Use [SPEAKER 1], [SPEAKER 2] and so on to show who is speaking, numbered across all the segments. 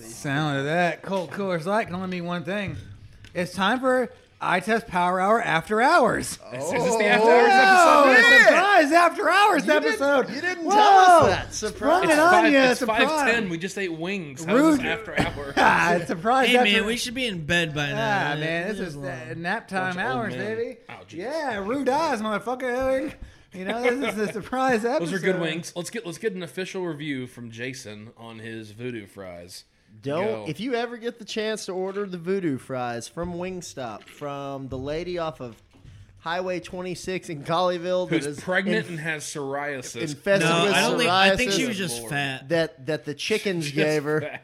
[SPEAKER 1] Sound of that cold Coors Light can only mean one thing. It's time for I Test Power Hour After Hours.
[SPEAKER 2] Is this the after hours
[SPEAKER 1] Oh,
[SPEAKER 2] episode?
[SPEAKER 1] a
[SPEAKER 3] yeah.
[SPEAKER 1] surprise after hours episode.
[SPEAKER 3] you didn't tell us
[SPEAKER 1] Whoa.
[SPEAKER 3] that. Surprise.
[SPEAKER 1] Sprung it
[SPEAKER 2] It's
[SPEAKER 1] on
[SPEAKER 2] five-
[SPEAKER 1] you.
[SPEAKER 2] It's
[SPEAKER 1] surprise.
[SPEAKER 2] five ten. We just ate wings. How's
[SPEAKER 1] Rude.
[SPEAKER 2] this after hours?
[SPEAKER 1] Ah, surprise
[SPEAKER 4] Hey
[SPEAKER 1] after
[SPEAKER 4] man, we should be in bed by now.
[SPEAKER 1] Ah,
[SPEAKER 4] Yeah,
[SPEAKER 1] man, this
[SPEAKER 4] leave
[SPEAKER 1] is
[SPEAKER 4] us
[SPEAKER 1] uh,
[SPEAKER 4] alone.
[SPEAKER 1] nap time
[SPEAKER 2] Bunch of old
[SPEAKER 1] hours,
[SPEAKER 2] men.
[SPEAKER 1] baby.
[SPEAKER 2] Oh, Jesus.
[SPEAKER 1] yeah, rude eyes, motherfucker. You know, this is a surprise episode.
[SPEAKER 2] Those are good wings. Let's get let's get an official review from Jason on his voodoo fries.
[SPEAKER 3] Don't
[SPEAKER 2] Go.
[SPEAKER 3] if you ever get the chance to order the voodoo fries from Wingstop from the lady off of Highway 26 in Colleyville that
[SPEAKER 2] who's
[SPEAKER 3] is
[SPEAKER 2] pregnant
[SPEAKER 3] inf-
[SPEAKER 2] and has psoriasis.
[SPEAKER 3] infested
[SPEAKER 4] No,
[SPEAKER 3] with
[SPEAKER 4] I don't think. I think she
[SPEAKER 3] psoriasis.
[SPEAKER 4] was just
[SPEAKER 2] Lord.
[SPEAKER 4] fat.
[SPEAKER 3] that that the chickens gave her.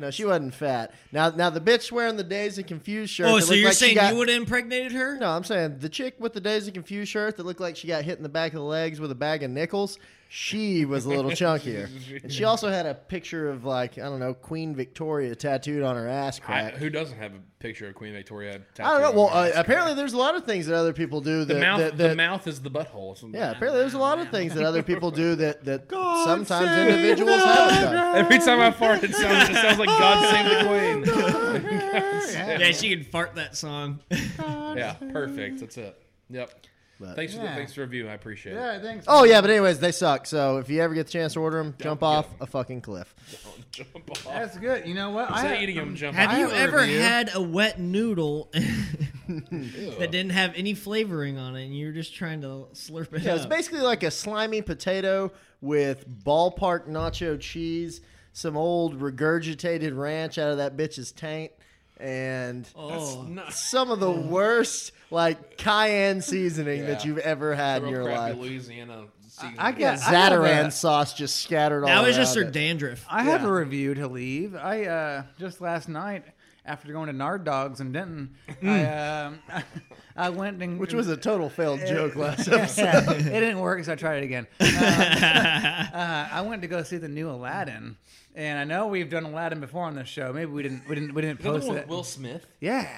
[SPEAKER 3] No, she wasn't fat. Now now the bitch wearing the Days and Confused shirt.
[SPEAKER 4] Oh,
[SPEAKER 3] that
[SPEAKER 4] so
[SPEAKER 3] looked
[SPEAKER 4] you're
[SPEAKER 3] like she
[SPEAKER 4] saying
[SPEAKER 3] got-
[SPEAKER 4] you would have impregnated her?
[SPEAKER 3] No, I'm saying the chick with the Days and Confused shirt that looked like she got hit in the back of the legs with a bag of nickels. She was a little chunkier, and she also had a picture of like I don't know Queen Victoria tattooed on her ass
[SPEAKER 2] I,
[SPEAKER 3] crack. I,
[SPEAKER 2] who doesn't have a picture of Queen Victoria?
[SPEAKER 3] don't know.
[SPEAKER 2] tattooed on
[SPEAKER 3] Well, uh,
[SPEAKER 2] their ass?
[SPEAKER 3] apparently there's a lot of things that other people do that
[SPEAKER 2] the mouth
[SPEAKER 3] that,
[SPEAKER 2] the
[SPEAKER 3] that-
[SPEAKER 2] mouth is the butthole. It's-
[SPEAKER 3] yeah, apparently there's a lot of things that other people do that that sometimes individuals haven't done.
[SPEAKER 2] Every time I fart, it sounds, it sounds like God
[SPEAKER 3] Oh,
[SPEAKER 2] save the Queen.
[SPEAKER 4] Yeah, she could fart that song.
[SPEAKER 2] yeah, perfect. That's it. Yep.
[SPEAKER 3] But-
[SPEAKER 2] Thanks for the
[SPEAKER 1] Yeah.
[SPEAKER 2] thanks for the review. I appreciate it.
[SPEAKER 1] Yeah, thanks.
[SPEAKER 3] Oh yeah, but anyways, they suck. So if you ever get the chance to order them, jump off a fucking cliff.
[SPEAKER 2] Don't jump off.
[SPEAKER 1] that's good. You know what?
[SPEAKER 2] Instead
[SPEAKER 1] I,
[SPEAKER 2] of eating them, jump
[SPEAKER 4] Have
[SPEAKER 2] off.
[SPEAKER 4] you
[SPEAKER 1] have a
[SPEAKER 4] ever
[SPEAKER 1] review.
[SPEAKER 4] had a wet noodle that didn't have any flavoring on it, and you were just trying to slurp it
[SPEAKER 3] Yeah, it's
[SPEAKER 4] up?
[SPEAKER 3] basically like a slimy potato with ballpark nacho cheese, some old regurgitated ranch out of that bitch's taint, and
[SPEAKER 4] oh,
[SPEAKER 2] Not
[SPEAKER 3] some of the worst like cayenne seasoning that
[SPEAKER 2] Yeah.
[SPEAKER 3] you've ever had in
[SPEAKER 2] real
[SPEAKER 3] your
[SPEAKER 2] crappy
[SPEAKER 3] life.
[SPEAKER 2] Louisiana. season.
[SPEAKER 1] I
[SPEAKER 3] Yeah,
[SPEAKER 1] got I got
[SPEAKER 3] Zataran
[SPEAKER 1] a-
[SPEAKER 3] sauce just scattered all
[SPEAKER 4] that was
[SPEAKER 3] around
[SPEAKER 4] just her
[SPEAKER 3] it.
[SPEAKER 4] dandruff.
[SPEAKER 1] I have
[SPEAKER 3] Yeah.
[SPEAKER 1] a review to leave. I uh, just last night after going to Nard Dogs in Denton, I, um, I went and
[SPEAKER 3] Mm. which was a total failed joke last
[SPEAKER 1] Yeah,
[SPEAKER 3] episode.
[SPEAKER 1] it didn't work, so I tried it again. Um, uh, I went to go see the new Aladdin, and I know we've done Aladdin before on this show. Maybe we didn't, we didn't, we didn't
[SPEAKER 2] Is that the
[SPEAKER 1] post
[SPEAKER 2] one
[SPEAKER 1] it.
[SPEAKER 2] with Will Smith.
[SPEAKER 1] yeah,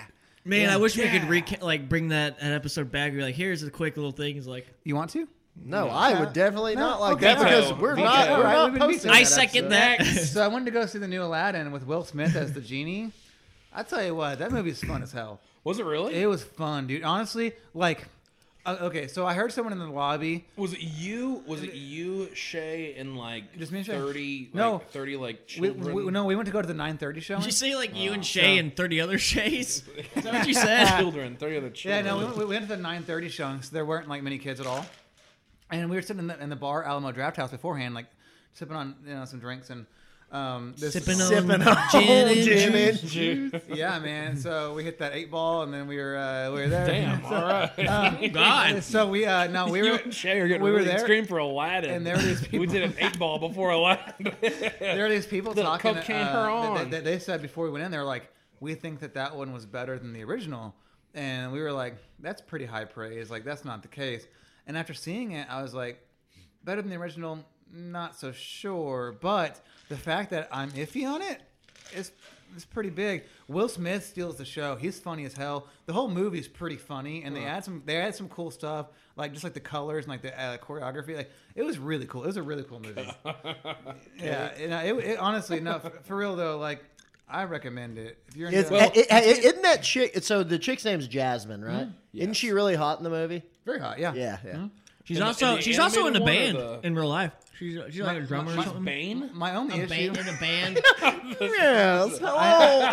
[SPEAKER 4] Man, I wish we
[SPEAKER 1] Yeah.
[SPEAKER 4] could reca- like bring that an episode back. You're like, here's a quick little thing. It's like,
[SPEAKER 1] you want to?
[SPEAKER 3] No, I would definitely not like
[SPEAKER 1] okay,
[SPEAKER 3] that because
[SPEAKER 2] alright.
[SPEAKER 3] we're
[SPEAKER 2] Okay,
[SPEAKER 3] not we're
[SPEAKER 1] alright,
[SPEAKER 3] not
[SPEAKER 1] we've been
[SPEAKER 3] posting.
[SPEAKER 1] beaten.
[SPEAKER 4] I
[SPEAKER 3] that
[SPEAKER 4] second
[SPEAKER 3] episode.
[SPEAKER 4] that.
[SPEAKER 1] So I wanted to go see the new Aladdin with Will Smith as the genie. I tell you what, that movie's fun as hell.
[SPEAKER 2] Was it really?
[SPEAKER 1] It was fun, dude. Honestly, like, uh, okay, so I heard someone in the lobby.
[SPEAKER 2] was it you? Was it you, Shay, and like
[SPEAKER 1] Just me and Shay.
[SPEAKER 2] thirty? Like,
[SPEAKER 1] No.
[SPEAKER 2] thirty like
[SPEAKER 1] We,
[SPEAKER 2] children.
[SPEAKER 1] we, no, we went to go to the 9:30 showing.
[SPEAKER 4] did you say like you and Shay and 30 other Shays? Is that what you said?
[SPEAKER 2] children. Thirty other
[SPEAKER 1] Yeah,
[SPEAKER 2] children.
[SPEAKER 1] no, we went, we went to the 9:30 showing, so there weren't like many kids at all. And we were sitting in the, in the bar Alamo Draft House beforehand, like sipping on you know some drinks and um, this
[SPEAKER 4] Sipping on,
[SPEAKER 3] Sipping on
[SPEAKER 4] gin and
[SPEAKER 3] gin
[SPEAKER 4] juice.
[SPEAKER 3] and juice.
[SPEAKER 1] Yeah, man. So we hit that eight ball, and then we were uh, we were there.
[SPEAKER 2] Damn. All right.
[SPEAKER 4] God.
[SPEAKER 1] So we uh, no, we
[SPEAKER 2] you
[SPEAKER 1] were
[SPEAKER 2] and Shay are getting
[SPEAKER 1] we were
[SPEAKER 2] really
[SPEAKER 1] there.
[SPEAKER 2] extreme for Aladdin.
[SPEAKER 1] And there were these
[SPEAKER 2] We
[SPEAKER 1] people.
[SPEAKER 2] did an eight ball before Aladdin.
[SPEAKER 1] there are these people
[SPEAKER 2] Little
[SPEAKER 1] talking.
[SPEAKER 2] cocaine
[SPEAKER 1] uh,
[SPEAKER 2] her on.
[SPEAKER 1] that- that- that they said before we went in, they're like, "We think that that one was better than the original," and we were like, "That's pretty high praise. Like, that's not the case." And after seeing it, I was like, "Better than the original? Not so sure." But the fact that I'm iffy on it is is pretty big. Will Smith steals the show. He's funny as hell. The whole movie's pretty funny, and they add some they add some cool stuff. Like just like the colors and like the uh, choreography, like it was really cool. It was a really cool movie. Yeah, and I- it, it, honestly, no, for, for real though, like I recommend it if you're
[SPEAKER 3] It's,
[SPEAKER 1] into
[SPEAKER 3] it, it, isn't that chick? So the chick's name's Jasmine, right? Isn't she really hot in the movie?
[SPEAKER 1] very hot. Yeah, Hmm?
[SPEAKER 3] Yeah, yeah.
[SPEAKER 4] She's
[SPEAKER 2] In the- in
[SPEAKER 4] also
[SPEAKER 2] the
[SPEAKER 4] she's also in a
[SPEAKER 2] animated
[SPEAKER 4] band
[SPEAKER 2] one or the-
[SPEAKER 4] in real life. She's she's like a drummer or something.
[SPEAKER 2] Bane.
[SPEAKER 1] My only
[SPEAKER 4] A
[SPEAKER 1] issue,
[SPEAKER 4] band in a band.
[SPEAKER 3] Yes. Hello.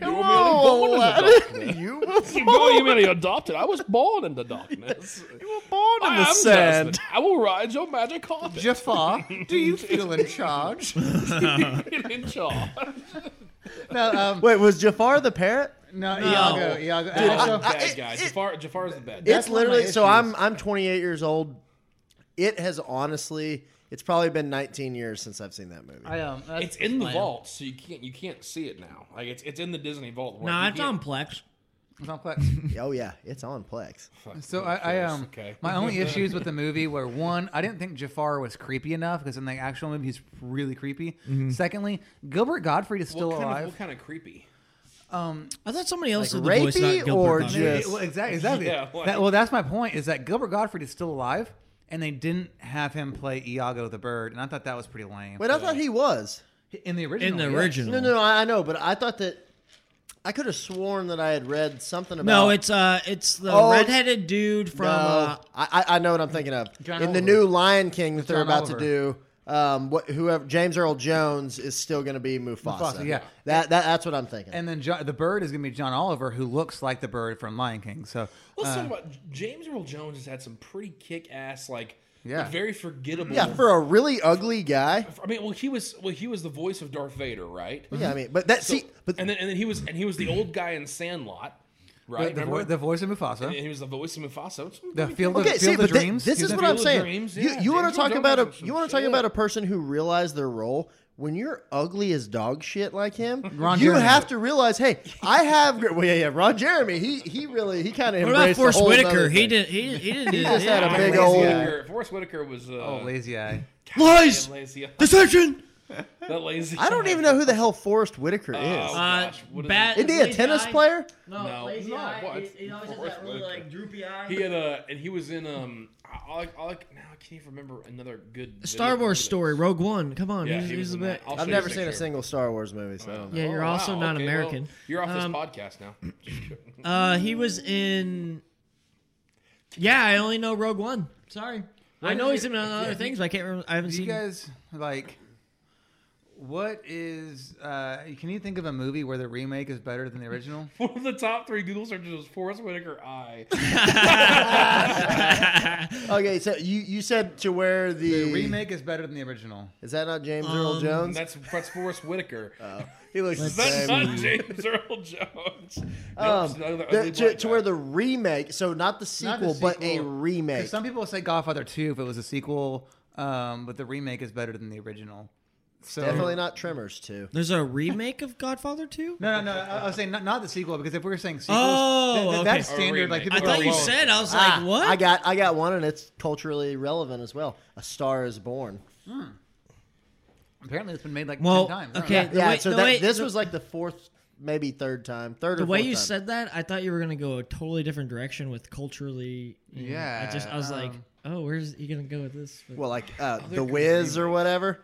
[SPEAKER 3] Hello. Aladdin. You were
[SPEAKER 2] You know, you mean adopted? I was born in the darkness.
[SPEAKER 3] born in
[SPEAKER 2] I
[SPEAKER 3] the
[SPEAKER 2] am
[SPEAKER 3] sand.
[SPEAKER 2] Jasmine. I will ride your magic carpet.
[SPEAKER 1] Jafar, do you feel in charge?
[SPEAKER 2] in charge.
[SPEAKER 1] No, um,
[SPEAKER 3] Wait, was Jafar the parrot?
[SPEAKER 1] no, Iago, Iago. And
[SPEAKER 2] Jafar's the
[SPEAKER 1] also,
[SPEAKER 2] bad guy. Jafar, Jafar's the bad guy.
[SPEAKER 1] That's
[SPEAKER 3] it's
[SPEAKER 1] one of my
[SPEAKER 3] literally. So
[SPEAKER 1] issues.
[SPEAKER 3] I'm I'm 28 years old. It has honestly, it's probably been 19 years since I've seen that movie.
[SPEAKER 1] I um, that's-
[SPEAKER 2] It's in the vault, so you can't you can't see it now. Like it's it's in the Disney vault. where
[SPEAKER 4] nah,
[SPEAKER 2] you
[SPEAKER 4] it's
[SPEAKER 2] can't-
[SPEAKER 4] on Plex.
[SPEAKER 1] it's on Plex.
[SPEAKER 3] oh yeah, it's on Plex.
[SPEAKER 1] So I, I um,
[SPEAKER 2] Okay.
[SPEAKER 1] my only issues with the movie were one, I didn't think Jafar was creepy enough because in the actual movie he's really creepy. Secondly, Gilbert Gottfried is
[SPEAKER 2] What
[SPEAKER 1] still
[SPEAKER 2] kind of-
[SPEAKER 1] alive.
[SPEAKER 2] what kind of creepy?
[SPEAKER 4] I thought somebody else
[SPEAKER 3] Like
[SPEAKER 4] did the voice,
[SPEAKER 3] rapey
[SPEAKER 4] not Gilbert
[SPEAKER 3] or
[SPEAKER 4] Gottfried.
[SPEAKER 3] just- Yes.
[SPEAKER 1] Well, exactly. exactly.
[SPEAKER 2] Yeah, like-
[SPEAKER 1] That- well, that's my point. Is that Gilbert Gottfried is still alive, and they didn't have him play Iago the bird, and I thought that was pretty lame.
[SPEAKER 3] Wait, I thought he was.
[SPEAKER 1] in the original.
[SPEAKER 4] the
[SPEAKER 1] yes.
[SPEAKER 4] original.
[SPEAKER 3] No, no, no, I I know, but I thought that I could have sworn that I had read something about.
[SPEAKER 4] No, it's uh, it's the
[SPEAKER 3] Oh, it's-
[SPEAKER 4] redheaded dude from.
[SPEAKER 3] No,
[SPEAKER 4] Uh,
[SPEAKER 3] I, I I know what I'm thinking of.
[SPEAKER 1] John
[SPEAKER 3] In
[SPEAKER 1] Oliver.
[SPEAKER 3] the new Lion King that they're
[SPEAKER 1] John
[SPEAKER 3] about to
[SPEAKER 1] Oliver.
[SPEAKER 3] do, um, what whoever James Earl Jones is still going to be Mufasa.
[SPEAKER 1] Mufasa, yeah.
[SPEAKER 3] that, that that's what I'm thinking.
[SPEAKER 1] And then jo- the bird is going to be John Oliver, who looks like the bird from Lion King. So
[SPEAKER 2] Let's
[SPEAKER 1] uh,
[SPEAKER 2] talk about James Earl Jones has had some pretty kick ass, like
[SPEAKER 1] Yeah.
[SPEAKER 2] like, very forgettable.
[SPEAKER 3] yeah, for a really ugly guy.
[SPEAKER 2] I mean, well, he was well, he was the voice of Darth Vader, right?
[SPEAKER 3] Yeah, I mean, but that
[SPEAKER 2] So-
[SPEAKER 3] see, but
[SPEAKER 2] and then and then he was and he was the old guy in Sandlot, right?
[SPEAKER 1] uh, the, vo-
[SPEAKER 2] Remember?
[SPEAKER 1] the voice of Mufasa,
[SPEAKER 2] and he was the voice of Mufasa.
[SPEAKER 1] the field of,
[SPEAKER 3] okay,
[SPEAKER 1] field
[SPEAKER 3] see,
[SPEAKER 1] of
[SPEAKER 3] but thi-
[SPEAKER 1] dreams.
[SPEAKER 3] this
[SPEAKER 1] He was
[SPEAKER 3] is
[SPEAKER 1] in
[SPEAKER 3] what
[SPEAKER 1] Field
[SPEAKER 3] I'm
[SPEAKER 1] of-
[SPEAKER 2] of
[SPEAKER 3] saying.
[SPEAKER 2] Dreams,
[SPEAKER 3] you
[SPEAKER 2] yeah.
[SPEAKER 3] you want
[SPEAKER 2] James
[SPEAKER 3] to
[SPEAKER 2] Earl
[SPEAKER 3] talk
[SPEAKER 2] Jones
[SPEAKER 3] about
[SPEAKER 2] was
[SPEAKER 3] a
[SPEAKER 2] some
[SPEAKER 3] you want to talk
[SPEAKER 2] shit.
[SPEAKER 3] about a person who realized their role when you're ugly as dog shit like him.
[SPEAKER 1] Ron
[SPEAKER 3] you
[SPEAKER 1] Jeremy.
[SPEAKER 3] have to realize, hey, I have. gr- Well, yeah, yeah. Ron Jeremy, he he really he kind of
[SPEAKER 4] what about
[SPEAKER 3] embraced
[SPEAKER 4] Forrest
[SPEAKER 3] the whole
[SPEAKER 4] Whitaker?
[SPEAKER 3] other
[SPEAKER 4] He
[SPEAKER 3] thing.
[SPEAKER 4] didn't. He, he didn't. do
[SPEAKER 3] just
[SPEAKER 4] that.
[SPEAKER 3] had a big
[SPEAKER 2] Forrest
[SPEAKER 3] old-
[SPEAKER 2] Whitaker, Forrest Whitaker was uh,
[SPEAKER 1] Oh, lazy eye.
[SPEAKER 4] lies.
[SPEAKER 2] that lazy.
[SPEAKER 4] Deception.
[SPEAKER 2] That lazy.
[SPEAKER 3] I don't even know who the hell Forrest Whitaker is.
[SPEAKER 2] Oh,
[SPEAKER 4] Uh,
[SPEAKER 2] gosh, what is
[SPEAKER 4] bat.
[SPEAKER 3] Isn't he a
[SPEAKER 4] lazy
[SPEAKER 3] tennis
[SPEAKER 4] eye.
[SPEAKER 3] player?
[SPEAKER 4] No,
[SPEAKER 2] No.
[SPEAKER 4] lazy
[SPEAKER 2] No,
[SPEAKER 4] eye.
[SPEAKER 2] what?
[SPEAKER 4] He, he always has
[SPEAKER 2] Forrest
[SPEAKER 4] that really
[SPEAKER 2] Whitaker.
[SPEAKER 4] like droopy eye.
[SPEAKER 2] He had a, and he was in um, all I, all I, now I can't even remember another good
[SPEAKER 4] Star
[SPEAKER 2] video
[SPEAKER 4] Wars
[SPEAKER 2] movie.
[SPEAKER 4] story, Rogue One. Come on,
[SPEAKER 2] Yeah,
[SPEAKER 4] he's,
[SPEAKER 2] he was
[SPEAKER 4] he's a
[SPEAKER 2] in that.
[SPEAKER 4] bit.
[SPEAKER 2] I'll show
[SPEAKER 3] I've
[SPEAKER 2] you
[SPEAKER 3] never
[SPEAKER 2] the
[SPEAKER 3] seen a
[SPEAKER 2] picture.
[SPEAKER 3] single Star Wars movie, so I don't know.
[SPEAKER 4] Yeah, you're
[SPEAKER 2] Oh,
[SPEAKER 4] also
[SPEAKER 2] wow,
[SPEAKER 4] not
[SPEAKER 2] okay, well,
[SPEAKER 4] American.
[SPEAKER 2] you're off this
[SPEAKER 4] Um,
[SPEAKER 2] podcast now.
[SPEAKER 4] Uh, he was in. Yeah, I only know Rogue One. Sorry, I know he's in other things, but I can't remember. I haven't
[SPEAKER 1] Do you
[SPEAKER 4] seen.
[SPEAKER 1] guys like? What is? Uh, can you think of a movie where the remake is better than the original?
[SPEAKER 2] One of the top three Google searches was Forrest Whitaker. I.
[SPEAKER 3] Okay, so you you said to where the,
[SPEAKER 1] The remake is better than the original.
[SPEAKER 3] is that not James Earl Jones?
[SPEAKER 2] That's that's Forrest Whitaker.
[SPEAKER 3] He looks the
[SPEAKER 4] Um, Let's
[SPEAKER 2] That's
[SPEAKER 3] same.
[SPEAKER 2] not James Earl Jones.
[SPEAKER 3] Um,
[SPEAKER 2] Nope, it's another
[SPEAKER 3] the-
[SPEAKER 2] ugly
[SPEAKER 3] to,
[SPEAKER 2] black
[SPEAKER 3] to
[SPEAKER 2] guy.
[SPEAKER 3] where the remake, so not the sequel,
[SPEAKER 1] Not the
[SPEAKER 3] but a
[SPEAKER 1] sequel. 'Cause
[SPEAKER 3] remake.
[SPEAKER 1] Some people say Godfather 2 if it was a sequel, um, but the remake is better than the original. So
[SPEAKER 3] Definitely not Tremors too.
[SPEAKER 4] There's a remake of Godfather 2?
[SPEAKER 1] No, no, no. I I was saying not, not the sequel because if we were saying sequels,
[SPEAKER 4] Oh,
[SPEAKER 1] th- th- that's
[SPEAKER 4] okay.
[SPEAKER 2] Or
[SPEAKER 1] standard. Like
[SPEAKER 2] remake.
[SPEAKER 1] people
[SPEAKER 4] I
[SPEAKER 2] Or
[SPEAKER 1] are
[SPEAKER 4] thought you
[SPEAKER 1] like,
[SPEAKER 2] Rogue.
[SPEAKER 4] said. I was
[SPEAKER 3] Ah,
[SPEAKER 4] like, what?
[SPEAKER 3] I got I got one, and it's culturally relevant as well. A Star is Born.
[SPEAKER 1] apparently it's been made like
[SPEAKER 4] Well,
[SPEAKER 1] 10 times. I don't
[SPEAKER 4] okay.
[SPEAKER 1] know.
[SPEAKER 4] The
[SPEAKER 3] Yeah,
[SPEAKER 4] way-
[SPEAKER 3] so
[SPEAKER 4] the
[SPEAKER 3] that,
[SPEAKER 4] way-
[SPEAKER 3] this
[SPEAKER 4] the-
[SPEAKER 3] was like the fourth, maybe third time, third or
[SPEAKER 4] the way
[SPEAKER 3] fourth
[SPEAKER 4] you
[SPEAKER 3] time.
[SPEAKER 4] said that, I thought you were gonna go a totally different direction with culturally. you know, I just I was
[SPEAKER 1] Yeah,
[SPEAKER 4] like,
[SPEAKER 1] um,
[SPEAKER 4] oh, where's he gonna go with this? But
[SPEAKER 3] Well, like uh, the
[SPEAKER 2] could be
[SPEAKER 3] Wiz or whatever.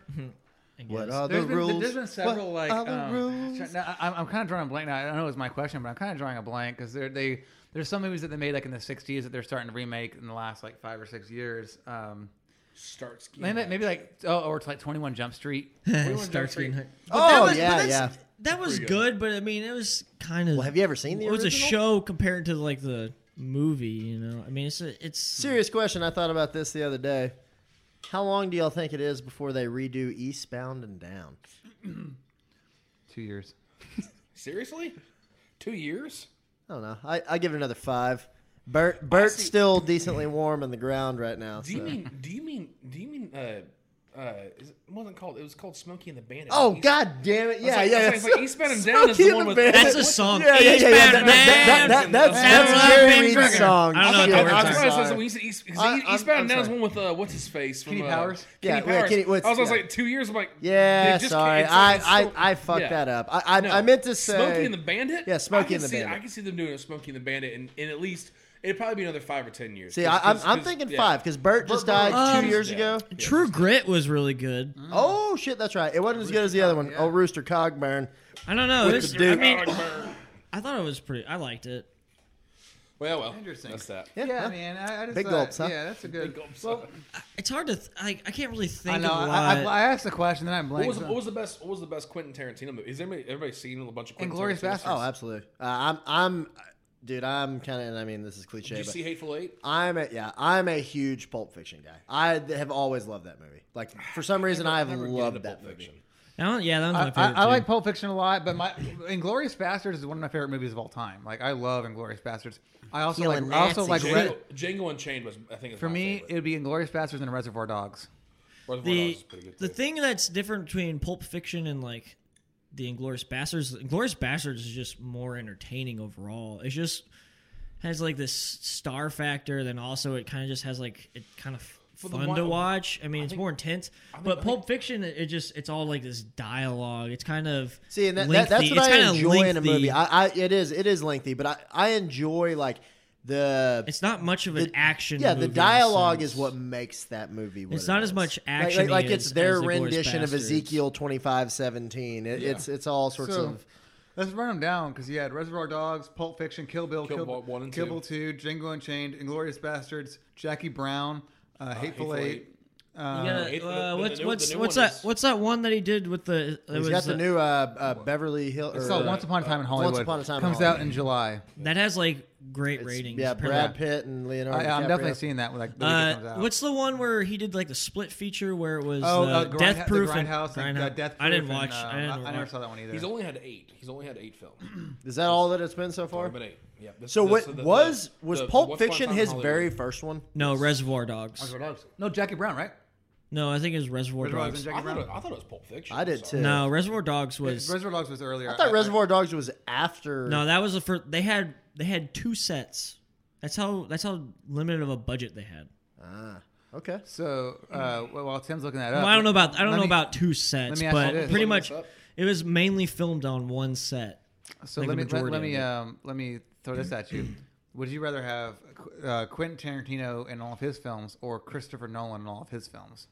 [SPEAKER 4] I guess.
[SPEAKER 3] What uh, are
[SPEAKER 1] There's
[SPEAKER 3] the
[SPEAKER 1] been,
[SPEAKER 3] rules?
[SPEAKER 1] there's been several
[SPEAKER 3] what
[SPEAKER 1] like.
[SPEAKER 3] are the
[SPEAKER 1] um,
[SPEAKER 3] rules?
[SPEAKER 1] try- now, I, I'm kind of drawing a blank now. I don't know it was my question, but I'm kind of drawing a blank because they there's some movies that they made like in the 60s that they're starting to remake in the last like five or six years. Um,
[SPEAKER 2] start skiing.
[SPEAKER 1] maybe, maybe like oh, or it's like 21 Jump Street.
[SPEAKER 4] Starts getting hurt.
[SPEAKER 3] Oh,
[SPEAKER 4] that was,
[SPEAKER 3] yeah,
[SPEAKER 4] but
[SPEAKER 3] yeah.
[SPEAKER 4] that's- That was
[SPEAKER 2] good.
[SPEAKER 4] good. but I mean, it was kind of.
[SPEAKER 3] Well, have you ever seen the
[SPEAKER 4] It was a
[SPEAKER 3] original?
[SPEAKER 4] show compared to like the movie. You know, I mean, it's a, it's
[SPEAKER 3] Serious question. I thought about this the other day. How long do y'all think it is before they redo Eastbound and Down?
[SPEAKER 1] Two years.
[SPEAKER 2] Seriously, two years.
[SPEAKER 3] I don't know. I, I give it another five. Bert Bert's
[SPEAKER 2] see-
[SPEAKER 3] still decently warm in the ground right now.
[SPEAKER 2] Do you
[SPEAKER 3] so.
[SPEAKER 2] mean? Do you mean? Do you mean? Uh, uh, is it it wasn't called. It was called Smokey and the Bandit.
[SPEAKER 3] Oh
[SPEAKER 2] East-
[SPEAKER 3] god damn it! Yeah,
[SPEAKER 2] like-
[SPEAKER 3] yeah.
[SPEAKER 2] I was like- it's like Eastbound and Down is the
[SPEAKER 3] Smokey
[SPEAKER 2] one
[SPEAKER 3] and
[SPEAKER 2] with-
[SPEAKER 3] Bandit.
[SPEAKER 4] That's a song.
[SPEAKER 3] Yeah, yeah, yeah. yeah. That, that,
[SPEAKER 4] Eastbound
[SPEAKER 3] that, that,
[SPEAKER 2] and
[SPEAKER 3] that's
[SPEAKER 2] Down.
[SPEAKER 3] that's Jerry
[SPEAKER 4] Eastbound
[SPEAKER 3] Reed's
[SPEAKER 4] Bandit.
[SPEAKER 3] song.
[SPEAKER 4] I don't know
[SPEAKER 3] Shit,
[SPEAKER 4] the
[SPEAKER 2] I, I was
[SPEAKER 3] I'm
[SPEAKER 4] words. Sorry.
[SPEAKER 2] surprised I was
[SPEAKER 3] sorry.
[SPEAKER 2] when you said East, 'cause
[SPEAKER 3] I-
[SPEAKER 2] East-
[SPEAKER 3] I'm-
[SPEAKER 2] Eastbound
[SPEAKER 3] I'm
[SPEAKER 2] and Down is
[SPEAKER 3] sorry.
[SPEAKER 2] one with uh, what's his face? From,
[SPEAKER 1] Kenny
[SPEAKER 2] uh,
[SPEAKER 1] Powers?
[SPEAKER 2] Kenny
[SPEAKER 3] Yeah, yeah,
[SPEAKER 2] Powers.
[SPEAKER 3] Kenny- what's-
[SPEAKER 2] I was, I was
[SPEAKER 3] yeah.
[SPEAKER 2] like two years. I'm like,
[SPEAKER 3] Yeah,
[SPEAKER 2] they just
[SPEAKER 3] sorry.
[SPEAKER 2] can't- it's like
[SPEAKER 3] I,
[SPEAKER 2] it's
[SPEAKER 3] I
[SPEAKER 2] still-
[SPEAKER 3] I fucked
[SPEAKER 2] Yeah.
[SPEAKER 3] that up. I I,
[SPEAKER 2] No.
[SPEAKER 3] I meant to say
[SPEAKER 2] Smokey and the Bandit.
[SPEAKER 3] Yeah, Smokey
[SPEAKER 2] I can
[SPEAKER 3] and the
[SPEAKER 2] see-
[SPEAKER 3] Bandit.
[SPEAKER 2] I can see them doing a Smokey and the Bandit, and, and at least it'd probably be another five or ten years.
[SPEAKER 3] See,
[SPEAKER 2] 'Cause-
[SPEAKER 3] I, I'm,
[SPEAKER 2] 'cause-
[SPEAKER 3] I'm
[SPEAKER 2] 'cause-
[SPEAKER 3] thinking
[SPEAKER 2] yeah.
[SPEAKER 3] five because Bert just died
[SPEAKER 4] Bert-
[SPEAKER 3] two
[SPEAKER 4] um,
[SPEAKER 3] years
[SPEAKER 2] yeah.
[SPEAKER 3] ago.
[SPEAKER 4] True Grit was really good.
[SPEAKER 3] Oh shit, that's right. It wasn't as good as the other one. Oh, Rooster Cogburn.
[SPEAKER 4] I don't know. It
[SPEAKER 3] With
[SPEAKER 4] was,
[SPEAKER 3] the
[SPEAKER 4] I
[SPEAKER 3] dude.
[SPEAKER 4] mean, I thought it was pretty. I liked it.
[SPEAKER 2] Well, well,
[SPEAKER 1] Interesting.
[SPEAKER 2] That's that.
[SPEAKER 1] Yeah,
[SPEAKER 3] huh?
[SPEAKER 1] man. I, I just
[SPEAKER 3] Big
[SPEAKER 1] thought,
[SPEAKER 3] gulps, huh?
[SPEAKER 1] Yeah, that's a good.
[SPEAKER 2] Well,
[SPEAKER 4] It's hard to. Th- I, I can't really think
[SPEAKER 1] I know.
[SPEAKER 4] of
[SPEAKER 1] I, I,
[SPEAKER 4] what.
[SPEAKER 1] I asked the question, then I
[SPEAKER 2] what
[SPEAKER 1] blanked.
[SPEAKER 2] was, the, what was the best? What was the best Quentin Tarantino movie? Is everybody everybody seen a bunch of Quentin
[SPEAKER 1] Inglourious
[SPEAKER 2] Tarantino?
[SPEAKER 1] Bastards.
[SPEAKER 3] Oh, absolutely. Uh, I'm I'm, dude. I'm kind of. and I mean, this is cliche,
[SPEAKER 2] Did you
[SPEAKER 3] but
[SPEAKER 2] see Hateful Eight?
[SPEAKER 3] I'm a yeah. I'm a huge Pulp Fiction guy. I th- have always loved that movie. Like for some reason, I have
[SPEAKER 2] Never get
[SPEAKER 3] loved
[SPEAKER 2] into
[SPEAKER 3] that
[SPEAKER 2] Pulp
[SPEAKER 3] movie.
[SPEAKER 2] Fiction.
[SPEAKER 4] That one- yeah, that one's my
[SPEAKER 1] I,
[SPEAKER 4] favorite.
[SPEAKER 1] I, I
[SPEAKER 4] too.
[SPEAKER 1] like Pulp Fiction a lot, but my Inglorious Bastards is one of my favorite movies of all time. Like I love Inglorious Bastards. I also
[SPEAKER 3] Killing
[SPEAKER 1] like I also
[SPEAKER 3] Nazis.
[SPEAKER 1] like
[SPEAKER 3] Jay-
[SPEAKER 1] Red,
[SPEAKER 2] Django, Django Unchained was I think is
[SPEAKER 1] for
[SPEAKER 2] my
[SPEAKER 1] me
[SPEAKER 2] favorite.
[SPEAKER 1] it would be Inglorious Bastards and Reservoir Dogs.
[SPEAKER 2] Reservoir Dogs
[SPEAKER 4] the
[SPEAKER 2] is pretty good
[SPEAKER 4] the
[SPEAKER 2] too.
[SPEAKER 4] thing that's different between Pulp Fiction and like the Inglorious Bastards. Inglorious Bastards is just more entertaining overall. It's just has like this star factor, then also it kind of just has like it kind of
[SPEAKER 2] Well, the
[SPEAKER 4] fun
[SPEAKER 2] one-
[SPEAKER 4] to watch. I mean, it's
[SPEAKER 2] think-
[SPEAKER 4] more intense. but Pulp Fiction, it it just it's all like this dialogue. It's kind of
[SPEAKER 3] See, and that, that,
[SPEAKER 4] lengthy.
[SPEAKER 3] that's what
[SPEAKER 4] It's
[SPEAKER 3] I
[SPEAKER 4] kinda
[SPEAKER 3] enjoy in a
[SPEAKER 4] lengthy.
[SPEAKER 3] movie. I, I it is it is lengthy, but I I enjoy like the
[SPEAKER 4] It's not much of an action.
[SPEAKER 3] yeah, the
[SPEAKER 4] movie in a
[SPEAKER 3] dialogue
[SPEAKER 4] sense.
[SPEAKER 3] is what makes that movie. What
[SPEAKER 4] It's
[SPEAKER 3] it
[SPEAKER 4] not as
[SPEAKER 3] is.
[SPEAKER 4] much
[SPEAKER 3] Like-
[SPEAKER 4] action.
[SPEAKER 3] Like, like it's their
[SPEAKER 4] as The Glorious
[SPEAKER 3] rendition of
[SPEAKER 4] Bastards.
[SPEAKER 3] Ezekiel twenty five seventeen. It, It's it's all sorts
[SPEAKER 1] So,
[SPEAKER 3] of
[SPEAKER 1] Let's run them down because you had Reservoir Dogs, Pulp Fiction, Kill Bill,
[SPEAKER 2] Kill
[SPEAKER 1] Kill,
[SPEAKER 2] Bill one and
[SPEAKER 1] Kill
[SPEAKER 2] two.
[SPEAKER 1] Bill 2, Django Unchained, Inglorious Bastards, Jackie Brown, uh, Hateful,
[SPEAKER 2] Hateful
[SPEAKER 1] Eight. Uh,
[SPEAKER 4] You
[SPEAKER 5] Eighth-
[SPEAKER 4] gotta, uh,
[SPEAKER 5] the- the
[SPEAKER 4] what's
[SPEAKER 5] new- the
[SPEAKER 4] what's
[SPEAKER 5] new
[SPEAKER 4] what's
[SPEAKER 5] one
[SPEAKER 4] that
[SPEAKER 5] is-
[SPEAKER 4] what's that one that he did with the? It
[SPEAKER 3] He's
[SPEAKER 4] was
[SPEAKER 3] got the
[SPEAKER 4] uh,
[SPEAKER 3] new uh, uh, Beverly Hill.
[SPEAKER 1] It's
[SPEAKER 3] or,
[SPEAKER 1] called
[SPEAKER 3] uh,
[SPEAKER 1] Once Upon a Time in Hollywood.
[SPEAKER 3] Once Upon a Time in
[SPEAKER 1] comes out
[SPEAKER 3] Hollywood.
[SPEAKER 1] in July.
[SPEAKER 4] that has like great ratings.
[SPEAKER 3] Yeah,
[SPEAKER 4] apparently.
[SPEAKER 3] Brad Pitt and Leonardo.
[SPEAKER 1] I, I'm
[SPEAKER 3] DiCaprio.
[SPEAKER 1] definitely seeing that. Like, the week it comes
[SPEAKER 4] Uh,
[SPEAKER 1] out.
[SPEAKER 4] what's the one where he did like the split feature where it was
[SPEAKER 1] oh,
[SPEAKER 4] uh,
[SPEAKER 1] uh, Grind- the
[SPEAKER 4] Death Proof and
[SPEAKER 1] Grindhouse, and, uh,
[SPEAKER 4] Grindhouse.
[SPEAKER 1] Death
[SPEAKER 4] I didn't
[SPEAKER 1] Proof
[SPEAKER 4] watch.
[SPEAKER 1] and, uh,
[SPEAKER 4] I didn't
[SPEAKER 1] I,
[SPEAKER 4] watch.
[SPEAKER 1] never saw that one either.
[SPEAKER 2] He's only had eight. He's only had eight films.
[SPEAKER 3] Is that all that it's been so
[SPEAKER 2] Only
[SPEAKER 3] far?
[SPEAKER 2] been eight. Yeah. This-
[SPEAKER 3] So
[SPEAKER 2] this-
[SPEAKER 3] what
[SPEAKER 2] the- the-
[SPEAKER 3] was was
[SPEAKER 2] the- the
[SPEAKER 3] Pulp
[SPEAKER 2] Once Upon a
[SPEAKER 3] Fiction
[SPEAKER 2] Time in
[SPEAKER 3] his
[SPEAKER 2] Hollywood.
[SPEAKER 3] very first one?
[SPEAKER 4] No, Reservoir Dogs.
[SPEAKER 1] no, Jackie Brown, right?
[SPEAKER 4] No, I think it was Reservoir,
[SPEAKER 1] Reservoir Dogs and
[SPEAKER 4] Dogs.
[SPEAKER 1] Jackie
[SPEAKER 2] I thought,
[SPEAKER 1] Brown.
[SPEAKER 2] it, I thought it was Pulp Fiction.
[SPEAKER 3] I did
[SPEAKER 2] so-
[SPEAKER 3] too.
[SPEAKER 4] No, Reservoir Dogs was
[SPEAKER 1] Reservoir Dogs was earlier.
[SPEAKER 3] I thought Reservoir Dogs was after.
[SPEAKER 4] no. That was the first. They had they had two sets. That's how that's how limited of a budget they had.
[SPEAKER 3] Ah, okay.
[SPEAKER 1] So uh,
[SPEAKER 3] Hmm.
[SPEAKER 1] well, while Tim's looking that up,
[SPEAKER 4] Well, I don't know about I don't
[SPEAKER 1] let
[SPEAKER 4] know
[SPEAKER 1] me-
[SPEAKER 4] about two sets,
[SPEAKER 1] me ask you
[SPEAKER 4] but
[SPEAKER 1] this.
[SPEAKER 4] pretty
[SPEAKER 2] Looking this
[SPEAKER 4] much
[SPEAKER 2] up.
[SPEAKER 4] it was mainly filmed on one set.
[SPEAKER 1] So
[SPEAKER 4] like
[SPEAKER 1] let
[SPEAKER 4] the
[SPEAKER 1] me let,
[SPEAKER 4] majority
[SPEAKER 1] let
[SPEAKER 4] of
[SPEAKER 1] me
[SPEAKER 4] it.
[SPEAKER 1] um, let me throw this at you. Would you rather have uh, Quentin Tarantino in all of his films or Christopher Nolan in all of his films?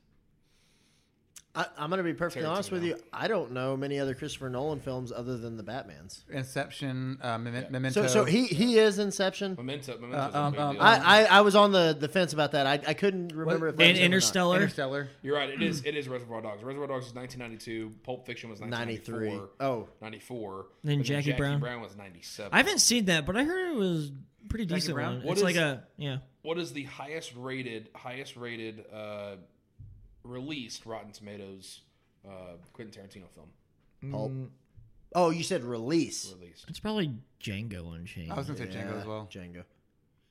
[SPEAKER 3] I, I'm going to be perfectly honest
[SPEAKER 2] Tarantino.
[SPEAKER 3] with you. I don't know many other Christopher Nolan films other than the Batman's.
[SPEAKER 1] Inception, uh, Mem-
[SPEAKER 2] Yeah.
[SPEAKER 1] Memento.
[SPEAKER 3] So, so he he is Inception.
[SPEAKER 2] Memento. Memento's
[SPEAKER 1] Uh,
[SPEAKER 2] a
[SPEAKER 1] um,
[SPEAKER 2] big
[SPEAKER 1] um,
[SPEAKER 2] deal.
[SPEAKER 3] I, I, I was on the, the fence about that. I, I couldn't remember if that
[SPEAKER 4] And
[SPEAKER 3] was him or not.
[SPEAKER 4] Interstellar.
[SPEAKER 1] Interstellar.
[SPEAKER 2] You're right. It is. It is Reservoir Dogs. Reservoir Dogs is 1992. Pulp Fiction was
[SPEAKER 3] 93.
[SPEAKER 2] 1994.
[SPEAKER 3] Oh.
[SPEAKER 2] 94.
[SPEAKER 4] Then
[SPEAKER 2] and
[SPEAKER 4] Jackie Brown.
[SPEAKER 2] was 97.
[SPEAKER 4] I haven't seen that, but I heard it was pretty
[SPEAKER 1] Jackie
[SPEAKER 4] decent
[SPEAKER 1] Brown?
[SPEAKER 4] one.
[SPEAKER 2] What
[SPEAKER 4] it's like
[SPEAKER 2] is-
[SPEAKER 4] a yeah.
[SPEAKER 2] What is the highest rated? Highest rated uh, released Rotten Tomatoes uh, Quentin Tarantino film
[SPEAKER 3] Pulp.
[SPEAKER 4] Mm.
[SPEAKER 3] Oh, you said release.
[SPEAKER 2] released?
[SPEAKER 4] It's probably Django Unchained.
[SPEAKER 1] I was gonna say Oh, Django
[SPEAKER 3] Yeah,
[SPEAKER 1] as well.
[SPEAKER 3] Django.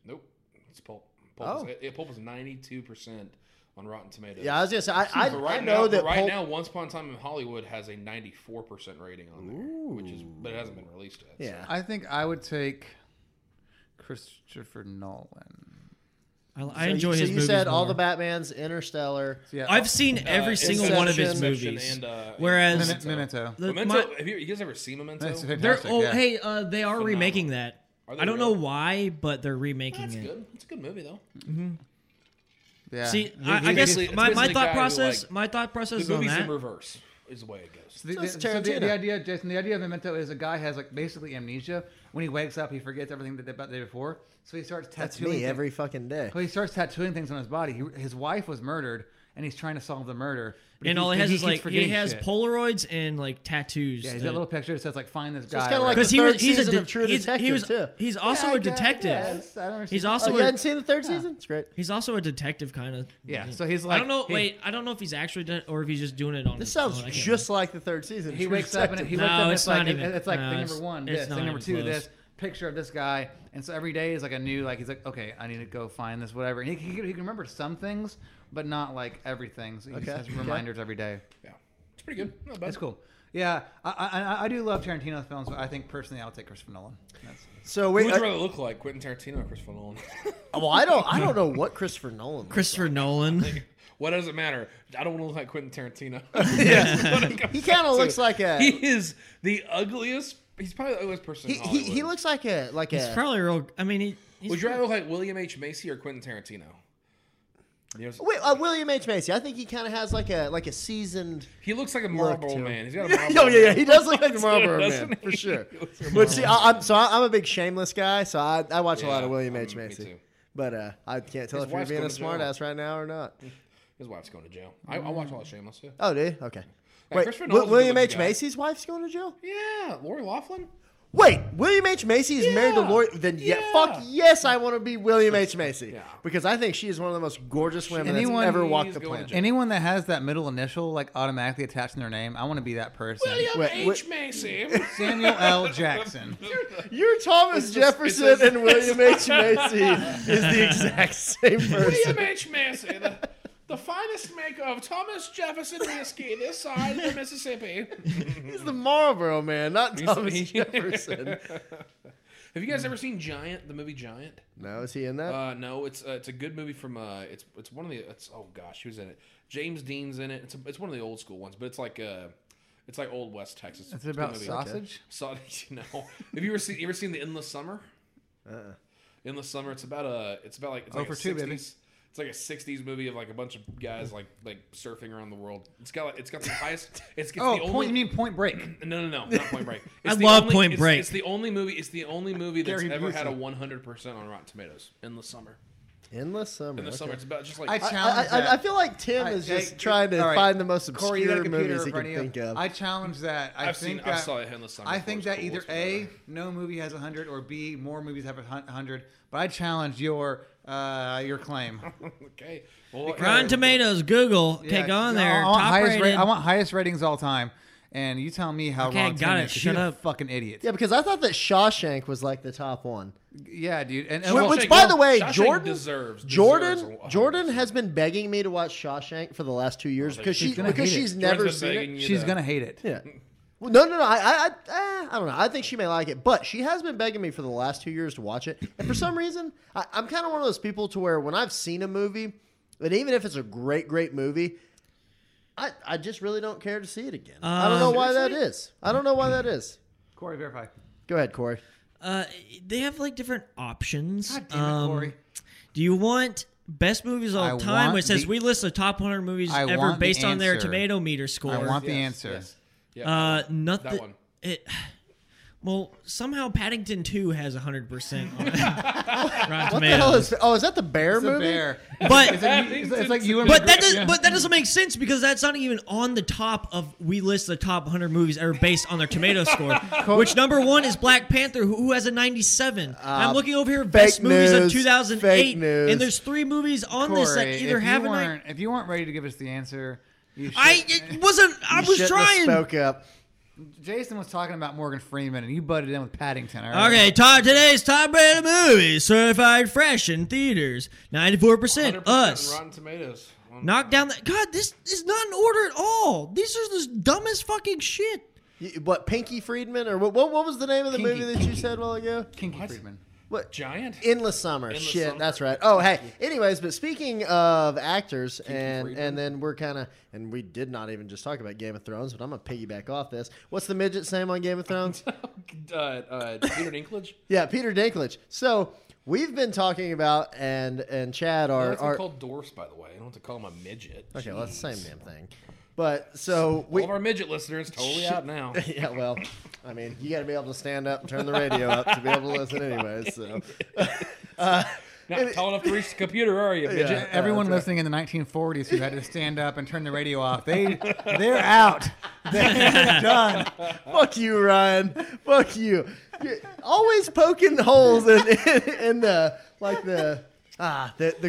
[SPEAKER 2] Nope. It's Pulp. Pulp
[SPEAKER 3] Oh.
[SPEAKER 2] is, it, Pulp is 92 percent on Rotten Tomatoes.
[SPEAKER 3] Yeah, I was gonna say I, I,
[SPEAKER 2] But right
[SPEAKER 3] I
[SPEAKER 2] now,
[SPEAKER 3] know
[SPEAKER 2] but
[SPEAKER 3] that
[SPEAKER 2] right
[SPEAKER 3] Pulp-
[SPEAKER 2] now, Once Upon a Time in Hollywood has a 94 percent rating on there, which is but it hasn't been released yet. so.
[SPEAKER 3] Yeah,
[SPEAKER 1] I think I would take Christopher Nolan.
[SPEAKER 4] I, I
[SPEAKER 3] So
[SPEAKER 4] enjoy
[SPEAKER 3] you,
[SPEAKER 4] his
[SPEAKER 3] So you
[SPEAKER 4] movies
[SPEAKER 3] said all
[SPEAKER 4] more.
[SPEAKER 3] the Batman's, Interstellar.
[SPEAKER 1] So yeah,
[SPEAKER 4] I've seen every
[SPEAKER 2] Uh,
[SPEAKER 4] single one of his
[SPEAKER 2] Inception
[SPEAKER 4] movies.
[SPEAKER 2] and, uh,
[SPEAKER 4] Whereas
[SPEAKER 1] Mem- Memento.
[SPEAKER 4] the-
[SPEAKER 2] Memento.
[SPEAKER 4] my-
[SPEAKER 2] have you, you guys ever seen Memento?
[SPEAKER 1] That's
[SPEAKER 4] they're
[SPEAKER 1] fantastic.
[SPEAKER 4] oh
[SPEAKER 1] yeah.
[SPEAKER 4] hey uh, they are remaking that.
[SPEAKER 2] Are they
[SPEAKER 4] I don't know
[SPEAKER 2] really?
[SPEAKER 4] why, but they're remaking
[SPEAKER 2] That's
[SPEAKER 4] it.
[SPEAKER 2] good. It's a good movie though.
[SPEAKER 1] Yeah.
[SPEAKER 4] See,
[SPEAKER 1] The-
[SPEAKER 4] I, I
[SPEAKER 2] he's
[SPEAKER 4] guess
[SPEAKER 2] basically- it's
[SPEAKER 4] my, my
[SPEAKER 2] basically a guy
[SPEAKER 4] thought
[SPEAKER 2] who,
[SPEAKER 4] process
[SPEAKER 2] like,
[SPEAKER 4] my thought process
[SPEAKER 2] The
[SPEAKER 4] on
[SPEAKER 2] movie's in
[SPEAKER 4] that.
[SPEAKER 2] reverse is the way it goes.
[SPEAKER 1] the,
[SPEAKER 3] So
[SPEAKER 1] the,
[SPEAKER 3] it's
[SPEAKER 1] so the, the
[SPEAKER 3] Tarantino.
[SPEAKER 1] idea, Jason, the idea of Memento is a guy has like basically amnesia. When he wakes up, he forgets everything that about the day before, so he starts tattooing.
[SPEAKER 3] That's me
[SPEAKER 1] things.
[SPEAKER 3] every fucking day.
[SPEAKER 1] So he starts tattooing things on his body. He, his wife was murdered, and he's trying to solve the murder. but
[SPEAKER 4] And
[SPEAKER 1] he-
[SPEAKER 4] all it
[SPEAKER 1] but
[SPEAKER 4] has
[SPEAKER 1] he
[SPEAKER 4] is
[SPEAKER 1] keeps
[SPEAKER 4] like he
[SPEAKER 1] forgetting
[SPEAKER 4] has
[SPEAKER 1] shit.
[SPEAKER 4] Polaroids and like tattoos.
[SPEAKER 1] Yeah, he's
[SPEAKER 4] that-
[SPEAKER 1] got a little picture that says like find this guy.
[SPEAKER 3] it's kinda
[SPEAKER 1] or
[SPEAKER 3] like-
[SPEAKER 1] whatever.
[SPEAKER 4] because he was
[SPEAKER 3] third
[SPEAKER 4] he's a
[SPEAKER 3] season
[SPEAKER 4] de-
[SPEAKER 3] of True
[SPEAKER 4] he's, he
[SPEAKER 3] Detective,
[SPEAKER 4] was
[SPEAKER 3] too.
[SPEAKER 4] he's also a detective.
[SPEAKER 1] Yes, I don't understand.
[SPEAKER 4] He's
[SPEAKER 3] Oh,
[SPEAKER 4] also
[SPEAKER 3] you
[SPEAKER 4] a,
[SPEAKER 3] hadn't seen the
[SPEAKER 4] Ah.
[SPEAKER 3] third season? It's great.
[SPEAKER 4] he's also a detective kind of.
[SPEAKER 1] yeah. So he's like
[SPEAKER 4] I don't know.
[SPEAKER 1] he-
[SPEAKER 4] wait, I don't know if he's actually done it or if he's just doing it on.
[SPEAKER 3] This
[SPEAKER 4] his own.
[SPEAKER 3] sounds
[SPEAKER 4] Oh, I can't
[SPEAKER 3] just like the third season. of
[SPEAKER 1] He
[SPEAKER 3] True
[SPEAKER 1] wakes up and
[SPEAKER 3] Detective.
[SPEAKER 1] he wakes
[SPEAKER 4] No,
[SPEAKER 1] up. And
[SPEAKER 4] it's
[SPEAKER 1] it's like
[SPEAKER 4] not
[SPEAKER 1] it-
[SPEAKER 4] even-
[SPEAKER 1] it's like
[SPEAKER 4] no,
[SPEAKER 1] thing
[SPEAKER 4] it's-
[SPEAKER 1] number one.
[SPEAKER 4] it's
[SPEAKER 1] This
[SPEAKER 4] not
[SPEAKER 1] thing number
[SPEAKER 4] even
[SPEAKER 1] two.
[SPEAKER 4] close.
[SPEAKER 1] This picture of this guy, and so every day is like a new like he's like okay, I need to go find this whatever. And he, he, can- he can remember some things, but not like everything. So he
[SPEAKER 3] Okay.
[SPEAKER 1] just has
[SPEAKER 3] Okay.
[SPEAKER 1] reminders every day.
[SPEAKER 2] Yeah, it's pretty good. Not bad.
[SPEAKER 1] That's cool. Yeah, I, I I- I do love Tarantino's films, but I think personally I'll take Christopher Nolan. That's,
[SPEAKER 3] So
[SPEAKER 2] Who
[SPEAKER 3] wait,
[SPEAKER 2] would you
[SPEAKER 3] uh,
[SPEAKER 2] rather look like, Quentin Tarantino or Christopher Nolan?
[SPEAKER 3] well, I don't, I don't know what Christopher Nolan. looks
[SPEAKER 4] Christopher Nolan.
[SPEAKER 2] what does it matter? I don't want to look like Quentin Tarantino.
[SPEAKER 3] He kinda looks like a-
[SPEAKER 2] He is the ugliest. He's probably the ugliest person.
[SPEAKER 3] He,
[SPEAKER 2] in
[SPEAKER 3] he, he
[SPEAKER 2] Hollywood.
[SPEAKER 3] looks like a like
[SPEAKER 4] He's
[SPEAKER 3] a.
[SPEAKER 4] probably real. I mean, he, he's
[SPEAKER 2] Would you rather look like William H Macy or Quentin Tarantino? You know,
[SPEAKER 3] Wait, uh, William H Macy. I think he kind of has like a like a seasoned.
[SPEAKER 2] he looks like a
[SPEAKER 3] to
[SPEAKER 2] Marlboro
[SPEAKER 3] him.
[SPEAKER 2] man. He's got a Marlboro.
[SPEAKER 3] oh yeah, yeah, he does look like the Marlboro
[SPEAKER 2] Doesn't
[SPEAKER 3] Man for
[SPEAKER 2] he?
[SPEAKER 3] sure.
[SPEAKER 2] He looks like a
[SPEAKER 3] But see, I, I'm so I, I'm a big Shameless guy, so I, I watch a lot of
[SPEAKER 2] Yeah,
[SPEAKER 3] William
[SPEAKER 2] I'm-
[SPEAKER 3] H
[SPEAKER 2] me
[SPEAKER 3] Macy.
[SPEAKER 2] too.
[SPEAKER 3] But uh, I can't tell
[SPEAKER 2] His
[SPEAKER 3] if you're
[SPEAKER 2] wife's
[SPEAKER 3] being a
[SPEAKER 2] going to jail.
[SPEAKER 3] smartass right now or not.
[SPEAKER 2] His wife's going to jail. I, I watch a lot of Shameless. Yeah,
[SPEAKER 3] Oh, dude, okay.
[SPEAKER 2] Yeah,
[SPEAKER 3] Wait,
[SPEAKER 2] Christopher
[SPEAKER 3] Wi-
[SPEAKER 2] Nolan's a
[SPEAKER 3] William H
[SPEAKER 2] good-looking guy.
[SPEAKER 3] Macy's wife's going to jail.
[SPEAKER 2] yeah. Lori Laughlin.
[SPEAKER 3] Wait, William H Macy is married to
[SPEAKER 2] Yeah.
[SPEAKER 3] Lori. Then yeah.
[SPEAKER 2] Yeah.
[SPEAKER 3] fuck yes, I want to be William H Macy
[SPEAKER 2] Yeah.
[SPEAKER 3] because I think she is one of the most gorgeous women
[SPEAKER 1] Anyone-
[SPEAKER 3] that's ever walked
[SPEAKER 2] He's
[SPEAKER 3] the
[SPEAKER 2] going to
[SPEAKER 3] planet.
[SPEAKER 2] jail.
[SPEAKER 1] Anyone that has that middle initial like automatically attached to their name, I want to be that person.
[SPEAKER 2] William
[SPEAKER 3] Wait,
[SPEAKER 2] H
[SPEAKER 3] what-
[SPEAKER 2] Macy.
[SPEAKER 1] Samuel L. Jackson.
[SPEAKER 3] Your Thomas
[SPEAKER 2] It's just-
[SPEAKER 3] Jefferson
[SPEAKER 2] it's just-
[SPEAKER 3] and William H Macy is the exact same person.
[SPEAKER 2] William H Macy. The, the finest maker of Thomas Jefferson whiskey this side of the Mississippi.
[SPEAKER 3] He's the Marlboro man, not Thomas
[SPEAKER 2] he-
[SPEAKER 3] Jefferson.
[SPEAKER 2] Have you guys ever seen Giant? The movie Giant.
[SPEAKER 3] No, is he in that?
[SPEAKER 2] Uh, no, it's uh, it's a good movie from uh, it's it's one of the it's oh gosh who's in it? James Dean's in it. It's a, it's one of the old school ones, but it's like uh, it's like old West Texas.
[SPEAKER 1] Is
[SPEAKER 2] a
[SPEAKER 1] it
[SPEAKER 2] good
[SPEAKER 1] about
[SPEAKER 2] movie.
[SPEAKER 1] sausage?
[SPEAKER 2] So, you know, have you ever seen you ever seen the Endless Summer? in the summer. It's about a it's about like it's
[SPEAKER 1] Oh,
[SPEAKER 2] like a
[SPEAKER 1] for two,
[SPEAKER 2] 60s,
[SPEAKER 1] baby.
[SPEAKER 2] It's like a '60s movie of like a bunch of guys like like surfing around the world. It's got like, it's got the highest. It's, it's
[SPEAKER 1] Oh,
[SPEAKER 2] the
[SPEAKER 1] point.
[SPEAKER 2] only,
[SPEAKER 1] You mean Point Break?
[SPEAKER 2] no, no, no, not Point Break.
[SPEAKER 4] I
[SPEAKER 2] It's the
[SPEAKER 4] love
[SPEAKER 2] only-
[SPEAKER 4] Point
[SPEAKER 2] it's-
[SPEAKER 4] Break.
[SPEAKER 2] It's the only movie. It's the only movie that's
[SPEAKER 1] Gary
[SPEAKER 2] ever had a
[SPEAKER 1] Busey.
[SPEAKER 2] 100 percent on Rotten Tomatoes in the summer.
[SPEAKER 3] Endless summer.
[SPEAKER 2] In the
[SPEAKER 3] okay.
[SPEAKER 2] summer, it's about just like
[SPEAKER 1] I
[SPEAKER 3] I,
[SPEAKER 1] challenge
[SPEAKER 3] I- I-
[SPEAKER 1] that.
[SPEAKER 3] I feel like Tim
[SPEAKER 1] I-
[SPEAKER 3] is
[SPEAKER 1] hey,
[SPEAKER 3] just trying to
[SPEAKER 1] all right.
[SPEAKER 3] find the most
[SPEAKER 1] Corey, you got a
[SPEAKER 3] obscure
[SPEAKER 1] computer
[SPEAKER 3] movies he
[SPEAKER 1] in front
[SPEAKER 3] can
[SPEAKER 1] of you?
[SPEAKER 3] think of.
[SPEAKER 1] I challenge that. I
[SPEAKER 2] I've seen.
[SPEAKER 1] think
[SPEAKER 2] I
[SPEAKER 1] that-
[SPEAKER 2] saw it in the summer.
[SPEAKER 1] I
[SPEAKER 2] before.
[SPEAKER 1] think
[SPEAKER 2] It's
[SPEAKER 1] that
[SPEAKER 2] cool.
[SPEAKER 1] either
[SPEAKER 2] It's
[SPEAKER 1] A,
[SPEAKER 2] whatever.
[SPEAKER 1] no movie has 100, or B, more movies have 100. But I challenge your uh, your claim.
[SPEAKER 2] okay. Well,
[SPEAKER 4] Rotten Tomatoes, Google, okay,
[SPEAKER 1] Yeah,
[SPEAKER 4] go on
[SPEAKER 1] no,
[SPEAKER 4] there.
[SPEAKER 1] I want,
[SPEAKER 4] Top
[SPEAKER 1] highest
[SPEAKER 4] rated.
[SPEAKER 1] ra- I want highest ratings all time. And you tell me how
[SPEAKER 4] Okay,
[SPEAKER 1] wrong
[SPEAKER 4] got
[SPEAKER 1] Tim
[SPEAKER 4] it.
[SPEAKER 1] is, 'cause
[SPEAKER 4] Shut
[SPEAKER 1] he's
[SPEAKER 4] up.
[SPEAKER 1] a fucking idiot.
[SPEAKER 3] yeah, because I thought that Shawshank was like the top one.
[SPEAKER 1] Yeah, dude. And, and
[SPEAKER 3] Which,
[SPEAKER 1] well,
[SPEAKER 3] which, by the way,
[SPEAKER 2] Shawshank
[SPEAKER 3] Jordan
[SPEAKER 2] deserves-
[SPEAKER 3] Jordan
[SPEAKER 2] deserves a-
[SPEAKER 3] Jordan has been begging me to watch Shawshank for the last two years
[SPEAKER 2] Oh,
[SPEAKER 3] because
[SPEAKER 2] she's
[SPEAKER 3] she
[SPEAKER 1] gonna
[SPEAKER 3] because
[SPEAKER 1] hate it.
[SPEAKER 3] she's
[SPEAKER 2] Jordan's
[SPEAKER 3] never
[SPEAKER 2] been
[SPEAKER 3] seen it.
[SPEAKER 2] begging you
[SPEAKER 1] she's
[SPEAKER 2] to-
[SPEAKER 1] gonna hate it.
[SPEAKER 3] Yeah. Well, no, no, no. I, I, I, eh, I don't know. I think she may like it, but she has been begging me for the last two years to watch it. And for some reason, I, I'm kind of one of those people to where when I've seen a movie, and even if it's a great, great movie, I, I just really don't care to see it again. I don't know
[SPEAKER 1] Um,
[SPEAKER 3] why that is. I don't know why that is.
[SPEAKER 1] Corey, verify.
[SPEAKER 3] Go ahead, Corey.
[SPEAKER 4] Uh, they have like different options.
[SPEAKER 1] God damn it,
[SPEAKER 4] Um,
[SPEAKER 1] Corey.
[SPEAKER 4] Do you want best movies of all
[SPEAKER 1] I
[SPEAKER 4] time?
[SPEAKER 1] want
[SPEAKER 4] Which says
[SPEAKER 1] the-
[SPEAKER 4] we list the top 100 movies
[SPEAKER 1] I
[SPEAKER 4] ever
[SPEAKER 1] want the
[SPEAKER 4] based on their
[SPEAKER 1] answer.
[SPEAKER 4] tomato meter score.
[SPEAKER 1] I want the
[SPEAKER 2] Yes,
[SPEAKER 1] answer.
[SPEAKER 2] yes. Yeah.
[SPEAKER 4] uh, nothing.
[SPEAKER 2] That one.
[SPEAKER 4] It, well, somehow Paddington 2 has 100% on
[SPEAKER 3] What
[SPEAKER 4] it. Rotten
[SPEAKER 3] the hell
[SPEAKER 4] Tomatoes.
[SPEAKER 3] is? Oh, is that the bear
[SPEAKER 1] It's a
[SPEAKER 3] movie?
[SPEAKER 1] bear.
[SPEAKER 4] But-
[SPEAKER 1] it's, like, it's, it's like you and
[SPEAKER 4] But that, does,
[SPEAKER 1] yeah.
[SPEAKER 4] but that doesn't make sense because that's not even on the top of we list the top 100 movies ever based on their tomato score. which number one is Black Panther, who, who has a 97. I'm looking over here, best
[SPEAKER 3] Uh, fake
[SPEAKER 4] movies of
[SPEAKER 3] news,
[SPEAKER 4] 2008,
[SPEAKER 3] fake news.
[SPEAKER 4] and there's three movies on
[SPEAKER 1] Corey,
[SPEAKER 4] this that
[SPEAKER 1] if
[SPEAKER 4] either
[SPEAKER 1] you
[SPEAKER 4] have a nine.
[SPEAKER 1] weren't if you weren't ready to give us the answer, you should,
[SPEAKER 4] I it wasn't. I
[SPEAKER 3] You
[SPEAKER 4] was
[SPEAKER 3] shouldn't have
[SPEAKER 4] trying.
[SPEAKER 3] Spoke up.
[SPEAKER 1] Jason was talking about Morgan Freeman, and you butted in with Paddington. All right?
[SPEAKER 4] Okay, top, today's top rated movies certified fresh in theaters. 94%.
[SPEAKER 2] 100%
[SPEAKER 4] Us.
[SPEAKER 2] Rotten Tomatoes. Um,
[SPEAKER 4] Knock down that. God, this is not in order at all. These are the dumbest fucking shit.
[SPEAKER 3] You- What Pinky Friedman or what? What, what was the name of the
[SPEAKER 1] Pinky,
[SPEAKER 3] movie that you
[SPEAKER 1] Pinky.
[SPEAKER 3] said a while ago?
[SPEAKER 1] Kinky Friedman.
[SPEAKER 3] What?
[SPEAKER 2] Giant.
[SPEAKER 3] Endless Summer.
[SPEAKER 2] Endless
[SPEAKER 3] Shit,
[SPEAKER 2] Summer.
[SPEAKER 3] that's right. Oh, hey. Anyways, but speaking of actors, and
[SPEAKER 2] Friedman.
[SPEAKER 3] and then we're kind of and we did not even just talk about Game of Thrones, but I'm gonna piggyback off this. What's the midget's name on Game of Thrones?
[SPEAKER 2] uh, uh, Peter Dinklage.
[SPEAKER 3] yeah, Peter Dinklage. So we've been talking about and and Chad
[SPEAKER 2] Or,
[SPEAKER 3] are
[SPEAKER 2] that's what
[SPEAKER 3] are
[SPEAKER 2] they're called dwarfs, by the way. I don't have to call him a midget.
[SPEAKER 3] okay. Well, that's the same damn thing. But so we
[SPEAKER 2] All of our midget listeners totally out now.
[SPEAKER 3] yeah, well, I mean, you got to be able to stand up and turn the radio up to be able to listen anyway. So
[SPEAKER 2] Not tall enough to reach the computer, are you, midget?
[SPEAKER 3] Yeah,
[SPEAKER 1] Everyone
[SPEAKER 3] that's right.
[SPEAKER 1] listening in the 1940s who had to stand up and turn the radio off, they they're out. They're done.
[SPEAKER 3] Fuck you, Ryan. Fuck you. You're always poking holes in, in, in the like the ah the, the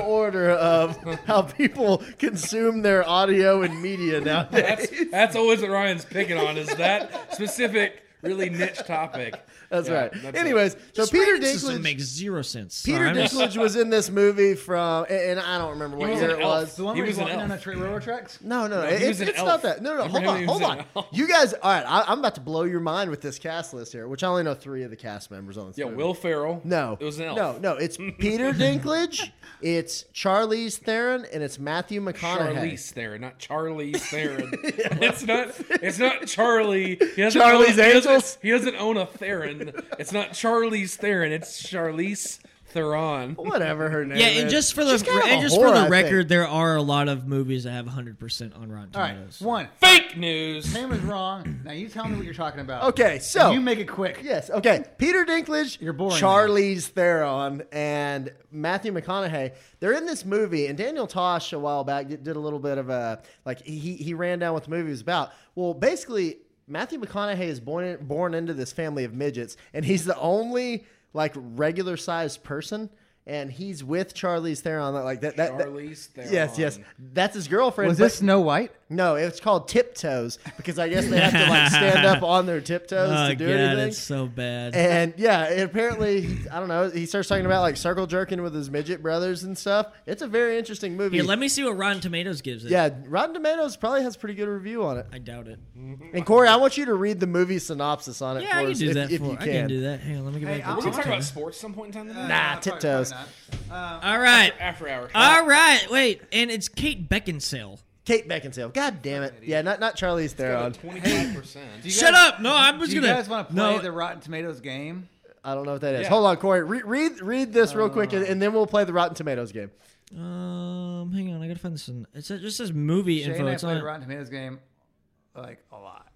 [SPEAKER 3] order of how people consume their audio and media nowadays.
[SPEAKER 2] That's, that's always what Ryan's picking on is that specific, really niche topic.
[SPEAKER 3] That's
[SPEAKER 2] Yeah,
[SPEAKER 3] right.
[SPEAKER 2] that's
[SPEAKER 3] Anyways, so
[SPEAKER 4] This
[SPEAKER 3] Peter
[SPEAKER 4] rating system
[SPEAKER 3] Dinklage.
[SPEAKER 4] makes zero sense.
[SPEAKER 3] Peter
[SPEAKER 4] Sorry, I'm just-
[SPEAKER 3] Dinklage was in this movie from, and- and I don't remember what
[SPEAKER 2] was
[SPEAKER 3] year
[SPEAKER 2] an
[SPEAKER 3] it
[SPEAKER 2] elf.
[SPEAKER 3] was.
[SPEAKER 1] The one
[SPEAKER 2] He
[SPEAKER 1] where he's
[SPEAKER 2] was an
[SPEAKER 1] walking down the
[SPEAKER 2] elf.
[SPEAKER 1] tra- railroad tracks.
[SPEAKER 3] No, no, no.
[SPEAKER 2] he was
[SPEAKER 3] It's,
[SPEAKER 2] an
[SPEAKER 3] it's
[SPEAKER 2] elf.
[SPEAKER 3] not that. No, no. Hold
[SPEAKER 2] Remember
[SPEAKER 3] on,
[SPEAKER 2] he
[SPEAKER 3] hold
[SPEAKER 2] was an
[SPEAKER 3] on.
[SPEAKER 2] elf.
[SPEAKER 3] You guys, all right. I, I'm about to blow your mind with this cast list here, which I only know three of the cast members on this.
[SPEAKER 2] Yeah,
[SPEAKER 3] movie.
[SPEAKER 2] Will Ferrell.
[SPEAKER 3] No,
[SPEAKER 2] It was an elf.
[SPEAKER 3] No, no, it's Peter Dinklage, it's Charlize Theron, and it's Matthew McConaughey.
[SPEAKER 2] Charlize Theron, not Charlie Theron. It's not. It's not Charlie. He doesn't
[SPEAKER 3] Charlie's
[SPEAKER 2] own, he doesn't-
[SPEAKER 3] Angels?
[SPEAKER 2] He doesn't, own a Theron. It's not Charlie's Theron. It's Charlize Theron.
[SPEAKER 3] Whatever her name.
[SPEAKER 4] yeah,
[SPEAKER 3] is.
[SPEAKER 4] and just for the
[SPEAKER 3] She's kind of
[SPEAKER 4] and
[SPEAKER 3] a
[SPEAKER 4] just
[SPEAKER 3] whore,
[SPEAKER 4] for
[SPEAKER 3] I
[SPEAKER 4] the
[SPEAKER 3] think.
[SPEAKER 4] record, there are a lot of movies that have 100 percent on Rotten
[SPEAKER 1] All right,
[SPEAKER 4] Tomatoes.
[SPEAKER 1] one.
[SPEAKER 2] Fake news.
[SPEAKER 1] Name is wrong. Now you tell me what you're talking about.
[SPEAKER 3] Okay, so-
[SPEAKER 1] And you make it quick.
[SPEAKER 3] Yes. Okay. Peter Dinklage,
[SPEAKER 1] You're boring
[SPEAKER 3] Charlize Theron, and Matthew McConaughey. They're in this movie, and Daniel Tosh a while back did, did a little bit of a like he he ran down what the movie was about. Well, basically, Matthew McConaughey is born born into this family of midgets, and he's the only like regular sized person. And he's with Charlize Theron, like that. that, that-
[SPEAKER 2] Charlize Theron.
[SPEAKER 3] Yes, yes, that's his girlfriend.
[SPEAKER 1] Was
[SPEAKER 3] but-
[SPEAKER 1] this Snow White?
[SPEAKER 3] no, it's called tiptoes because I guess they have to like stand up on their tiptoes
[SPEAKER 4] Oh,
[SPEAKER 3] to do
[SPEAKER 4] God,
[SPEAKER 3] anything.
[SPEAKER 4] it's so bad.
[SPEAKER 3] And yeah, and apparently, I don't know. He starts talking about like circle jerking with his midget brothers and stuff. It's a very interesting movie.
[SPEAKER 4] Here, let me see what Rotten Tomatoes gives it.
[SPEAKER 3] yeah, Rotten Tomatoes probably has a pretty good review on it.
[SPEAKER 4] I doubt it.
[SPEAKER 3] And Corey, I want you to read the movie synopsis on it
[SPEAKER 4] Yeah, I
[SPEAKER 3] for
[SPEAKER 4] can
[SPEAKER 3] us
[SPEAKER 4] do
[SPEAKER 3] if,
[SPEAKER 4] that.
[SPEAKER 3] if
[SPEAKER 4] for,
[SPEAKER 3] you
[SPEAKER 4] I
[SPEAKER 3] can.
[SPEAKER 4] can do that. Hang on, let me get
[SPEAKER 1] Hey,
[SPEAKER 4] back
[SPEAKER 1] I'm
[SPEAKER 4] to
[SPEAKER 2] We're
[SPEAKER 1] gonna
[SPEAKER 4] the
[SPEAKER 2] gonna talk
[SPEAKER 4] Rotten
[SPEAKER 2] about
[SPEAKER 4] Tomatoes.
[SPEAKER 2] sports some point in time.
[SPEAKER 1] Uh,
[SPEAKER 2] Today?
[SPEAKER 3] Nah, Oh
[SPEAKER 1] probably-
[SPEAKER 3] tiptoes.
[SPEAKER 1] probably not. Uh,
[SPEAKER 4] All right,
[SPEAKER 2] After hour.
[SPEAKER 4] all right. Wait, and it's Kate Beckinsale.
[SPEAKER 3] Kate Beckinsale. God damn it. Yeah, not not Charlize Theron.
[SPEAKER 2] Twenty-five percent.
[SPEAKER 1] do you
[SPEAKER 4] Shut
[SPEAKER 1] guys-
[SPEAKER 4] up! No, I was
[SPEAKER 1] Do you
[SPEAKER 4] gonna.
[SPEAKER 1] guys want to play
[SPEAKER 4] no,
[SPEAKER 1] the Rotten Tomatoes game?
[SPEAKER 3] I don't know what that is.
[SPEAKER 2] Yeah.
[SPEAKER 3] Hold on, Corey. Re- read read this real quick, and, and then we'll play the Rotten Tomatoes game.
[SPEAKER 4] Um, hang on, I gotta find this. In, it says- it just says movie
[SPEAKER 1] Shane
[SPEAKER 4] info.
[SPEAKER 1] and I
[SPEAKER 4] It's
[SPEAKER 1] played
[SPEAKER 4] not-
[SPEAKER 1] Rotten Tomatoes game like a lot.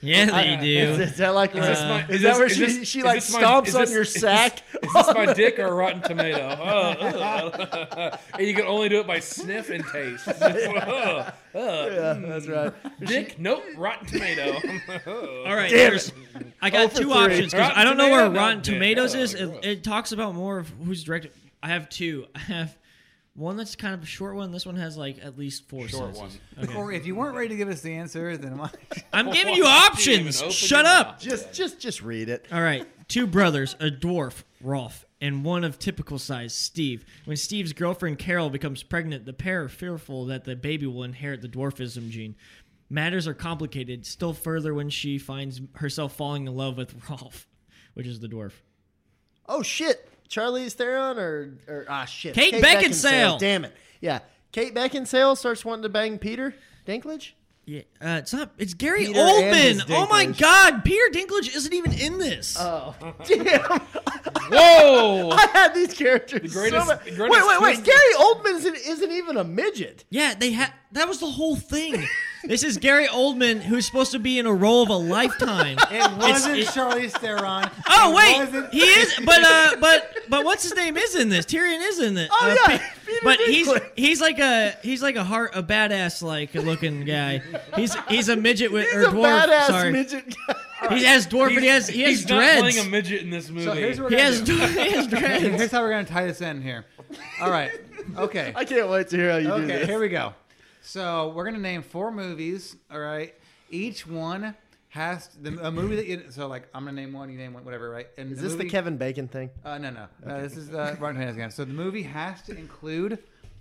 [SPEAKER 4] Yeah, that you
[SPEAKER 3] Is,
[SPEAKER 4] do.
[SPEAKER 3] is that like is,
[SPEAKER 4] this my-
[SPEAKER 2] Uh, is
[SPEAKER 3] that
[SPEAKER 2] this-
[SPEAKER 3] where
[SPEAKER 2] is
[SPEAKER 3] she,
[SPEAKER 2] this-
[SPEAKER 3] she
[SPEAKER 2] is
[SPEAKER 3] like
[SPEAKER 2] this my-
[SPEAKER 3] stomps
[SPEAKER 2] is
[SPEAKER 3] on
[SPEAKER 2] this-
[SPEAKER 3] your
[SPEAKER 2] is this-
[SPEAKER 3] sack?
[SPEAKER 2] Is this my dick or a rotten tomato? Uh, uh. and you can only do it by sniff and taste. Uh, uh.
[SPEAKER 3] yeah, that's right.
[SPEAKER 2] Dick? Nope. Rotten tomato. Oh.
[SPEAKER 4] All right,
[SPEAKER 3] Damn
[SPEAKER 4] here's- I got
[SPEAKER 3] for
[SPEAKER 4] two
[SPEAKER 3] three.
[SPEAKER 4] options because
[SPEAKER 2] Rotten
[SPEAKER 4] I don't know where
[SPEAKER 2] Tomato, no,
[SPEAKER 4] Rotten
[SPEAKER 2] dude.
[SPEAKER 4] Tomatoes
[SPEAKER 2] Oh,
[SPEAKER 4] is.
[SPEAKER 2] my
[SPEAKER 4] It,
[SPEAKER 2] God.
[SPEAKER 4] it talks about more of who's directed. I have two. I have one that's kind of a short one. This one has like at least four
[SPEAKER 2] Short
[SPEAKER 4] sentences.
[SPEAKER 1] Or if you weren't ready to give us the answer, then why?
[SPEAKER 4] I'm giving
[SPEAKER 2] Why did
[SPEAKER 4] you
[SPEAKER 2] you even
[SPEAKER 4] options.
[SPEAKER 2] open
[SPEAKER 4] Shut
[SPEAKER 2] your
[SPEAKER 4] up.
[SPEAKER 2] mouth?
[SPEAKER 3] Just just just read it.
[SPEAKER 4] All right, two brothers, a dwarf, Rolf, and one of typical size, Steve. When Steve's girlfriend Carol becomes pregnant, the pair are fearful that the baby will inherit the dwarfism gene. Matters are complicated still further when she finds herself falling in love with Rolf, which is the dwarf.
[SPEAKER 3] Oh shit, Charlie's Theron or or ah shit,
[SPEAKER 4] Kate Beckinsale.
[SPEAKER 3] Damn it, yeah. Kate Beckinsale starts wanting to bang Peter Dinklage.
[SPEAKER 4] Yeah, uh, it's not. It's Gary
[SPEAKER 3] Peter and his
[SPEAKER 4] Oldman. Oh my
[SPEAKER 3] Dinklage.
[SPEAKER 4] God, Peter Dinklage isn't even in this.
[SPEAKER 3] Oh damn!
[SPEAKER 2] Whoa!
[SPEAKER 3] I had these characters.
[SPEAKER 2] greatest-
[SPEAKER 3] so much-
[SPEAKER 2] the
[SPEAKER 3] wait,
[SPEAKER 2] greatest
[SPEAKER 3] wait, wait!
[SPEAKER 2] twist-
[SPEAKER 3] Gary Oldman isn't, isn't even a midget.
[SPEAKER 4] yeah, they had. That was the whole thing. this is Gary Oldman, who's supposed to be in a role of a lifetime.
[SPEAKER 1] It wasn't
[SPEAKER 4] it-
[SPEAKER 1] Charlize Theron.
[SPEAKER 4] Oh
[SPEAKER 1] It
[SPEAKER 4] wait,
[SPEAKER 1] wasn't-
[SPEAKER 4] he is, but uh, but but what's his name is in this? Tyrion is in this.
[SPEAKER 3] Oh,
[SPEAKER 4] Uh,
[SPEAKER 3] yeah, Peter
[SPEAKER 4] but he's
[SPEAKER 3] Dinklage.
[SPEAKER 4] he's like a he's like a heart a badass like looking guy. He's he's a midget with
[SPEAKER 3] He's
[SPEAKER 4] or
[SPEAKER 3] a
[SPEAKER 4] dwarf.
[SPEAKER 3] badass
[SPEAKER 4] sorry,
[SPEAKER 3] midget. Guy.
[SPEAKER 4] he has dwarf, but he has he has
[SPEAKER 2] He's not playing a
[SPEAKER 4] dreads.
[SPEAKER 2] midget in this movie.
[SPEAKER 1] So here's what
[SPEAKER 4] He
[SPEAKER 1] we're
[SPEAKER 4] has
[SPEAKER 1] gonna do.
[SPEAKER 4] he has dreads.
[SPEAKER 1] Here's how we're gonna tie this in here. All right. Okay.
[SPEAKER 3] I can't wait to hear how you do
[SPEAKER 1] Okay.
[SPEAKER 3] this.
[SPEAKER 1] Here we go. So we're gonna name four movies. All right. Each one has the, a movie that you. So like, I'm gonna name one. You name one. Whatever. Right. And
[SPEAKER 3] Is this the
[SPEAKER 1] movie-
[SPEAKER 3] Kevin Bacon thing?
[SPEAKER 1] Uh, no, no, no. This is uh, Rotten Tomatoes game. So the movie has to include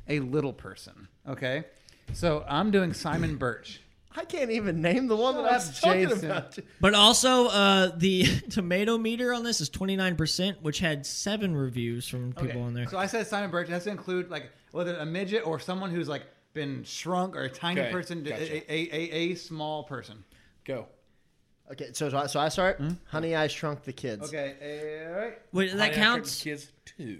[SPEAKER 1] a little person. Okay. So I'm doing Simon Birch.
[SPEAKER 3] I can't even name the one that I
[SPEAKER 1] That's
[SPEAKER 3] was talking
[SPEAKER 1] Jason.
[SPEAKER 3] about.
[SPEAKER 4] But also, uh, the tomato meter on this is twenty nine percent, which had seven reviews from people
[SPEAKER 1] Okay.
[SPEAKER 4] on there.
[SPEAKER 1] So I said Simon Birch. It has to include like whether a midget or someone who's like been shrunk or a tiny
[SPEAKER 2] Okay,
[SPEAKER 1] person, to- a,
[SPEAKER 2] gotcha.
[SPEAKER 1] a, a, a small person.
[SPEAKER 2] Go.
[SPEAKER 3] Okay, so so I- so I start. Honey, I Shrunk the Kids.
[SPEAKER 1] Okay, all right.
[SPEAKER 4] Wait,
[SPEAKER 2] Honey, I Shrunk
[SPEAKER 4] that
[SPEAKER 2] the
[SPEAKER 4] counts.
[SPEAKER 2] Kids two.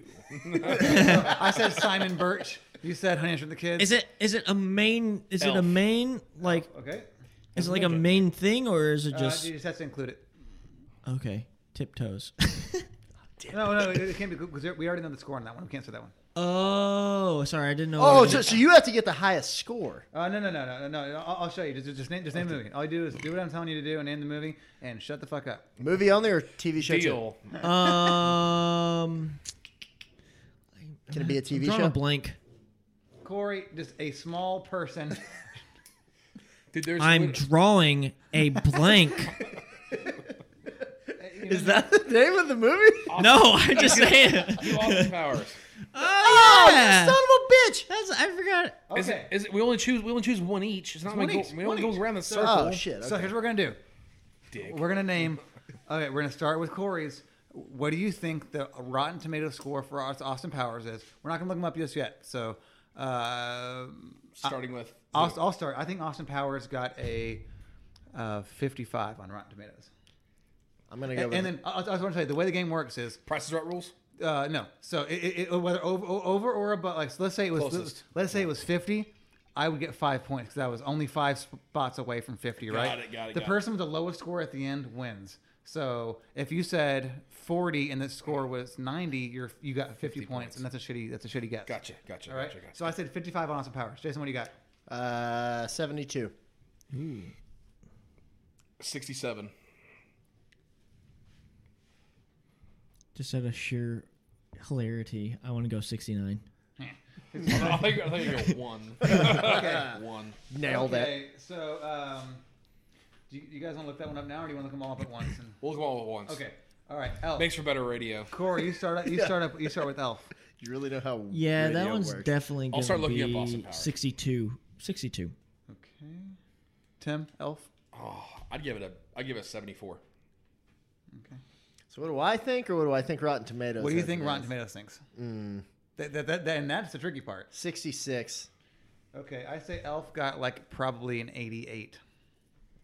[SPEAKER 1] I said Simon Birch. You said Honey I Shrunk the Kids.
[SPEAKER 4] Is it is it a main? Is it a
[SPEAKER 2] Elf.
[SPEAKER 4] main like?
[SPEAKER 1] okay?
[SPEAKER 4] Is it like a main thing or is it
[SPEAKER 1] Uh,
[SPEAKER 4] just
[SPEAKER 1] you just have to include it.
[SPEAKER 4] okay? Tiptoes.
[SPEAKER 1] No, no, it, it can't be because we already know the score on that one. We can't say that one.
[SPEAKER 4] oh, sorry, I didn't know.
[SPEAKER 3] Oh,
[SPEAKER 4] what it
[SPEAKER 3] so,
[SPEAKER 4] was.
[SPEAKER 3] so you have to get the highest score.
[SPEAKER 1] Uh, no, no, no, no, no, no. I'll, I'll show you. Just, just, just name, just name the movie. All you do is do what I'm telling you to do and name the movie and shut the fuck up.
[SPEAKER 3] Movie only or TV show? too?
[SPEAKER 2] Deal.
[SPEAKER 4] um,
[SPEAKER 3] Can it be a TV
[SPEAKER 4] drawing
[SPEAKER 3] show?
[SPEAKER 4] a blank.
[SPEAKER 1] Corey, just a small person.
[SPEAKER 2] Dude, there's
[SPEAKER 4] I'm
[SPEAKER 2] lit-
[SPEAKER 4] drawing a blank.
[SPEAKER 3] Is that the name of the movie?
[SPEAKER 4] no, I just saying. it.
[SPEAKER 2] you all have powers.
[SPEAKER 4] Oh, yeah.
[SPEAKER 3] Son of a bitch!
[SPEAKER 4] That's, I forgot.
[SPEAKER 1] Okay.
[SPEAKER 2] Is it, is it, we only choose we only choose one each. It's not
[SPEAKER 1] one
[SPEAKER 2] like go,
[SPEAKER 1] each,
[SPEAKER 2] we only
[SPEAKER 1] one
[SPEAKER 2] go
[SPEAKER 1] each.
[SPEAKER 2] around the
[SPEAKER 1] So-
[SPEAKER 2] circle.
[SPEAKER 3] Oh shit!
[SPEAKER 1] So
[SPEAKER 3] okay.
[SPEAKER 1] here's what we're gonna do.
[SPEAKER 2] Dick.
[SPEAKER 1] We're gonna name. Okay, we're gonna start with Corey's. What do you think the Rotten Tomato score for Austin Powers is? We're not gonna look him up just yet. So, uh,
[SPEAKER 2] Starting with
[SPEAKER 1] I'll, I'll start. I think Austin Powers got a uh, 55 on Rotten Tomatoes.
[SPEAKER 3] I'm gonna go.
[SPEAKER 1] And,
[SPEAKER 3] with
[SPEAKER 1] and then I, I was going to say the way the game works is
[SPEAKER 2] Prices Right rules.
[SPEAKER 1] uh, no. So it, it, it, whether over, over or above, like so let's say it was
[SPEAKER 2] Closest.
[SPEAKER 1] let's say it was 50. I would get five points because I was only five spots away from 50, right?
[SPEAKER 2] it, got it,
[SPEAKER 1] The
[SPEAKER 2] got it.
[SPEAKER 1] person with the lowest score at the end wins. So if you said 40 and the score was 90, you're you got 50, points, and that's a shitty that's a shitty guess.
[SPEAKER 2] Gotcha, gotcha,
[SPEAKER 1] All right.
[SPEAKER 2] gotcha, gotcha.
[SPEAKER 1] So I said 55 on Austin Powers. Jason, what do you got?
[SPEAKER 3] it. uh, seventy-two.
[SPEAKER 2] Sixty-seven.
[SPEAKER 4] Just out of sheer hilarity, I want to go 69.
[SPEAKER 2] I think I think you go one. One.
[SPEAKER 3] Nailed it.
[SPEAKER 1] okay, So um, do you, you guys want to look that one up now, or do you want to look them all up at once? And,
[SPEAKER 2] We'll go all at once.
[SPEAKER 1] okay. All right. Elf.
[SPEAKER 2] Makes for better radio.
[SPEAKER 1] Corey, you start. You start up. You start with Elf.
[SPEAKER 3] You really know how.
[SPEAKER 4] Yeah, that
[SPEAKER 3] radio
[SPEAKER 4] one's
[SPEAKER 3] works.
[SPEAKER 4] definitely.
[SPEAKER 2] I'll start
[SPEAKER 4] gonna
[SPEAKER 2] looking up
[SPEAKER 4] be
[SPEAKER 2] Austin Powers.
[SPEAKER 4] 62. 62.
[SPEAKER 1] Okay. Tim, Elf.
[SPEAKER 2] Oh, I'd give it a. I'd give it a seventy-four.
[SPEAKER 3] So what do I think, or what do I think? Rotten Tomatoes.
[SPEAKER 1] What do you
[SPEAKER 3] has
[SPEAKER 1] think
[SPEAKER 3] it
[SPEAKER 1] Rotten
[SPEAKER 3] as?
[SPEAKER 1] Tomatoes thinks? Mm. That, that, that, that- and that's the tricky part.
[SPEAKER 3] Sixty-six.
[SPEAKER 1] Okay, I say Elf got like probably an 88.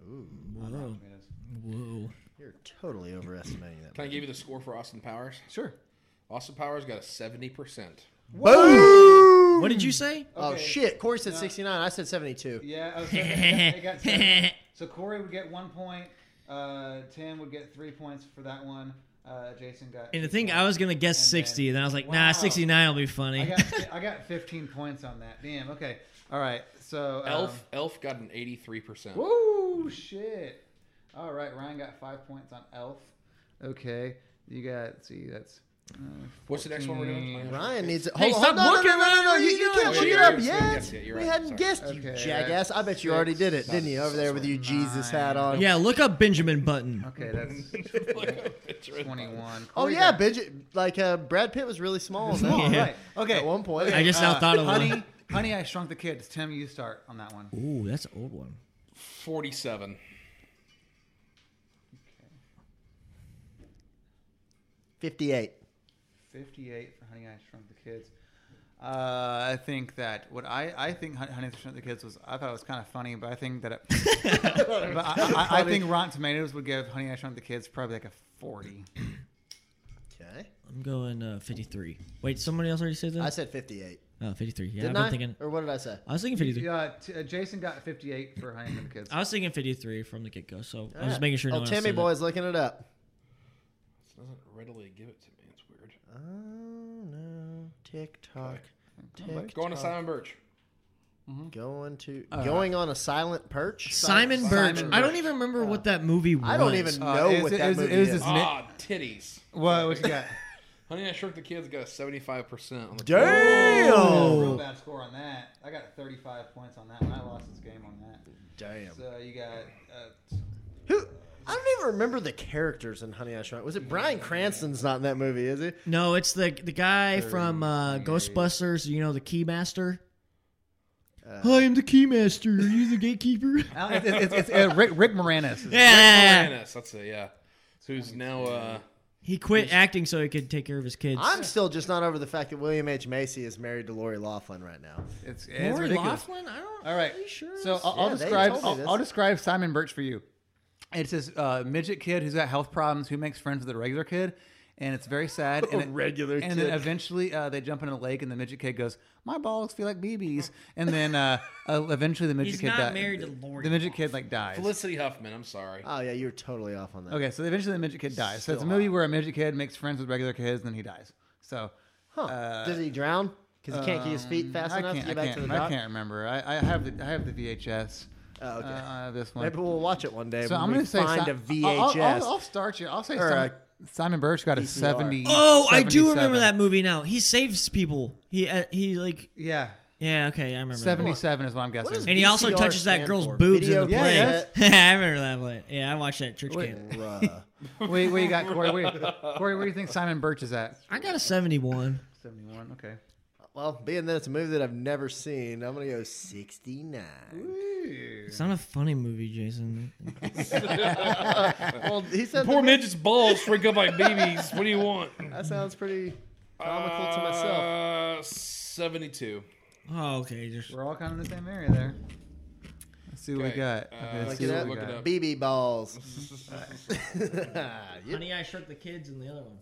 [SPEAKER 3] Ooh,
[SPEAKER 4] Whoa.
[SPEAKER 1] It is.
[SPEAKER 4] Whoa.
[SPEAKER 3] you're totally overestimating that.
[SPEAKER 2] Can I give you the score for Austin Powers?
[SPEAKER 1] Sure.
[SPEAKER 2] Austin Powers got a seventy percent.
[SPEAKER 3] Boom!
[SPEAKER 4] What did you say?
[SPEAKER 3] Oh
[SPEAKER 1] Okay.
[SPEAKER 3] shit! Corey said
[SPEAKER 1] No.
[SPEAKER 3] 69. I said 72.
[SPEAKER 1] Yeah. Okay. It got seven. so Corey would get one point. Uh, Tim would get three points for that one. Uh, Jason got.
[SPEAKER 4] And the
[SPEAKER 1] two
[SPEAKER 4] thing,
[SPEAKER 1] points.
[SPEAKER 4] I was gonna guess
[SPEAKER 1] And
[SPEAKER 4] sixty,
[SPEAKER 1] then-
[SPEAKER 4] and then I was like,
[SPEAKER 1] Wow.
[SPEAKER 4] nah, sixty-nine will be
[SPEAKER 1] I
[SPEAKER 4] funny.
[SPEAKER 1] got I got 15 points on that. Damn. Okay. All right. So um,
[SPEAKER 2] Elf Elf got an eighty three percent.
[SPEAKER 1] Woo! Shit. All right. Ryan got five points on Elf. Okay. You got. let's see, that's. Uh,
[SPEAKER 2] What's the next one we're doing?
[SPEAKER 1] Mm,
[SPEAKER 3] Ryan needs it.
[SPEAKER 4] Hey,
[SPEAKER 3] Hold on,
[SPEAKER 4] stop
[SPEAKER 3] hold on,
[SPEAKER 4] looking,
[SPEAKER 3] No, no, no, no,
[SPEAKER 4] Ryan,
[SPEAKER 3] You,
[SPEAKER 4] what
[SPEAKER 3] you
[SPEAKER 4] are you
[SPEAKER 2] Oh, yeah,
[SPEAKER 3] can't look it
[SPEAKER 4] doing?
[SPEAKER 3] up
[SPEAKER 2] you're
[SPEAKER 3] yet.
[SPEAKER 2] right. Yeah, you're
[SPEAKER 3] we
[SPEAKER 2] right.
[SPEAKER 3] hadn't
[SPEAKER 2] Sorry.
[SPEAKER 3] guessed, you
[SPEAKER 1] Okay,
[SPEAKER 3] jackass. I bet you already did it, didn't you? Over there with your Jesus hat on.
[SPEAKER 4] yeah, look up Benjamin Button.
[SPEAKER 1] Okay. That's 21.
[SPEAKER 3] Oh
[SPEAKER 1] Corey
[SPEAKER 3] yeah,
[SPEAKER 1] got-
[SPEAKER 3] Bidget, like uh, Brad Pitt was really small. in that
[SPEAKER 1] Oh,
[SPEAKER 3] one.
[SPEAKER 4] Yeah.
[SPEAKER 1] right. Okay.
[SPEAKER 3] At one point.
[SPEAKER 1] Okay,
[SPEAKER 4] I just now thought of one.
[SPEAKER 1] honey, Honey, I Shrunk the Kids. Tim, you start on that one.
[SPEAKER 4] Ooh, that's an old one.
[SPEAKER 2] Forty seven.
[SPEAKER 3] Fifty-eight.
[SPEAKER 1] 58 for Honey, I Shrunk the Kids. Uh, I think that what I, I think Hon- Honey, I Shrunk the Kids was I thought it was kind of funny, but I think that it, but I, I, I think Rotten Tomatoes would give Honey, I Shrunk the Kids probably like a 40.
[SPEAKER 3] Okay.
[SPEAKER 4] I'm going uh, fifty-three. Wait, somebody else already said
[SPEAKER 3] I
[SPEAKER 4] that?
[SPEAKER 3] said fifty-eight.
[SPEAKER 4] Oh, 53. Yeah,
[SPEAKER 3] Didn't
[SPEAKER 4] I've
[SPEAKER 3] I?
[SPEAKER 4] been thinking.
[SPEAKER 3] Or what did I say?
[SPEAKER 4] I was thinking fifty-three.
[SPEAKER 1] Yeah, t- uh, Jason got 58 for Honey, I Shrunk the Kids.
[SPEAKER 4] I was thinking fifty-three from the get-go. So I'm
[SPEAKER 3] Alright.
[SPEAKER 4] just making sure. No
[SPEAKER 3] Oh,
[SPEAKER 4] one else
[SPEAKER 3] Timmy
[SPEAKER 4] said
[SPEAKER 3] boy's looking it up.
[SPEAKER 2] It doesn't readily give it to me. It's weird.
[SPEAKER 3] Oh no, TikTok. TikTok.
[SPEAKER 2] Going to Simon Birch.
[SPEAKER 3] Going to
[SPEAKER 1] Uh,
[SPEAKER 3] going on a silent perch.
[SPEAKER 4] It. Simon,
[SPEAKER 1] Simon
[SPEAKER 4] Birch.
[SPEAKER 1] Birch.
[SPEAKER 4] I don't even remember what that movie was.
[SPEAKER 3] I don't even
[SPEAKER 1] Uh,
[SPEAKER 3] know
[SPEAKER 1] it was-
[SPEAKER 3] what
[SPEAKER 1] it
[SPEAKER 3] that
[SPEAKER 1] was-
[SPEAKER 3] movie
[SPEAKER 1] it was
[SPEAKER 3] is.
[SPEAKER 1] this-
[SPEAKER 2] Ah, titties.
[SPEAKER 1] What, what you got?
[SPEAKER 2] Honey, I Shrunk the Kids got a seventy-five percent on the.
[SPEAKER 1] Oh, real
[SPEAKER 3] Damn.
[SPEAKER 1] bad score on that. I got 35 points on that one. I lost this game on that.
[SPEAKER 3] Damn.
[SPEAKER 1] So you got uh,
[SPEAKER 3] Who? I don't even remember the characters in Honey I Shrunk. Was it Brian Cranston's not in that movie? Is he?
[SPEAKER 4] No, it's the the guy from uh, Ghostbusters. You know, the Keymaster.
[SPEAKER 3] Uh,
[SPEAKER 4] I am the Keymaster. Are you the gatekeeper? yeah,
[SPEAKER 1] Al- it's, it's, it's, uh, Rick, Rick Moranis.
[SPEAKER 4] yeah, yeah, yeah.
[SPEAKER 2] Moranis, that's it. Yeah. Who's now? Uh,
[SPEAKER 4] He quit acting so he could take care of his kids.
[SPEAKER 3] I'm still just not over the fact that William H Macy is married to Lori Laughlin right now.
[SPEAKER 1] It's, it's
[SPEAKER 4] Lori
[SPEAKER 1] ridiculous.
[SPEAKER 4] Loughlin? I don't.
[SPEAKER 1] All right.
[SPEAKER 4] Are you sure?
[SPEAKER 1] So I'll,
[SPEAKER 3] Yeah,
[SPEAKER 1] I'll
[SPEAKER 3] they
[SPEAKER 1] describe.
[SPEAKER 3] told me this.
[SPEAKER 1] I'll, I'll describe Simon Birch for you. It's this uh, midget kid who's got health problems who makes friends with a regular kid, and it's very sad. And
[SPEAKER 3] A regular
[SPEAKER 1] and
[SPEAKER 3] kid.
[SPEAKER 1] then eventually uh, they jump in a lake, and the midget kid goes, "My balls feel like BBs," and then uh, uh, eventually the midget
[SPEAKER 4] He's
[SPEAKER 1] kid
[SPEAKER 4] not
[SPEAKER 1] di-
[SPEAKER 4] married to Lori
[SPEAKER 1] The midget kid like dies.
[SPEAKER 2] Felicity Huffman. I'm sorry.
[SPEAKER 3] Oh yeah, you were totally off on that.
[SPEAKER 1] Okay, so eventually the midget kid dies. so it's a
[SPEAKER 3] Still
[SPEAKER 1] movie where a midget kid makes friends with regular kids, and then he dies. So.
[SPEAKER 3] Huh. Does he drown? Because he can't keep his feet fast
[SPEAKER 1] Uh, um, I
[SPEAKER 3] enough to
[SPEAKER 1] can't,
[SPEAKER 3] get
[SPEAKER 1] I
[SPEAKER 3] back
[SPEAKER 1] can't,
[SPEAKER 3] to the
[SPEAKER 1] I
[SPEAKER 3] dock.
[SPEAKER 1] can't remember. I, I have the I have the VHS.
[SPEAKER 3] Oh, okay.
[SPEAKER 1] Uh, I have this one.
[SPEAKER 3] Maybe we'll watch it one day.
[SPEAKER 1] So
[SPEAKER 3] when
[SPEAKER 1] I'm
[SPEAKER 3] we
[SPEAKER 1] going to say
[SPEAKER 3] find
[SPEAKER 1] Si-
[SPEAKER 3] a VHS.
[SPEAKER 1] I'll- I'll, I'll, I'll start you. I'll say
[SPEAKER 3] Or
[SPEAKER 1] Simon, Simon Birch got a
[SPEAKER 3] VCR.
[SPEAKER 1] 70.
[SPEAKER 4] Oh, I do remember
[SPEAKER 1] 77.
[SPEAKER 4] that movie now. He saves people. He uh, he like
[SPEAKER 1] Yeah,
[SPEAKER 4] yeah okay I remember. that.
[SPEAKER 1] 77 is what I'm guessing.
[SPEAKER 3] What is
[SPEAKER 4] And he also
[SPEAKER 3] VCR
[SPEAKER 4] touches that
[SPEAKER 3] stand
[SPEAKER 4] girl's
[SPEAKER 3] for?
[SPEAKER 4] boobs
[SPEAKER 3] Video
[SPEAKER 4] in the play.
[SPEAKER 1] cassette.
[SPEAKER 4] I remember that play. Yeah, I watched that at church camp.
[SPEAKER 3] Bruh.
[SPEAKER 1] wait, wait, you got Corey. Wait, Corey, where do you think Simon Birch is at?
[SPEAKER 4] I got a seventy-one.
[SPEAKER 1] 71. Okay.
[SPEAKER 3] well, being that it's a movie that I've never seen, I'm gonna go 69.
[SPEAKER 4] It's not a funny movie, Jason.
[SPEAKER 3] well, he said
[SPEAKER 2] Poor
[SPEAKER 3] the-
[SPEAKER 2] midget's balls freak up like babies. What do you want?
[SPEAKER 3] that sounds pretty
[SPEAKER 1] Uh,
[SPEAKER 3] comical to myself.
[SPEAKER 2] Uh, Seventy-two.
[SPEAKER 4] Oh, okay. Just,
[SPEAKER 1] We're all kind of in the same area there. Let's see what we
[SPEAKER 2] Okay,
[SPEAKER 1] got.
[SPEAKER 2] uh,
[SPEAKER 1] Okay,
[SPEAKER 3] Look
[SPEAKER 1] let's
[SPEAKER 3] it
[SPEAKER 1] see
[SPEAKER 3] up.
[SPEAKER 1] what we
[SPEAKER 2] Look it
[SPEAKER 1] got.
[SPEAKER 2] up.
[SPEAKER 3] BB balls. Yep.
[SPEAKER 4] Honey, I Shrunk the Kids and the other one.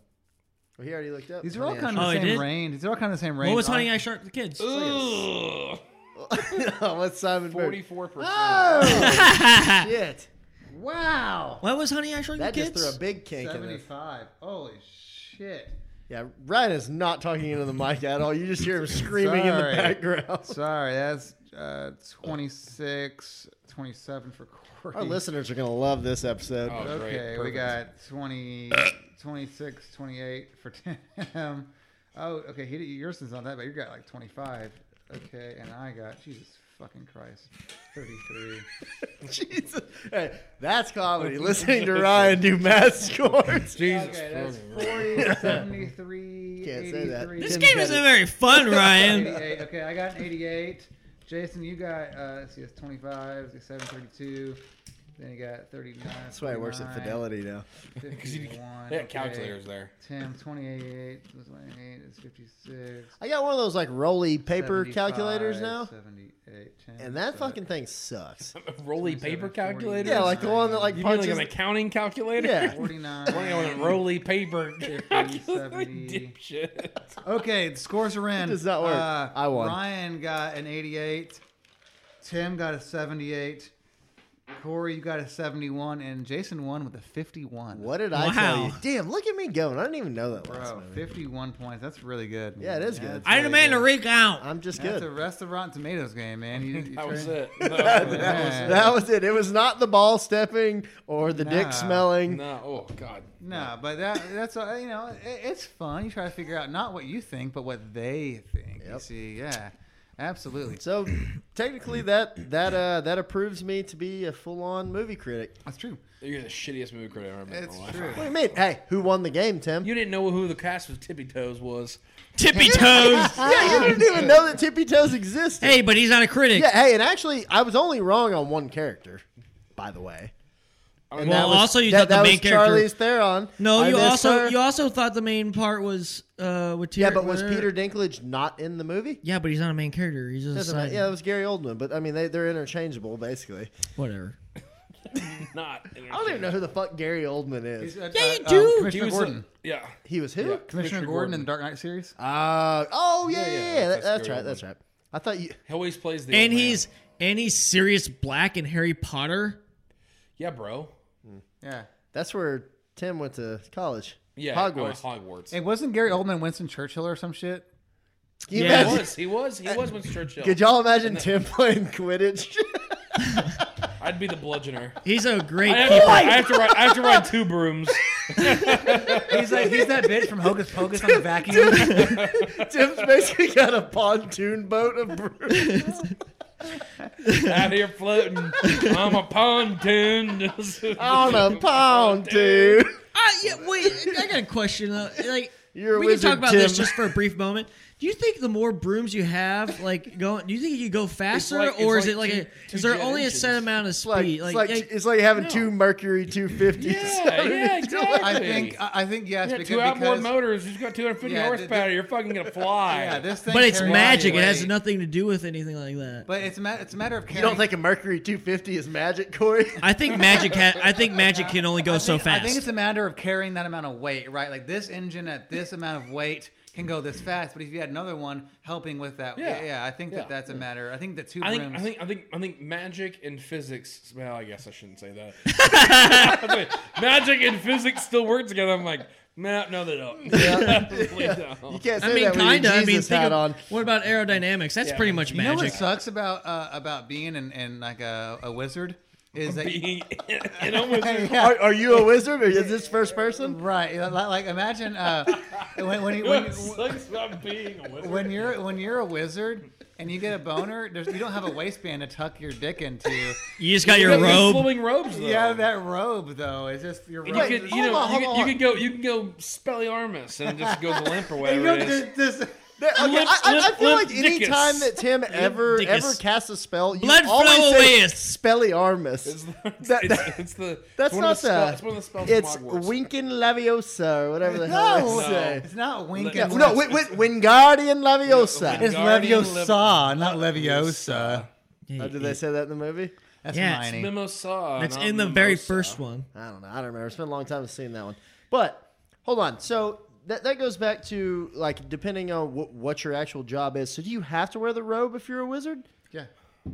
[SPEAKER 3] Well, he already looked up.
[SPEAKER 1] These are all
[SPEAKER 3] Honey,
[SPEAKER 1] kind
[SPEAKER 4] Oh,
[SPEAKER 1] of
[SPEAKER 4] I
[SPEAKER 1] the same
[SPEAKER 4] did?
[SPEAKER 1] range. These are all kind of the same range.
[SPEAKER 4] What was Honey,
[SPEAKER 1] on-
[SPEAKER 4] I Shrunk the Kids?
[SPEAKER 2] Ugh.
[SPEAKER 3] Oh, What's Simon Bird?
[SPEAKER 2] Forty-four percent.
[SPEAKER 3] Oh shit!
[SPEAKER 1] Wow.
[SPEAKER 4] What was Honey, I Shrunk
[SPEAKER 3] That
[SPEAKER 4] the
[SPEAKER 3] just
[SPEAKER 4] Kids?
[SPEAKER 3] threw a big kink in this.
[SPEAKER 1] 75. Holy shit.
[SPEAKER 3] Yeah, Ryan is not talking into the mic at all. You just hear him screaming in the
[SPEAKER 1] Sorry.
[SPEAKER 3] background.
[SPEAKER 1] Sorry, that's uh, 26, 27 for Corey.
[SPEAKER 3] Our listeners are gonna love this episode.
[SPEAKER 2] Oh, great.
[SPEAKER 1] Okay, we got
[SPEAKER 2] Perfect.
[SPEAKER 1] 20, 26, 28 for Tim. Oh, okay. He, yours is not that bad. You got like 25. Okay, and I got, Jesus fucking Christ, 33.
[SPEAKER 3] Jesus, hey, that's comedy. Listening to Ryan do math scores.
[SPEAKER 2] Jesus.
[SPEAKER 1] okay, that's
[SPEAKER 2] fucking
[SPEAKER 1] 40, 73,
[SPEAKER 3] Can't say that.
[SPEAKER 1] 83.
[SPEAKER 4] this
[SPEAKER 3] Tim's
[SPEAKER 4] game
[SPEAKER 3] got
[SPEAKER 4] isn't
[SPEAKER 3] it.
[SPEAKER 4] very fun, Ryan.
[SPEAKER 1] 88. Okay, I got an 88. Jason, you got, uh, let's see, it's 25, it's 732. Then you got 39.
[SPEAKER 3] That's why it works at Fidelity now.
[SPEAKER 2] Because you
[SPEAKER 1] 51,
[SPEAKER 2] they
[SPEAKER 1] okay.
[SPEAKER 2] had calculators there.
[SPEAKER 1] 10, 28, plus 28 is 56.
[SPEAKER 3] I got one of those like roly paper
[SPEAKER 1] 75,
[SPEAKER 3] calculators now,
[SPEAKER 1] 78, 10,
[SPEAKER 3] and that
[SPEAKER 1] so-
[SPEAKER 3] fucking thing sucks.
[SPEAKER 2] Roly
[SPEAKER 1] 27,
[SPEAKER 2] paper
[SPEAKER 1] 40.
[SPEAKER 2] calculator.
[SPEAKER 3] Yeah, like the one that like
[SPEAKER 2] you mean like
[SPEAKER 3] punches.
[SPEAKER 2] an accounting calculator?
[SPEAKER 3] Yeah.
[SPEAKER 1] 49.
[SPEAKER 2] Playing on a roly paper calculator.
[SPEAKER 1] 70.
[SPEAKER 2] Dipshit.
[SPEAKER 1] Okay, the scores are in.
[SPEAKER 3] It does not work.
[SPEAKER 1] Uh,
[SPEAKER 3] I won.
[SPEAKER 1] Ryan got an 88. Tim got a 78. Corey, you got a 71. And Jason won with a 51.
[SPEAKER 3] what did I tell
[SPEAKER 4] Wow.
[SPEAKER 3] you? Damn, look at me going. I didn't even know that last
[SPEAKER 1] Bro,
[SPEAKER 3] movie.
[SPEAKER 1] 51 points. That's really good.
[SPEAKER 3] Yeah, it is good.
[SPEAKER 4] I demand a recount.
[SPEAKER 3] I'm just
[SPEAKER 1] That's
[SPEAKER 3] good.
[SPEAKER 1] the rest of Rotten Tomatoes game, man. You, you
[SPEAKER 2] That was
[SPEAKER 1] turned-
[SPEAKER 2] it. That was it.
[SPEAKER 1] Yeah.
[SPEAKER 3] that was it. It was not the ball stepping or the
[SPEAKER 1] Nah.
[SPEAKER 3] dick smelling.
[SPEAKER 2] No, oh god.
[SPEAKER 1] No, but that that's uh, you know it, it's fun. You try to figure out not what you think, but what they think. You
[SPEAKER 3] Yep.
[SPEAKER 1] see, yeah, absolutely.
[SPEAKER 3] So technically, that that uh, that approves me to be a full on movie critic.
[SPEAKER 1] That's true.
[SPEAKER 2] You're the shittiest movie critic I've ever met in
[SPEAKER 1] It's
[SPEAKER 2] my life.
[SPEAKER 1] true.
[SPEAKER 3] What do you mean? Hey, who won the game, Tim?
[SPEAKER 2] You didn't know who the cast of Tippy Toes was.
[SPEAKER 4] Tippy toes.
[SPEAKER 3] yeah, you didn't even know that Tippy Toes existed.
[SPEAKER 4] hey, but he's not a critic.
[SPEAKER 3] Yeah, hey, and actually, I was only wrong on one character, by the way.
[SPEAKER 2] And
[SPEAKER 4] well,
[SPEAKER 3] that was,
[SPEAKER 4] also you
[SPEAKER 3] that,
[SPEAKER 4] thought the
[SPEAKER 3] that
[SPEAKER 4] main
[SPEAKER 3] was
[SPEAKER 4] character.
[SPEAKER 3] Charlize Theron.
[SPEAKER 4] no,
[SPEAKER 3] I
[SPEAKER 4] you
[SPEAKER 3] missed
[SPEAKER 4] also
[SPEAKER 3] her.
[SPEAKER 4] you also thought the main part was uh with
[SPEAKER 3] yeah,
[SPEAKER 4] Tyr-
[SPEAKER 3] but was Peter Dinklage not in the movie?
[SPEAKER 4] Yeah, but he's not a main character. He's just a
[SPEAKER 3] Doesn't matter.
[SPEAKER 4] side-
[SPEAKER 3] Yeah, it was Gary Oldman, but I mean they they're interchangeable basically.
[SPEAKER 4] whatever.
[SPEAKER 2] Not.
[SPEAKER 3] I don't even know who the fuck Gary Oldman is.
[SPEAKER 1] yeah,
[SPEAKER 4] you do.
[SPEAKER 1] Uh, Commissioner
[SPEAKER 2] was a-
[SPEAKER 1] Gordon.
[SPEAKER 2] Yeah.
[SPEAKER 3] He was who?
[SPEAKER 2] Yeah.
[SPEAKER 1] Commissioner
[SPEAKER 2] Commissioner
[SPEAKER 1] Gordon,
[SPEAKER 2] Gordon.
[SPEAKER 1] in the Dark Knight series.
[SPEAKER 3] Uh, oh yeah, yeah, yeah. That- That's,
[SPEAKER 2] Gary
[SPEAKER 3] right. That's
[SPEAKER 2] Oldman.
[SPEAKER 3] right. I thought you.
[SPEAKER 2] He always plays the.
[SPEAKER 4] And
[SPEAKER 2] old man.
[SPEAKER 4] he's and he's Sirius Black in Harry Potter.
[SPEAKER 2] Yeah, bro.
[SPEAKER 1] Yeah.
[SPEAKER 3] That's where Tim went to college.
[SPEAKER 2] Yeah.
[SPEAKER 3] Hogwarts.
[SPEAKER 2] oh, Hogwarts.
[SPEAKER 1] Hey, wasn't Gary Oldman Winston Churchill or some shit?
[SPEAKER 3] Can you
[SPEAKER 2] He
[SPEAKER 4] Yeah.
[SPEAKER 3] imagine-
[SPEAKER 2] was. He was. He was Winston Churchill.
[SPEAKER 3] Could y'all imagine Tim playing Quidditch?
[SPEAKER 2] I'd be the bludgeoner.
[SPEAKER 4] He's a great
[SPEAKER 2] I have, to, I have to ride. I have to ride two brooms.
[SPEAKER 1] He's like he's that bitch from Hocus Pocus on the vacuum.
[SPEAKER 3] Tim's basically got a pontoon boat of broom.
[SPEAKER 2] out here floating. I'm a pontoon.
[SPEAKER 3] on a pontoon.
[SPEAKER 4] Uh, yeah, wait, I got a question though. Like,
[SPEAKER 3] You're a
[SPEAKER 4] we
[SPEAKER 3] wizard,
[SPEAKER 4] can talk about
[SPEAKER 3] Tim.
[SPEAKER 4] this just for a brief moment. Do you think the more brooms you have, like, going, do you think you go faster,
[SPEAKER 2] like- it's
[SPEAKER 4] or
[SPEAKER 2] like
[SPEAKER 4] is it like
[SPEAKER 2] two-
[SPEAKER 4] a?
[SPEAKER 2] two
[SPEAKER 4] is there
[SPEAKER 2] jet
[SPEAKER 4] only a set
[SPEAKER 2] engines.
[SPEAKER 4] amount of
[SPEAKER 3] It's like,
[SPEAKER 4] speed?
[SPEAKER 3] it's like,
[SPEAKER 4] yeah,
[SPEAKER 3] it's like having
[SPEAKER 2] no.
[SPEAKER 3] two Mercury 250s.
[SPEAKER 2] Yeah, yeah, exactly.
[SPEAKER 1] I think I I think yes,
[SPEAKER 2] Yeah,
[SPEAKER 1] because,
[SPEAKER 2] two outboard
[SPEAKER 1] because-
[SPEAKER 2] motors. You've got 250
[SPEAKER 1] Yeah,
[SPEAKER 2] horsepower.
[SPEAKER 1] th- th-
[SPEAKER 2] You're fucking gonna fly.
[SPEAKER 1] yeah, this thing
[SPEAKER 4] but it's
[SPEAKER 1] carries
[SPEAKER 4] magic. It has
[SPEAKER 1] weight.
[SPEAKER 4] nothing to do with anything like that.
[SPEAKER 1] But it's a ma- it's a matter of carrying.
[SPEAKER 3] You don't think a Mercury 250 is magic, Corey?
[SPEAKER 4] I think magic. Ha- I think magic can only go so
[SPEAKER 1] I
[SPEAKER 4] fast.
[SPEAKER 1] think it's a matter of carrying that amount of weight, right? Like this engine at this amount of weight can go this fast, but if you had another one helping with that, yeah,
[SPEAKER 2] Yeah.
[SPEAKER 1] yeah I think that
[SPEAKER 2] Yeah.
[SPEAKER 1] that's a matter. I think the two
[SPEAKER 2] I think,
[SPEAKER 1] rooms.
[SPEAKER 2] I think I think I think magic and physics. Well, I guess I shouldn't say that. magic and physics still work together. I'm like, no, no, they don't. Definitely
[SPEAKER 3] You
[SPEAKER 2] don't.
[SPEAKER 3] can't say
[SPEAKER 4] I
[SPEAKER 3] that with
[SPEAKER 4] mean,
[SPEAKER 3] your
[SPEAKER 4] kinda. I mean,
[SPEAKER 3] Jesus
[SPEAKER 4] think
[SPEAKER 3] hat
[SPEAKER 4] of,
[SPEAKER 3] on.
[SPEAKER 4] what about aerodynamics? That's
[SPEAKER 2] Yeah.
[SPEAKER 4] pretty much
[SPEAKER 1] you know what
[SPEAKER 4] magic.
[SPEAKER 1] sucks about uh, about being and and like a, a wizard is that
[SPEAKER 2] Being, it almost
[SPEAKER 3] Are, are you a wizard or is this first person?
[SPEAKER 1] right. Like, like imagine uh, when when you, when,
[SPEAKER 2] what
[SPEAKER 1] you-
[SPEAKER 2] sucks about being a wizard.
[SPEAKER 1] when you're when you're a wizard and you get a boner, there's, you don't have a waistband to tuck your dick into.
[SPEAKER 4] You just got your
[SPEAKER 2] You got these
[SPEAKER 4] robe.
[SPEAKER 2] flowing robes. Though.
[SPEAKER 1] Yeah, that robe though. It's just your
[SPEAKER 2] You
[SPEAKER 1] robe.
[SPEAKER 2] could, you
[SPEAKER 3] Hold
[SPEAKER 2] know,
[SPEAKER 3] on,
[SPEAKER 2] you, could,
[SPEAKER 3] hold on.
[SPEAKER 2] you could go, you can go spelliarmus and it just goes limp or
[SPEAKER 1] You
[SPEAKER 2] whatever.
[SPEAKER 1] know,
[SPEAKER 2] it is.
[SPEAKER 1] this- this-
[SPEAKER 3] Okay, I, I- I
[SPEAKER 2] limp-
[SPEAKER 3] feel
[SPEAKER 2] limp
[SPEAKER 3] like any
[SPEAKER 2] dickus.
[SPEAKER 3] time that Tim ever
[SPEAKER 4] dickus.
[SPEAKER 3] ever casts a spell, you
[SPEAKER 4] Blood
[SPEAKER 3] always
[SPEAKER 4] flow
[SPEAKER 3] say
[SPEAKER 4] away is-
[SPEAKER 2] It's,
[SPEAKER 3] Spelliarmus.
[SPEAKER 2] it's,
[SPEAKER 3] That-
[SPEAKER 2] it's, it's the
[SPEAKER 3] That's
[SPEAKER 2] it's one
[SPEAKER 3] not
[SPEAKER 2] of the spell-
[SPEAKER 3] that.
[SPEAKER 2] It's one of the spells.
[SPEAKER 3] It's
[SPEAKER 2] from Hogwarts.
[SPEAKER 3] Winking Leviosa or whatever the hell
[SPEAKER 1] No,
[SPEAKER 3] they say.
[SPEAKER 1] it's not winking.
[SPEAKER 2] Yeah,
[SPEAKER 3] No, no win, win, Wingardium Leviosa.
[SPEAKER 2] Yeah,
[SPEAKER 1] It's
[SPEAKER 2] Guardian
[SPEAKER 1] Leviosa, not Leviosa.
[SPEAKER 4] Yeah,
[SPEAKER 3] Oh, did they say that in the movie?
[SPEAKER 1] That's
[SPEAKER 4] Yeah, it's
[SPEAKER 1] mining.
[SPEAKER 2] Mimosa.
[SPEAKER 4] That's
[SPEAKER 2] not
[SPEAKER 4] in the very
[SPEAKER 2] mimosa.
[SPEAKER 4] first one.
[SPEAKER 3] I don't know. I don't remember. It's been a long time since seeing that one. But hold on. So that, that goes back to like depending on wh- what your actual job is. So do you have to wear the robe if you're a wizard?
[SPEAKER 1] yeah.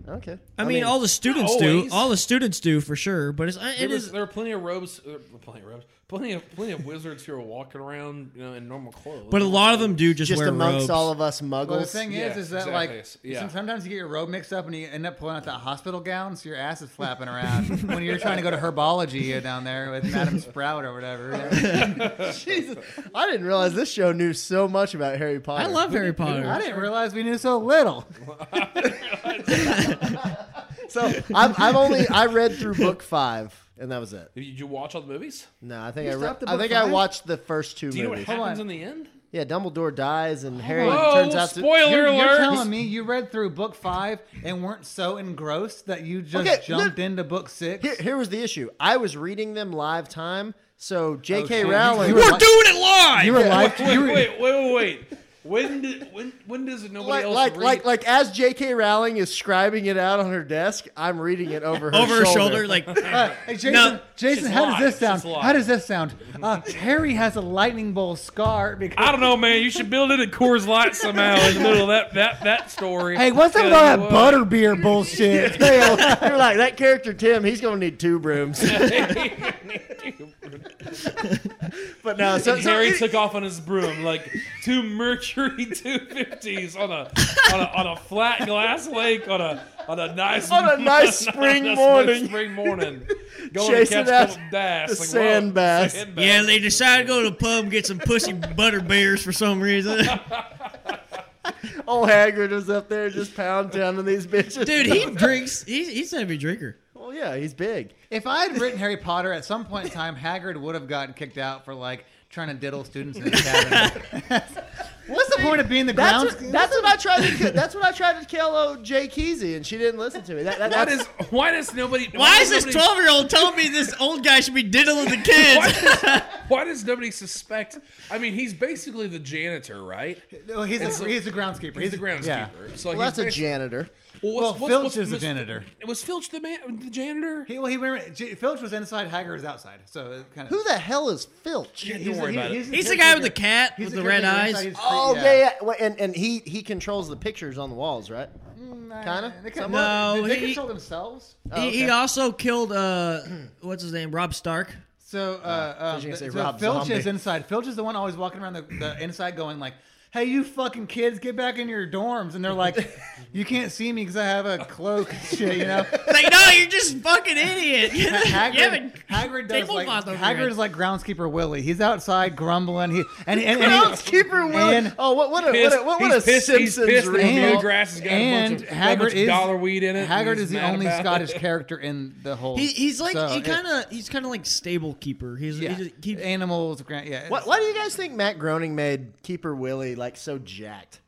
[SPEAKER 3] Okay.
[SPEAKER 4] I, mean, all the students do.
[SPEAKER 2] always.
[SPEAKER 4] All the students do for sure. But it's uh,
[SPEAKER 2] There,
[SPEAKER 4] it
[SPEAKER 2] was-
[SPEAKER 4] is.
[SPEAKER 2] there are plenty of robes, uh, plenty of robes, plenty of plenty of wizards who are walking around, you know, in normal clothes.
[SPEAKER 4] But a lot of them do just,
[SPEAKER 3] just
[SPEAKER 4] wear
[SPEAKER 3] amongst
[SPEAKER 4] robes.
[SPEAKER 3] all of us
[SPEAKER 1] Well, the
[SPEAKER 3] muggles.
[SPEAKER 1] thing is,
[SPEAKER 2] Yeah,
[SPEAKER 1] is that
[SPEAKER 2] exactly.
[SPEAKER 1] like
[SPEAKER 2] Yeah.
[SPEAKER 1] some- sometimes you get your robe mixed up and you end up pulling out that hospital gown, so your ass is flapping around when you're trying to go to herbology down there with Madam Sprout or whatever. Yeah.
[SPEAKER 3] Jesus. I didn't realize this show knew so much about Harry Potter.
[SPEAKER 4] I love Harry
[SPEAKER 1] I
[SPEAKER 4] Potter.
[SPEAKER 1] didn't realize we knew so little.
[SPEAKER 3] So I've, I've only I read through book five, and that was it.
[SPEAKER 2] Did you watch all the movies?
[SPEAKER 3] No, I think I
[SPEAKER 1] stopped at
[SPEAKER 3] read. I
[SPEAKER 1] book
[SPEAKER 3] think I
[SPEAKER 1] five?
[SPEAKER 3] watched the first two
[SPEAKER 2] Do you know what
[SPEAKER 3] movies.
[SPEAKER 1] Hold
[SPEAKER 2] happens
[SPEAKER 1] on.
[SPEAKER 2] in the end?
[SPEAKER 3] Yeah, Dumbledore dies, and Harry
[SPEAKER 2] Whoa,
[SPEAKER 3] turns out to.
[SPEAKER 2] spoiler
[SPEAKER 1] You're,
[SPEAKER 2] alert!
[SPEAKER 1] you're telling me you read through book five and weren't so engrossed that you just
[SPEAKER 3] Okay,
[SPEAKER 1] jumped
[SPEAKER 3] let-
[SPEAKER 1] into book six?
[SPEAKER 3] Here, here was the issue. I was reading them live time, so J.K.
[SPEAKER 1] Oh, shit.
[SPEAKER 3] Rowling.
[SPEAKER 1] You
[SPEAKER 4] We're
[SPEAKER 1] were
[SPEAKER 4] doing it live.
[SPEAKER 3] you were live.
[SPEAKER 2] Wait, wait, wait, wait, wait. When did when when does nobody
[SPEAKER 3] like,
[SPEAKER 2] else
[SPEAKER 3] like,
[SPEAKER 2] read?
[SPEAKER 3] like, like, as J.K. Rowling is scribing it out on her desk, I'm reading it over her
[SPEAKER 4] over her shoulder,
[SPEAKER 3] shoulder.
[SPEAKER 4] like
[SPEAKER 1] Uh, hey, Jason,
[SPEAKER 4] No,
[SPEAKER 1] Jason,
[SPEAKER 2] she's
[SPEAKER 1] how
[SPEAKER 2] live.
[SPEAKER 1] does this
[SPEAKER 2] She's
[SPEAKER 1] sound?
[SPEAKER 2] live.
[SPEAKER 1] How does this sound? Uh, Harry has a lightning bolt scar because.
[SPEAKER 2] I don't know, man. You should build it in Coors Light somehow in the middle of that that that story.
[SPEAKER 1] Hey, what's up with all
[SPEAKER 2] Tell
[SPEAKER 1] that
[SPEAKER 2] you what.
[SPEAKER 1] butterbeer bullshit?
[SPEAKER 3] You're like that character Tim. He's gonna need two brooms. but no, so,
[SPEAKER 2] and
[SPEAKER 3] so
[SPEAKER 2] Harry
[SPEAKER 3] it-
[SPEAKER 2] took off on his broom like two Mercury 250s on a on a, on a flat glass lake on a on a nice
[SPEAKER 3] On a nice spring morning.
[SPEAKER 2] spring morning going
[SPEAKER 3] Chasing
[SPEAKER 2] to catch
[SPEAKER 3] out
[SPEAKER 2] a couple bass like,
[SPEAKER 3] the
[SPEAKER 2] whoa,
[SPEAKER 3] sand bass.
[SPEAKER 2] sand
[SPEAKER 4] yeah, they decided to go to the pub and get some pussy butter bears for some reason.
[SPEAKER 3] old Hagrid was up there just pound pounding these bitches.
[SPEAKER 4] Dude, he drinks. He's, he's a heavy drinker.
[SPEAKER 3] Well, yeah, he's big.
[SPEAKER 1] if I had written Harry Potter at some point in time, Hagrid would have gotten kicked out for like trying to diddle students in his cabin. what's the point of being the
[SPEAKER 3] That's
[SPEAKER 1] grounds?
[SPEAKER 3] what, that's what I tried to. ki- That's what I tried to tell old Jay Keezy, and she didn't listen to me. That, that,
[SPEAKER 2] why
[SPEAKER 3] that's,
[SPEAKER 2] does why does nobody
[SPEAKER 4] Why is this
[SPEAKER 2] nobody-
[SPEAKER 4] 12 year old telling me this old guy should be diddling the
[SPEAKER 2] why
[SPEAKER 4] kids?
[SPEAKER 2] does, why does nobody suspect I mean he's basically the janitor right
[SPEAKER 1] No, Oh, he's,
[SPEAKER 2] It's
[SPEAKER 1] a,
[SPEAKER 2] a-
[SPEAKER 1] he's a groundskeeper.
[SPEAKER 2] he's a groundskeeper
[SPEAKER 1] Yeah.
[SPEAKER 2] so
[SPEAKER 3] well, that's a
[SPEAKER 2] he's basi-
[SPEAKER 3] janitor.
[SPEAKER 1] Well,
[SPEAKER 2] what's- what's-
[SPEAKER 1] Filch
[SPEAKER 2] what's-
[SPEAKER 1] is a
[SPEAKER 2] was-
[SPEAKER 1] janitor.
[SPEAKER 2] was Filch the man the janitor
[SPEAKER 1] He, well, he remember, J- Filch was inside, Hagrid was outside. So it kind of.
[SPEAKER 3] Who the hell is Filch?
[SPEAKER 2] Don't worry about it.
[SPEAKER 4] He's the guy with the cat with the red eyes.
[SPEAKER 3] Oh yeah, yeah. Wait, and and he he controls the pictures on the walls, right? Kinda?
[SPEAKER 4] No,
[SPEAKER 1] No, they
[SPEAKER 4] he-
[SPEAKER 1] control themselves.
[SPEAKER 4] he, he
[SPEAKER 3] okay.
[SPEAKER 4] also killed uh, what's his name, Rob Stark.
[SPEAKER 1] So, uh, uh,
[SPEAKER 3] was gonna say
[SPEAKER 1] so
[SPEAKER 3] Rob
[SPEAKER 1] Filch
[SPEAKER 3] Zombie.
[SPEAKER 1] is inside. Filch is the one always walking around the, the inside, going like, "Hey, you fucking kids, get back in your dorms!" And they're like, "You can't see me because I have a cloak, and shit." You know,
[SPEAKER 4] Like, no, you're just fucking idiot. you
[SPEAKER 1] Hagrid,
[SPEAKER 4] haven't
[SPEAKER 1] Hagrid does
[SPEAKER 4] table
[SPEAKER 1] like
[SPEAKER 4] cloth over
[SPEAKER 1] Hagrid
[SPEAKER 4] it.
[SPEAKER 1] is like groundskeeper Willie. He's outside grumbling. He and and, and,
[SPEAKER 3] Groundskeeper Willie.
[SPEAKER 1] and-
[SPEAKER 3] Oh, what what a
[SPEAKER 2] pissed.
[SPEAKER 3] what a, what, what a
[SPEAKER 2] he's pissed.
[SPEAKER 3] Simpsons
[SPEAKER 2] he's pissed. that
[SPEAKER 3] review.
[SPEAKER 1] And-
[SPEAKER 2] the grass has got a
[SPEAKER 1] and
[SPEAKER 2] bunch of, got a bunch
[SPEAKER 1] Haggard
[SPEAKER 2] of
[SPEAKER 1] is-
[SPEAKER 2] dollar weed in it. and
[SPEAKER 1] Haggard
[SPEAKER 2] he's
[SPEAKER 1] is the
[SPEAKER 2] mad
[SPEAKER 1] only
[SPEAKER 2] about it.
[SPEAKER 1] Scottish character in the whole.
[SPEAKER 4] He, he's like
[SPEAKER 1] so
[SPEAKER 4] he
[SPEAKER 1] it-
[SPEAKER 4] kind of he's kind of like stable keeper. He's
[SPEAKER 1] yeah.
[SPEAKER 4] he just keeps
[SPEAKER 1] animals. Grand, yeah,
[SPEAKER 3] Why, why do you guys think Matt Groening made Keeper Willie like so jacked?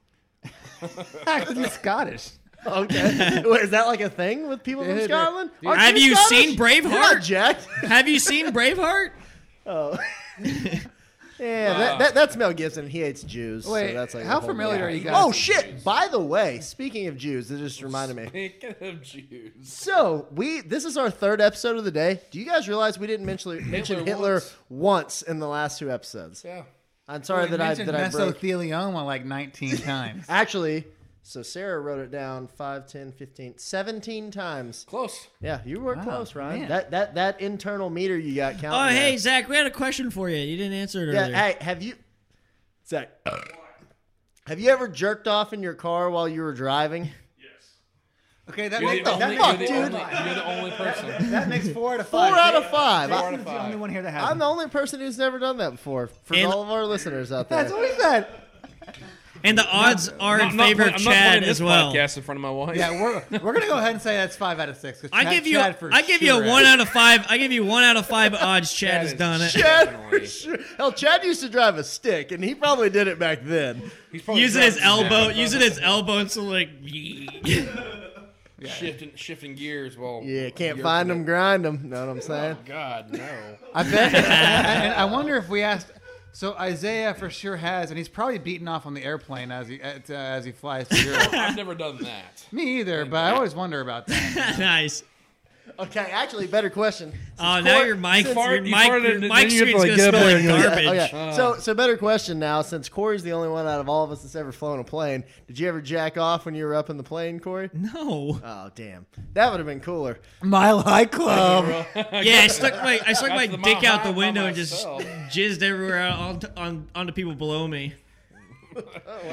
[SPEAKER 1] Haggard is Scottish.
[SPEAKER 3] Okay, Wait, is that like a thing with people from
[SPEAKER 1] Dude,
[SPEAKER 3] Scotland?
[SPEAKER 1] dude.
[SPEAKER 3] Aren't
[SPEAKER 4] Have you
[SPEAKER 3] Scottish?
[SPEAKER 4] seen
[SPEAKER 3] You're not
[SPEAKER 4] Braveheart?
[SPEAKER 3] jacked?
[SPEAKER 4] Have you seen Braveheart?
[SPEAKER 3] Oh. Yeah, that, that, that's Mel Gibson. He hates Jews. so
[SPEAKER 1] Wait,
[SPEAKER 3] that's like a
[SPEAKER 1] how
[SPEAKER 3] whole
[SPEAKER 1] familiar
[SPEAKER 3] thing.
[SPEAKER 1] are you guys
[SPEAKER 3] Oh
[SPEAKER 1] with
[SPEAKER 3] shit! By the way, speaking of Jews, it just reminded me.
[SPEAKER 2] Speaking of Jews,
[SPEAKER 3] So we this is our third episode of the day. Do you guys realize we didn't mention mention Hitler, once.
[SPEAKER 2] once.
[SPEAKER 3] in the last two episodes?
[SPEAKER 2] yeah.
[SPEAKER 3] I'm sorry
[SPEAKER 1] We
[SPEAKER 3] that I
[SPEAKER 1] mentioned
[SPEAKER 3] that I broke.
[SPEAKER 1] mesothelioma like 19 times.
[SPEAKER 3] Actually, so Sarah wrote it down 5, 10, 15, 17 times.
[SPEAKER 2] Close.
[SPEAKER 3] Yeah, you were
[SPEAKER 1] Wow,
[SPEAKER 3] close, Ryan.
[SPEAKER 1] man.
[SPEAKER 3] That that that internal meter you got counting.
[SPEAKER 4] Oh,
[SPEAKER 3] there.
[SPEAKER 4] hey Zach, we had a question for you. You didn't answer it
[SPEAKER 3] Yeah,
[SPEAKER 4] earlier.
[SPEAKER 3] hey, have you Zach? Have you ever jerked off in your car while you were driving?
[SPEAKER 1] Okay, that,
[SPEAKER 2] You're
[SPEAKER 1] makes,
[SPEAKER 2] the,
[SPEAKER 1] that,
[SPEAKER 2] only,
[SPEAKER 3] fuck,
[SPEAKER 2] you're, the
[SPEAKER 3] dude?
[SPEAKER 2] only, you're the only person.
[SPEAKER 1] that makes four out of
[SPEAKER 3] Four
[SPEAKER 1] five.
[SPEAKER 3] out of five.
[SPEAKER 2] Four out
[SPEAKER 3] I,
[SPEAKER 2] of
[SPEAKER 1] Jason's the
[SPEAKER 2] five.
[SPEAKER 1] only one here that has.
[SPEAKER 3] I'm the only person who's never done that before. For
[SPEAKER 4] And-
[SPEAKER 3] all of our listeners out there,
[SPEAKER 1] That's what we said.
[SPEAKER 4] and the odds are in
[SPEAKER 2] I'm not
[SPEAKER 4] favor
[SPEAKER 2] playing-
[SPEAKER 4] of
[SPEAKER 2] I'm not playing
[SPEAKER 4] Chad
[SPEAKER 2] this
[SPEAKER 4] as well.
[SPEAKER 2] podcast in front of my wife.
[SPEAKER 1] Yeah, we're we're gonna go ahead and say that's five out of six. 'cause
[SPEAKER 4] I
[SPEAKER 1] Chad-
[SPEAKER 4] give you
[SPEAKER 1] Chad for
[SPEAKER 4] I give you a
[SPEAKER 1] sure
[SPEAKER 4] one
[SPEAKER 1] has-
[SPEAKER 4] out of five. I give you one out of five odds. Chad
[SPEAKER 2] That
[SPEAKER 4] has
[SPEAKER 2] is
[SPEAKER 4] done it.
[SPEAKER 2] shit.
[SPEAKER 3] Chad for
[SPEAKER 2] Definitely.
[SPEAKER 3] sure. Hell, Chad used to drive a stick, and he probably did it back then.
[SPEAKER 2] He's probably
[SPEAKER 4] Using his
[SPEAKER 2] driving down,
[SPEAKER 4] elbow,
[SPEAKER 2] but
[SPEAKER 4] using his elbow, and so like,
[SPEAKER 2] shifting, shifting gears. Well,
[SPEAKER 3] Yeah, can't find them, grind them. Know what I'm saying?
[SPEAKER 2] God no.
[SPEAKER 1] I bet. and I wonder if we asked. So Isaiah for sure has, and he's probably beaten off on the airplane as he uh, as he flies to Europe.
[SPEAKER 2] I've never done that.
[SPEAKER 1] Me either, but I always wonder about that.
[SPEAKER 4] nice.
[SPEAKER 3] Okay, actually, better question. Since
[SPEAKER 4] Oh, now
[SPEAKER 3] Cor-
[SPEAKER 4] your mic,
[SPEAKER 3] since-
[SPEAKER 2] fart-
[SPEAKER 4] your
[SPEAKER 2] you
[SPEAKER 4] mic,
[SPEAKER 2] farted
[SPEAKER 4] your
[SPEAKER 2] and then
[SPEAKER 4] mic
[SPEAKER 2] you have to,
[SPEAKER 4] screen's
[SPEAKER 2] like,
[SPEAKER 4] gonna
[SPEAKER 2] get up
[SPEAKER 4] smell
[SPEAKER 2] there
[SPEAKER 4] like
[SPEAKER 2] and go,
[SPEAKER 3] Yeah,
[SPEAKER 4] garbage.
[SPEAKER 3] oh, yeah. So, so better question now. Since Corey's the only one out of all of us that's ever flown a plane, did you ever jack off when you were up in the plane, Corey?
[SPEAKER 4] No.
[SPEAKER 3] Oh, damn, that would have been cooler.
[SPEAKER 1] Mile High Club.
[SPEAKER 4] Yeah, I stuck my I stuck
[SPEAKER 2] Got
[SPEAKER 4] my
[SPEAKER 2] to the
[SPEAKER 4] dick
[SPEAKER 2] mile
[SPEAKER 4] out
[SPEAKER 2] high
[SPEAKER 4] the
[SPEAKER 2] by
[SPEAKER 4] window and just
[SPEAKER 2] myself.
[SPEAKER 4] jizzed everywhere on on onto people below me.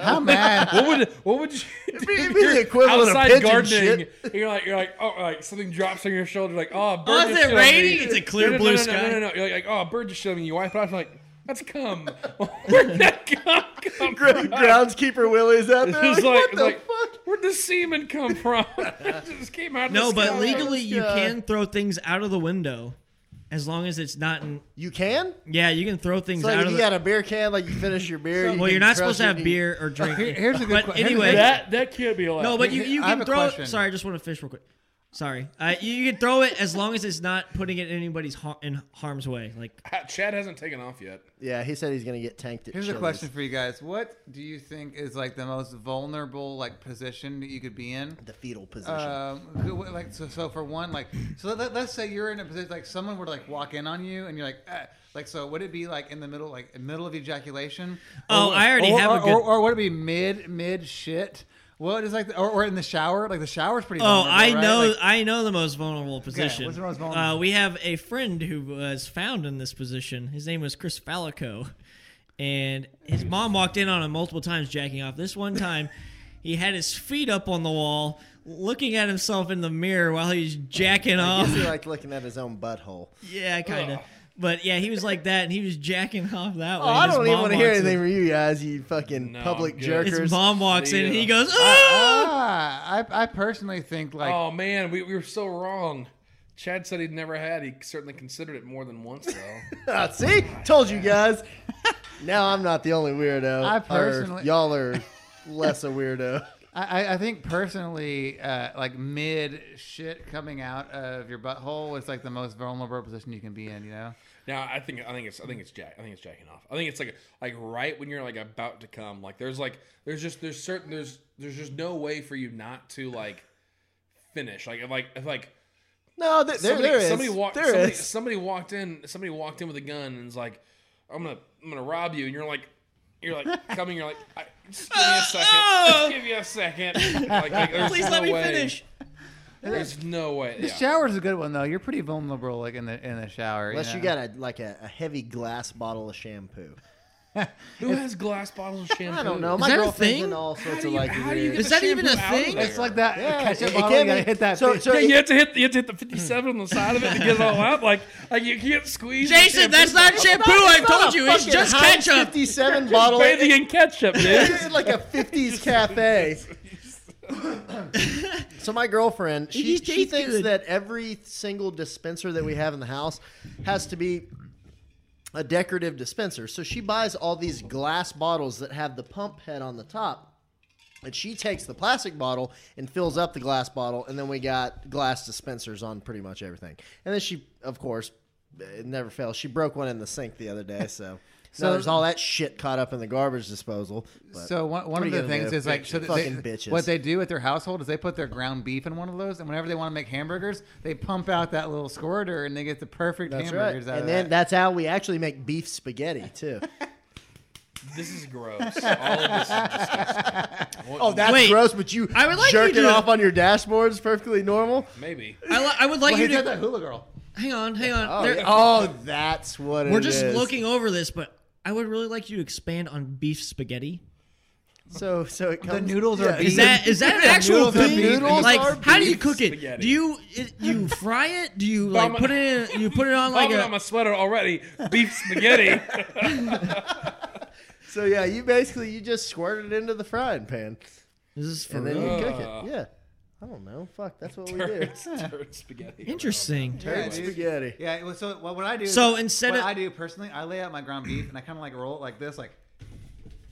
[SPEAKER 1] How mad?
[SPEAKER 2] What would what would you? It'd
[SPEAKER 3] be- it'd be the equivalent of pigeon shit.
[SPEAKER 2] You're like you're like oh like something drops on your shoulder like oh a bird. just
[SPEAKER 4] is it
[SPEAKER 2] shit on
[SPEAKER 4] raining?
[SPEAKER 2] me.
[SPEAKER 4] It's a clear
[SPEAKER 2] no, no,
[SPEAKER 4] blue
[SPEAKER 2] no, no,
[SPEAKER 4] sky.
[SPEAKER 2] No no no. You're like oh a bird just shit on me. You wipe it off. You're like that's cum. Where'd that cum come
[SPEAKER 3] Gr-
[SPEAKER 2] from?
[SPEAKER 3] Groundskeeper Willie's out there.
[SPEAKER 2] It's like,
[SPEAKER 3] Like, what
[SPEAKER 2] it's
[SPEAKER 3] the
[SPEAKER 2] like
[SPEAKER 3] fuck?
[SPEAKER 2] where'd the semen come from? it just came out. of
[SPEAKER 4] No,
[SPEAKER 2] the
[SPEAKER 4] but
[SPEAKER 2] sky.
[SPEAKER 4] legally you
[SPEAKER 1] uh,
[SPEAKER 3] Yeah.
[SPEAKER 4] can throw things out of the window. as long as it's not in.
[SPEAKER 3] You can?
[SPEAKER 4] Yeah, you can throw things
[SPEAKER 3] It's like
[SPEAKER 4] out
[SPEAKER 3] if
[SPEAKER 4] of
[SPEAKER 3] you
[SPEAKER 4] the.
[SPEAKER 3] got a beer can, like you finish your beer. you
[SPEAKER 4] well,
[SPEAKER 3] can
[SPEAKER 4] you're not
[SPEAKER 3] crush
[SPEAKER 4] supposed to
[SPEAKER 3] it
[SPEAKER 4] have
[SPEAKER 3] and you-
[SPEAKER 4] beer or drink.
[SPEAKER 1] Oh, Here- here's a good
[SPEAKER 4] But
[SPEAKER 1] que- here's a
[SPEAKER 4] anyway,
[SPEAKER 1] good-
[SPEAKER 2] That that can't be allowed.
[SPEAKER 4] no, but you, you
[SPEAKER 1] I have
[SPEAKER 4] can
[SPEAKER 1] a
[SPEAKER 4] throw.
[SPEAKER 1] question.
[SPEAKER 4] it. Sorry, I just want to fish real quick. Sorry, uh, you, you can throw it as long as it's not putting it in anybody's har- in harm's way. Like
[SPEAKER 2] Chad hasn't taken off yet.
[SPEAKER 3] Yeah, he said he's gonna get tanked. At
[SPEAKER 1] Here's a
[SPEAKER 3] Chili's.
[SPEAKER 1] question for you guys. What do you think is like the most vulnerable like position that you could be in?
[SPEAKER 3] The fetal position.
[SPEAKER 1] Um, who- what- like so, so for one, like so let, let's say you're in a position like someone were to like walk in on you and you're like, eh. like so would it be like in the middle like middle of ejaculation?
[SPEAKER 4] Oh, I already
[SPEAKER 1] or,
[SPEAKER 4] have
[SPEAKER 1] or,
[SPEAKER 4] a good-
[SPEAKER 1] Or, or would it be mid mid shit? Well, it's like or, or in the shower. Like the shower's pretty.
[SPEAKER 4] Oh,
[SPEAKER 1] vulnerable,
[SPEAKER 4] I
[SPEAKER 1] right?
[SPEAKER 4] know,
[SPEAKER 1] Like,
[SPEAKER 4] I know the most vulnerable position.
[SPEAKER 1] what's the most vulnerable?
[SPEAKER 4] Uh, we have a friend who was found in this position. His name was Chris Fallico, and his mom walked in on him multiple times jacking off. This one time, he had his feet up on the wall, looking at himself in the mirror while he's jacking
[SPEAKER 3] I
[SPEAKER 4] off.
[SPEAKER 3] guess he liked looking at his own butthole.
[SPEAKER 4] yeah, kind of.
[SPEAKER 2] Ugh.
[SPEAKER 4] But yeah, he was like that, and he was jacking off that
[SPEAKER 3] Oh,
[SPEAKER 4] way.
[SPEAKER 3] I
[SPEAKER 4] and his
[SPEAKER 3] don't even
[SPEAKER 4] mom
[SPEAKER 3] want to hear
[SPEAKER 4] walks in-
[SPEAKER 3] anything from you guys, you fucking
[SPEAKER 2] No, I'm
[SPEAKER 3] public
[SPEAKER 2] good.
[SPEAKER 3] jerkers.
[SPEAKER 4] His mom walks in, and
[SPEAKER 2] Yeah.
[SPEAKER 4] he goes, "Oh,
[SPEAKER 1] ah, I I personally think like
[SPEAKER 2] oh man, we, we were so wrong. Chad said he'd never had. He certainly considered it more than once, though.
[SPEAKER 3] Ah, see, told you guys. now I'm not the only weirdo.
[SPEAKER 1] I
[SPEAKER 3] Or
[SPEAKER 1] personally-
[SPEAKER 3] y'all are less a weirdo.
[SPEAKER 1] I, I- I think personally, uh, like mid shit coming out of your butthole is like the most vulnerable position you can be in. You know,
[SPEAKER 2] now I think I think it's I think it's jack I think it's jacking off. I think it's like like right when you're like about to come. Like there's like there's just there's certain there's there's just no way for you not to like finish. Like if like if like
[SPEAKER 3] No, th- there,
[SPEAKER 2] somebody,
[SPEAKER 3] there is.
[SPEAKER 2] somebody walked.
[SPEAKER 3] There
[SPEAKER 2] somebody,
[SPEAKER 3] is.
[SPEAKER 2] somebody walked in. Somebody walked in with a gun and is like, "I'm gonna, I'm gonna rob you." And you're like, you're like coming. You're like, I, just give me a second.
[SPEAKER 4] Oh.
[SPEAKER 2] Just give me a second. Like, like, there's
[SPEAKER 4] please
[SPEAKER 2] uh, no
[SPEAKER 4] let me
[SPEAKER 2] way.
[SPEAKER 4] finish."
[SPEAKER 2] There's no way.
[SPEAKER 1] the
[SPEAKER 2] Yeah.
[SPEAKER 1] shower's a good one though. You're pretty vulnerable, like in the in the shower.
[SPEAKER 3] Unless you
[SPEAKER 1] know?
[SPEAKER 3] got a like a, a heavy glass bottle of shampoo.
[SPEAKER 2] Who has glass bottles of shampoo?
[SPEAKER 3] I don't know.
[SPEAKER 4] Is
[SPEAKER 3] My
[SPEAKER 4] that a
[SPEAKER 3] girlfriend's
[SPEAKER 4] thing?
[SPEAKER 3] in all sorts
[SPEAKER 2] do
[SPEAKER 3] of
[SPEAKER 2] you-
[SPEAKER 3] like
[SPEAKER 2] how do you
[SPEAKER 3] weird-
[SPEAKER 2] get
[SPEAKER 4] Is that
[SPEAKER 2] the
[SPEAKER 4] even a
[SPEAKER 2] shampoo out of
[SPEAKER 4] thing?
[SPEAKER 2] there?
[SPEAKER 1] It's like that
[SPEAKER 3] Yeah,
[SPEAKER 1] ketchup
[SPEAKER 3] it- it
[SPEAKER 1] bottle.
[SPEAKER 3] can
[SPEAKER 1] you gotta
[SPEAKER 3] be-
[SPEAKER 1] hit that.
[SPEAKER 3] so-
[SPEAKER 1] big-
[SPEAKER 3] so-
[SPEAKER 2] Yeah, you have to hit the, you have to hit the 57 on the side of it to get it all out. Like, like you can't squeeze. the
[SPEAKER 4] Jason, that's not
[SPEAKER 2] shampoo
[SPEAKER 4] shampoo. I told you, it's
[SPEAKER 3] Fucking
[SPEAKER 4] just
[SPEAKER 3] Heinz
[SPEAKER 4] ketchup.
[SPEAKER 3] 57
[SPEAKER 2] bottle.
[SPEAKER 3] bottle.
[SPEAKER 2] Bathing in ketchup, dude.
[SPEAKER 3] It's like a 50s cafe. so my girlfriend, she,
[SPEAKER 4] just
[SPEAKER 3] she
[SPEAKER 4] tastes
[SPEAKER 3] thinks
[SPEAKER 4] good.
[SPEAKER 3] that every single dispenser that we have in the house has to be a decorative dispenser. So she buys all these glass bottles that have the pump head on the top. And she takes the plastic bottle and fills up the glass bottle, and then we got glass dispensers on pretty much everything. And then she, of course, it never fails. She broke one in the sink the other day, so.
[SPEAKER 1] So-
[SPEAKER 3] now there's all that shit caught up in the garbage disposal. but-
[SPEAKER 1] So one, one
[SPEAKER 3] What
[SPEAKER 1] of
[SPEAKER 3] are you
[SPEAKER 1] the
[SPEAKER 3] gonna
[SPEAKER 1] things
[SPEAKER 3] do?
[SPEAKER 1] is like so
[SPEAKER 3] Bitches.
[SPEAKER 1] that they-
[SPEAKER 3] Fucking bitches.
[SPEAKER 1] what they do at their household is they put their ground beef in one of those, and whenever they want to make hamburgers, they pump out that little squirter, and they get the perfect
[SPEAKER 3] That's right.
[SPEAKER 1] hamburgers out
[SPEAKER 3] And
[SPEAKER 1] of
[SPEAKER 3] then
[SPEAKER 1] that.
[SPEAKER 3] that's how we actually make beef spaghetti too.
[SPEAKER 2] This is gross. All of this is disgusting. What-
[SPEAKER 3] oh, that's
[SPEAKER 4] Wait.
[SPEAKER 3] gross. But you,
[SPEAKER 4] I would like you
[SPEAKER 3] jerking
[SPEAKER 4] to-
[SPEAKER 3] off on your dashboard is perfectly normal.
[SPEAKER 2] maybe.
[SPEAKER 4] I, li- I would like
[SPEAKER 1] Well,
[SPEAKER 4] you
[SPEAKER 1] he
[SPEAKER 4] to
[SPEAKER 1] said that hula girl.
[SPEAKER 4] hang on, hang on.
[SPEAKER 3] Oh,
[SPEAKER 4] There-
[SPEAKER 3] yeah. Oh, that's what
[SPEAKER 4] We're
[SPEAKER 3] it
[SPEAKER 4] just
[SPEAKER 3] is.
[SPEAKER 4] looking over this, but I would really like you to expand on beef spaghetti.
[SPEAKER 3] So, so it comes.
[SPEAKER 1] noodles are beef.
[SPEAKER 4] Is that is that an
[SPEAKER 1] Yeah,
[SPEAKER 4] actual
[SPEAKER 1] noodles are
[SPEAKER 4] thing?
[SPEAKER 1] beef. Noodles
[SPEAKER 4] like,
[SPEAKER 3] are
[SPEAKER 4] how do you
[SPEAKER 3] beef
[SPEAKER 4] cook it?
[SPEAKER 2] spaghetti.
[SPEAKER 4] Do you it, you fry it? Do you like
[SPEAKER 2] Vomit.
[SPEAKER 4] put it in? You put it on like
[SPEAKER 2] Like on
[SPEAKER 4] a
[SPEAKER 2] my sweater already. Beef spaghetti.
[SPEAKER 3] So yeah, you basically you just squirt it into the frying pan
[SPEAKER 4] is this for
[SPEAKER 3] and then
[SPEAKER 4] real?
[SPEAKER 3] you cook
[SPEAKER 2] Uh.
[SPEAKER 3] it. Yeah. I don't know. Fuck, that's what we do.
[SPEAKER 2] Turds- turd spaghetti.
[SPEAKER 4] Interesting.
[SPEAKER 3] Turd
[SPEAKER 1] dude.
[SPEAKER 3] spaghetti.
[SPEAKER 1] Yeah. well, So what, what I do?
[SPEAKER 4] So
[SPEAKER 1] is,
[SPEAKER 4] instead
[SPEAKER 1] what
[SPEAKER 4] of-
[SPEAKER 1] I do personally, I lay out my ground beef and I kind of like roll it like this, like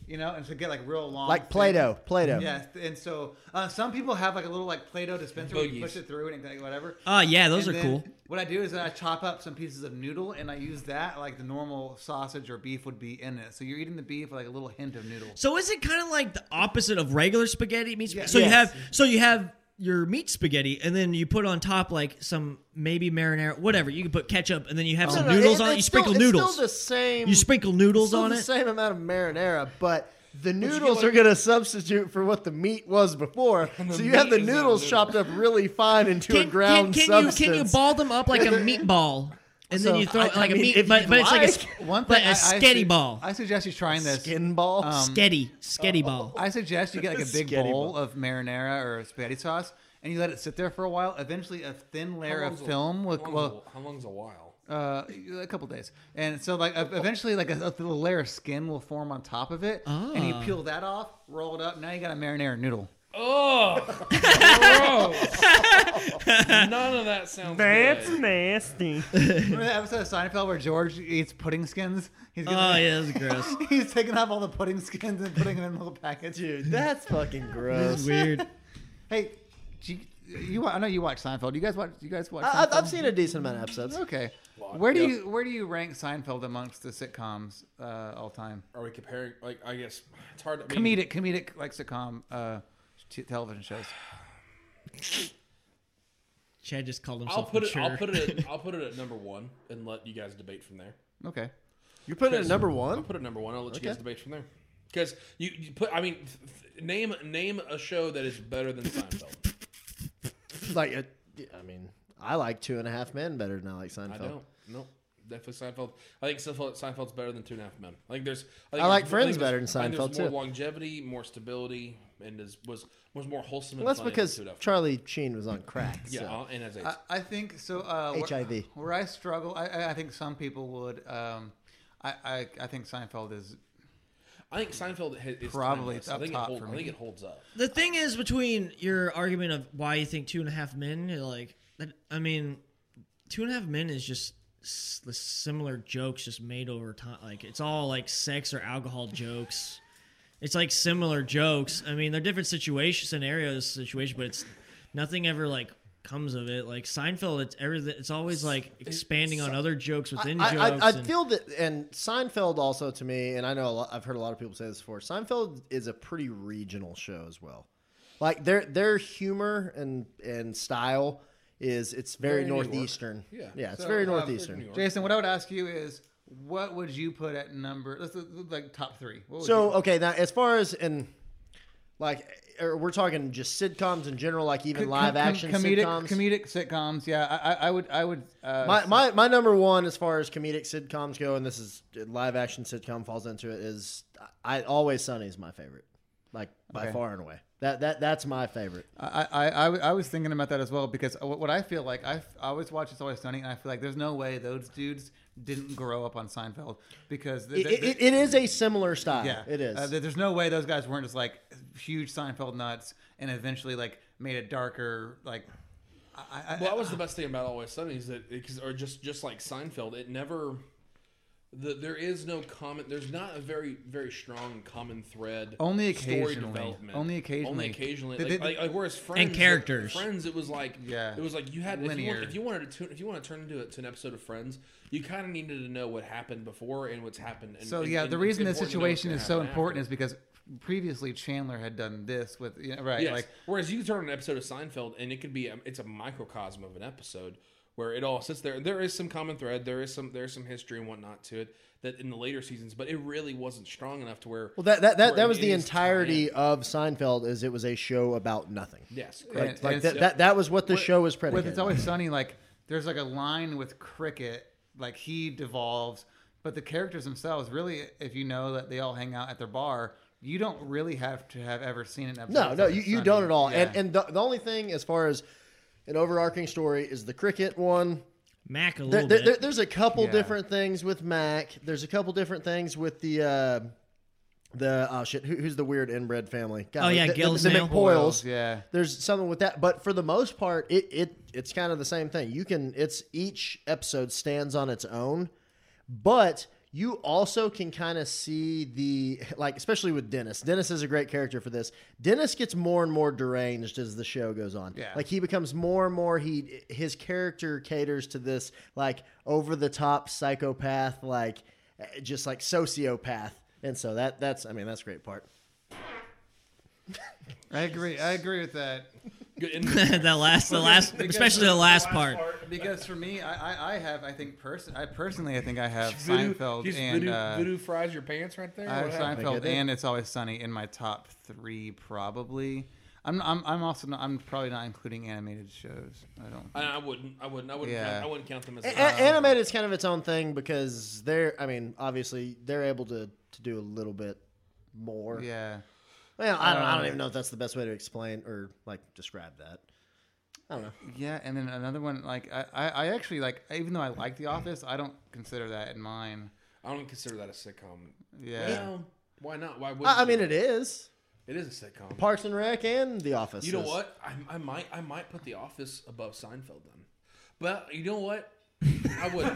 [SPEAKER 1] you know, and to get like real long,
[SPEAKER 3] Like
[SPEAKER 1] thin-
[SPEAKER 3] Play-Doh. Play-Doh.
[SPEAKER 1] Yes, and so uh, some people have like a little like Play-Doh dispenser where you
[SPEAKER 2] Boogies.
[SPEAKER 1] push it through and it, like, whatever.
[SPEAKER 4] Oh yeah, those
[SPEAKER 1] And
[SPEAKER 4] are
[SPEAKER 1] then
[SPEAKER 4] cool.
[SPEAKER 1] What I do is I chop up some pieces of noodle and I use that like the normal sausage or beef would be in it. So you're eating the beef with like a little hint of noodle.
[SPEAKER 4] So is it kind of like the opposite of regular spaghetti? Meat spaghetti?
[SPEAKER 1] Yeah.
[SPEAKER 4] So you
[SPEAKER 3] Yes.
[SPEAKER 4] have so you have your meat spaghetti, and then you put on top like some maybe marinara, whatever. You can put ketchup, and then you have some Oh, noodles on it. You
[SPEAKER 3] it's
[SPEAKER 4] sprinkle
[SPEAKER 3] still,
[SPEAKER 4] noodles.
[SPEAKER 3] It's still the same.
[SPEAKER 4] you sprinkle noodles
[SPEAKER 3] still
[SPEAKER 4] on
[SPEAKER 3] the
[SPEAKER 4] it.
[SPEAKER 3] same amount of marinara, but the
[SPEAKER 2] get,
[SPEAKER 3] noodles
[SPEAKER 2] like-
[SPEAKER 3] are going to substitute for what the meat was before. So you
[SPEAKER 2] meat
[SPEAKER 3] have the
[SPEAKER 2] is not
[SPEAKER 3] noodles
[SPEAKER 2] noodles.
[SPEAKER 3] chopped up really fine into a
[SPEAKER 4] Can,
[SPEAKER 3] ground
[SPEAKER 4] can, can you
[SPEAKER 3] substance.
[SPEAKER 4] can you ball them up like a meatball, and
[SPEAKER 3] So,
[SPEAKER 4] then you throw
[SPEAKER 3] I-
[SPEAKER 4] it
[SPEAKER 3] I
[SPEAKER 4] like a
[SPEAKER 3] mean,
[SPEAKER 4] meat,
[SPEAKER 3] if
[SPEAKER 4] but,
[SPEAKER 3] you'd
[SPEAKER 4] but it's like a
[SPEAKER 3] like,
[SPEAKER 4] sk-
[SPEAKER 1] One
[SPEAKER 4] like
[SPEAKER 1] thing
[SPEAKER 4] a
[SPEAKER 1] I- I
[SPEAKER 4] sketty
[SPEAKER 1] su-
[SPEAKER 4] ball,
[SPEAKER 1] I suggest you trying this.
[SPEAKER 3] Skin ball.
[SPEAKER 1] Um,
[SPEAKER 4] sketty, sketty
[SPEAKER 3] uh,
[SPEAKER 4] ball.
[SPEAKER 1] I suggest you get like a big
[SPEAKER 3] Spaghetti
[SPEAKER 1] bowl
[SPEAKER 3] bowl.
[SPEAKER 1] of marinara or spaghetti sauce, and you let it sit there for a while. Eventually, a thin layer of film will,
[SPEAKER 2] how long's,
[SPEAKER 1] will
[SPEAKER 2] a, how long's a while?
[SPEAKER 1] uh, a couple days, and so like ev- eventually, like a, a little layer of skin will form on top of it, and you
[SPEAKER 4] Ah.
[SPEAKER 1] peel that off, roll it up. Now you got a marinara noodle.
[SPEAKER 2] Oh, gross. None of that sounds
[SPEAKER 5] That's
[SPEAKER 2] good.
[SPEAKER 5] nasty.
[SPEAKER 1] Remember that episode of Seinfeld where George eats pudding skins? He's
[SPEAKER 4] Oh yeah, that's gross.
[SPEAKER 1] He's taking off all the pudding skins and putting them in little packets.
[SPEAKER 3] Dude, that's fucking
[SPEAKER 4] This
[SPEAKER 3] gross.
[SPEAKER 4] is weird.
[SPEAKER 1] Hey, do you, you wa- I know you watch Seinfeld. You guys watch? You guys watch?
[SPEAKER 3] I, I've- I've
[SPEAKER 1] Seinfeld?
[SPEAKER 3] seen a decent amount of episodes.
[SPEAKER 1] Okay. Where do
[SPEAKER 2] yeah.
[SPEAKER 1] you where do you rank Seinfeld amongst the sitcoms uh, all time?
[SPEAKER 2] Are we comparing? Like, I guess it's hard. to I mean,
[SPEAKER 1] Comedic, comedic like sitcom uh, t- television shows.
[SPEAKER 4] Chad just called
[SPEAKER 2] I'll
[SPEAKER 4] himself
[SPEAKER 2] put it.
[SPEAKER 4] mature.
[SPEAKER 2] I'll put it. At, I'll put it at number one and let you guys debate from there.
[SPEAKER 1] Okay.
[SPEAKER 3] You put it at number
[SPEAKER 2] I'll
[SPEAKER 3] one?
[SPEAKER 2] put it number one. I'll let
[SPEAKER 3] Okay.
[SPEAKER 2] you guys debate from there. Because you, you put. I mean, th- th- name name a show that is better than Seinfeld.
[SPEAKER 3] Like, uh, I mean, I like Two and a Half Men better than I like Seinfeld.
[SPEAKER 2] I don't. No. Definitely Seinfeld. I think Seinfeld, Seinfeld's better than Two and a Half Men. I think there's. I, think
[SPEAKER 3] I like
[SPEAKER 2] there's-
[SPEAKER 3] Friends
[SPEAKER 2] think there's-
[SPEAKER 3] better than
[SPEAKER 2] I think there's
[SPEAKER 3] Seinfeld,
[SPEAKER 2] more
[SPEAKER 3] too.
[SPEAKER 2] Longevity, more stability, and is, was was more wholesome. And
[SPEAKER 3] Well, that's
[SPEAKER 2] funny than
[SPEAKER 3] because
[SPEAKER 2] Two and a Half Men.
[SPEAKER 3] Charlie Sheen was on crack.
[SPEAKER 2] Yeah,
[SPEAKER 3] so.
[SPEAKER 2] uh, and as AIDS.
[SPEAKER 1] I, I think so. Uh, where-
[SPEAKER 3] HIV.
[SPEAKER 1] Where, I struggle, I- I, I think some people would. Um, I, I I think Seinfeld is
[SPEAKER 2] I think Seinfeld ha- is
[SPEAKER 1] Probably
[SPEAKER 2] timeless.
[SPEAKER 1] up
[SPEAKER 2] I think
[SPEAKER 1] top
[SPEAKER 2] it hold,
[SPEAKER 1] for
[SPEAKER 2] I think
[SPEAKER 1] me.
[SPEAKER 2] it holds up.
[SPEAKER 4] the thing is between your argument of why you think two and a half men you're like that i mean two and a half men is just s- the similar jokes just made over time like it's all like sex or alcohol jokes it's like similar jokes i mean they're different situation scenarios situation but it's nothing ever like comes of it like seinfeld it's everything it's always like expanding on other jokes within
[SPEAKER 3] I, I,
[SPEAKER 4] jokes
[SPEAKER 3] I
[SPEAKER 4] and-
[SPEAKER 3] feel that, and Seinfeld also to me, and I know a lot, I've heard a lot of people say this before. Seinfeld is a pretty regional show as well. Like their their humor and and style is it's very
[SPEAKER 2] Very New York.
[SPEAKER 3] northeastern.
[SPEAKER 2] Yeah,
[SPEAKER 3] yeah, it's
[SPEAKER 2] So,
[SPEAKER 3] very
[SPEAKER 2] uh,
[SPEAKER 3] northeastern.
[SPEAKER 2] New York.
[SPEAKER 1] Jason. What I would ask you is, what would you put at number? Let's do, like top three. What would
[SPEAKER 3] So uh,
[SPEAKER 1] you-
[SPEAKER 3] okay, now as far as and like or we're talking just sitcoms in general, like even
[SPEAKER 1] Com-
[SPEAKER 3] live
[SPEAKER 1] com-
[SPEAKER 3] action
[SPEAKER 1] comedic
[SPEAKER 3] sitcoms.
[SPEAKER 1] comedic sitcoms. Yeah, I, I- I would I would. Uh,
[SPEAKER 3] my, my, my number one as far as comedic sitcoms go, and this is live action sitcom falls into it, is I always Sunny is my favorite, like by
[SPEAKER 1] Okay. Uh,
[SPEAKER 3] far and away. That that that's my favorite.
[SPEAKER 1] I, I, I, I was thinking about that as well because uh, what what I feel like I, I always watch It's Always Sunny and I feel like there's no way those dudes didn't grow up on Seinfeld because th-
[SPEAKER 3] It,
[SPEAKER 1] th-
[SPEAKER 3] it, it- it is a similar style.
[SPEAKER 1] yeah
[SPEAKER 3] it is.
[SPEAKER 1] Uh, th- there's no way those guys weren't just like huge Seinfeld nuts and eventually like made it darker like I, I,
[SPEAKER 2] Well, that was the best thing about Always Sunny is that because or just just like Seinfeld, it never. The, there is no common. There's not a very very strong common thread.
[SPEAKER 1] Only
[SPEAKER 2] Story
[SPEAKER 1] occasionally.
[SPEAKER 2] development.
[SPEAKER 1] Only occasionally.
[SPEAKER 2] Only occasionally.
[SPEAKER 1] They-
[SPEAKER 2] like,
[SPEAKER 1] they-
[SPEAKER 2] like, like, whereas friends
[SPEAKER 4] characters.
[SPEAKER 2] Friends, it was like
[SPEAKER 1] Yeah.
[SPEAKER 2] It was like you had if you,
[SPEAKER 1] Linear.
[SPEAKER 2] want, if you wanted to tune, if you want to turn into it to an episode of Friends, you kind of needed to know what happened before and what's happened. And,
[SPEAKER 1] So
[SPEAKER 2] and-
[SPEAKER 1] yeah,
[SPEAKER 2] and
[SPEAKER 1] the
[SPEAKER 2] it's
[SPEAKER 1] reason this
[SPEAKER 2] important to know what's
[SPEAKER 1] situation
[SPEAKER 2] gonna
[SPEAKER 1] is so
[SPEAKER 2] happen
[SPEAKER 1] important
[SPEAKER 2] after.
[SPEAKER 1] is because previously Chandler had done this with you know, right
[SPEAKER 2] Yes.
[SPEAKER 1] like
[SPEAKER 2] Whereas you can turn on an episode of Seinfeld and it could be a, it's a microcosm of an episode where it all sits there. There is some common thread. There is some there's some history and whatnot to it that in the later seasons, but it really wasn't strong enough to where.
[SPEAKER 3] well, that that, that,
[SPEAKER 2] where
[SPEAKER 3] that
[SPEAKER 2] it
[SPEAKER 3] was the
[SPEAKER 2] is
[SPEAKER 3] entirety
[SPEAKER 2] tie-in.
[SPEAKER 3] of Seinfeld. Is it was a show about nothing.
[SPEAKER 2] Yes.
[SPEAKER 1] And-
[SPEAKER 3] Like,
[SPEAKER 1] and
[SPEAKER 3] like
[SPEAKER 1] it's-
[SPEAKER 3] that, that that was what the show was
[SPEAKER 1] with
[SPEAKER 3] predicated.
[SPEAKER 1] it's always sunny like there's like a line with cricket like he devolves but the characters themselves really if you know that they all hang out at their bar you don't really have to have ever seen an episode
[SPEAKER 3] No,
[SPEAKER 1] of
[SPEAKER 3] no,
[SPEAKER 1] It's
[SPEAKER 3] you, you
[SPEAKER 1] Sunny.
[SPEAKER 3] don't at all. And
[SPEAKER 1] Yeah.
[SPEAKER 3] and the, the only thing as far as an overarching story is the cricket one.
[SPEAKER 4] mac a
[SPEAKER 3] There,
[SPEAKER 4] little
[SPEAKER 3] there-
[SPEAKER 4] bit
[SPEAKER 3] there- there's a couple
[SPEAKER 1] Yeah.
[SPEAKER 3] different things with Mac. There's a couple different things with the uh, the oh shit, who, who's the weird inbred family? God,
[SPEAKER 4] Oh, yeah,
[SPEAKER 3] the,
[SPEAKER 4] Gill's
[SPEAKER 3] the, the
[SPEAKER 4] nail.
[SPEAKER 3] McPoyles.
[SPEAKER 1] yeah
[SPEAKER 3] There's something with that, but for the most part, it, it it's kind of the same thing. You can it's each episode stands on its own, but you also can kind of see the like, especially with Dennis. Dennis is a great character for this. Dennis gets more and more deranged as the show goes on.
[SPEAKER 1] Yeah.
[SPEAKER 3] like he becomes more and more he his character caters to this like over the top psychopath, like eh, just like sociopath, and so that that's I mean that's a great part.
[SPEAKER 1] i agree i agree with that
[SPEAKER 2] Good- and-
[SPEAKER 4] that last the last
[SPEAKER 1] Because-
[SPEAKER 4] especially the last part
[SPEAKER 1] because for me i i, I have i think person i personally i think i have
[SPEAKER 2] voodoo-
[SPEAKER 1] seinfeld
[SPEAKER 2] just
[SPEAKER 1] and
[SPEAKER 2] voodoo,
[SPEAKER 1] uh,
[SPEAKER 2] voodoo fries your pants right there.
[SPEAKER 1] I have
[SPEAKER 2] What happened?
[SPEAKER 3] I
[SPEAKER 1] Seinfeld
[SPEAKER 3] get it.
[SPEAKER 1] and It's Always Sunny in my top three, probably. I'm I'm, I'm also not, I'm probably not including animated shows. I don't.
[SPEAKER 2] I, I wouldn't. I wouldn't. I wouldn't.
[SPEAKER 1] Yeah.
[SPEAKER 2] Count, I wouldn't count them as.
[SPEAKER 3] A- animated is kind of its own thing because they're, I mean, obviously they're able to, to do a little bit more.
[SPEAKER 1] yeah,
[SPEAKER 3] Well, I don't, I
[SPEAKER 2] Uh,
[SPEAKER 1] Um,
[SPEAKER 3] don't even know if that's the best way to explain or like describe that. I don't know.
[SPEAKER 1] yeah. And then another one like I, I, I actually like even though I like The Office, I don't consider that in mine.
[SPEAKER 2] I don't consider that a sitcom.
[SPEAKER 1] Yeah.
[SPEAKER 2] Well, why not? Why would
[SPEAKER 3] I, I mean, it is.
[SPEAKER 2] It is a sitcom.
[SPEAKER 3] Parks and Rec and The Office.
[SPEAKER 2] You know
[SPEAKER 3] is-
[SPEAKER 2] what? I, I might I might put The Office above Seinfeld then. But you know what? I would.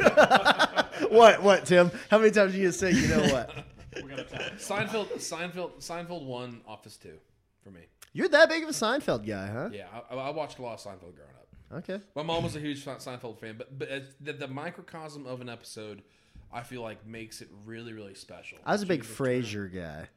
[SPEAKER 3] What? What, Tim? How many times you just say, you know what?
[SPEAKER 5] We're gonna tell.
[SPEAKER 2] Seinfeld Seinfeld Seinfeld one, Office two, for me.
[SPEAKER 3] You're that big of a Seinfeld guy, huh?
[SPEAKER 2] Yeah, I, I watched a lot of Seinfeld growing up.
[SPEAKER 3] Okay.
[SPEAKER 2] My mom was a huge Se- Seinfeld fan, but but it's- the, the microcosm of an episode, I feel like makes it really really special.
[SPEAKER 3] I was a big Frasier guy.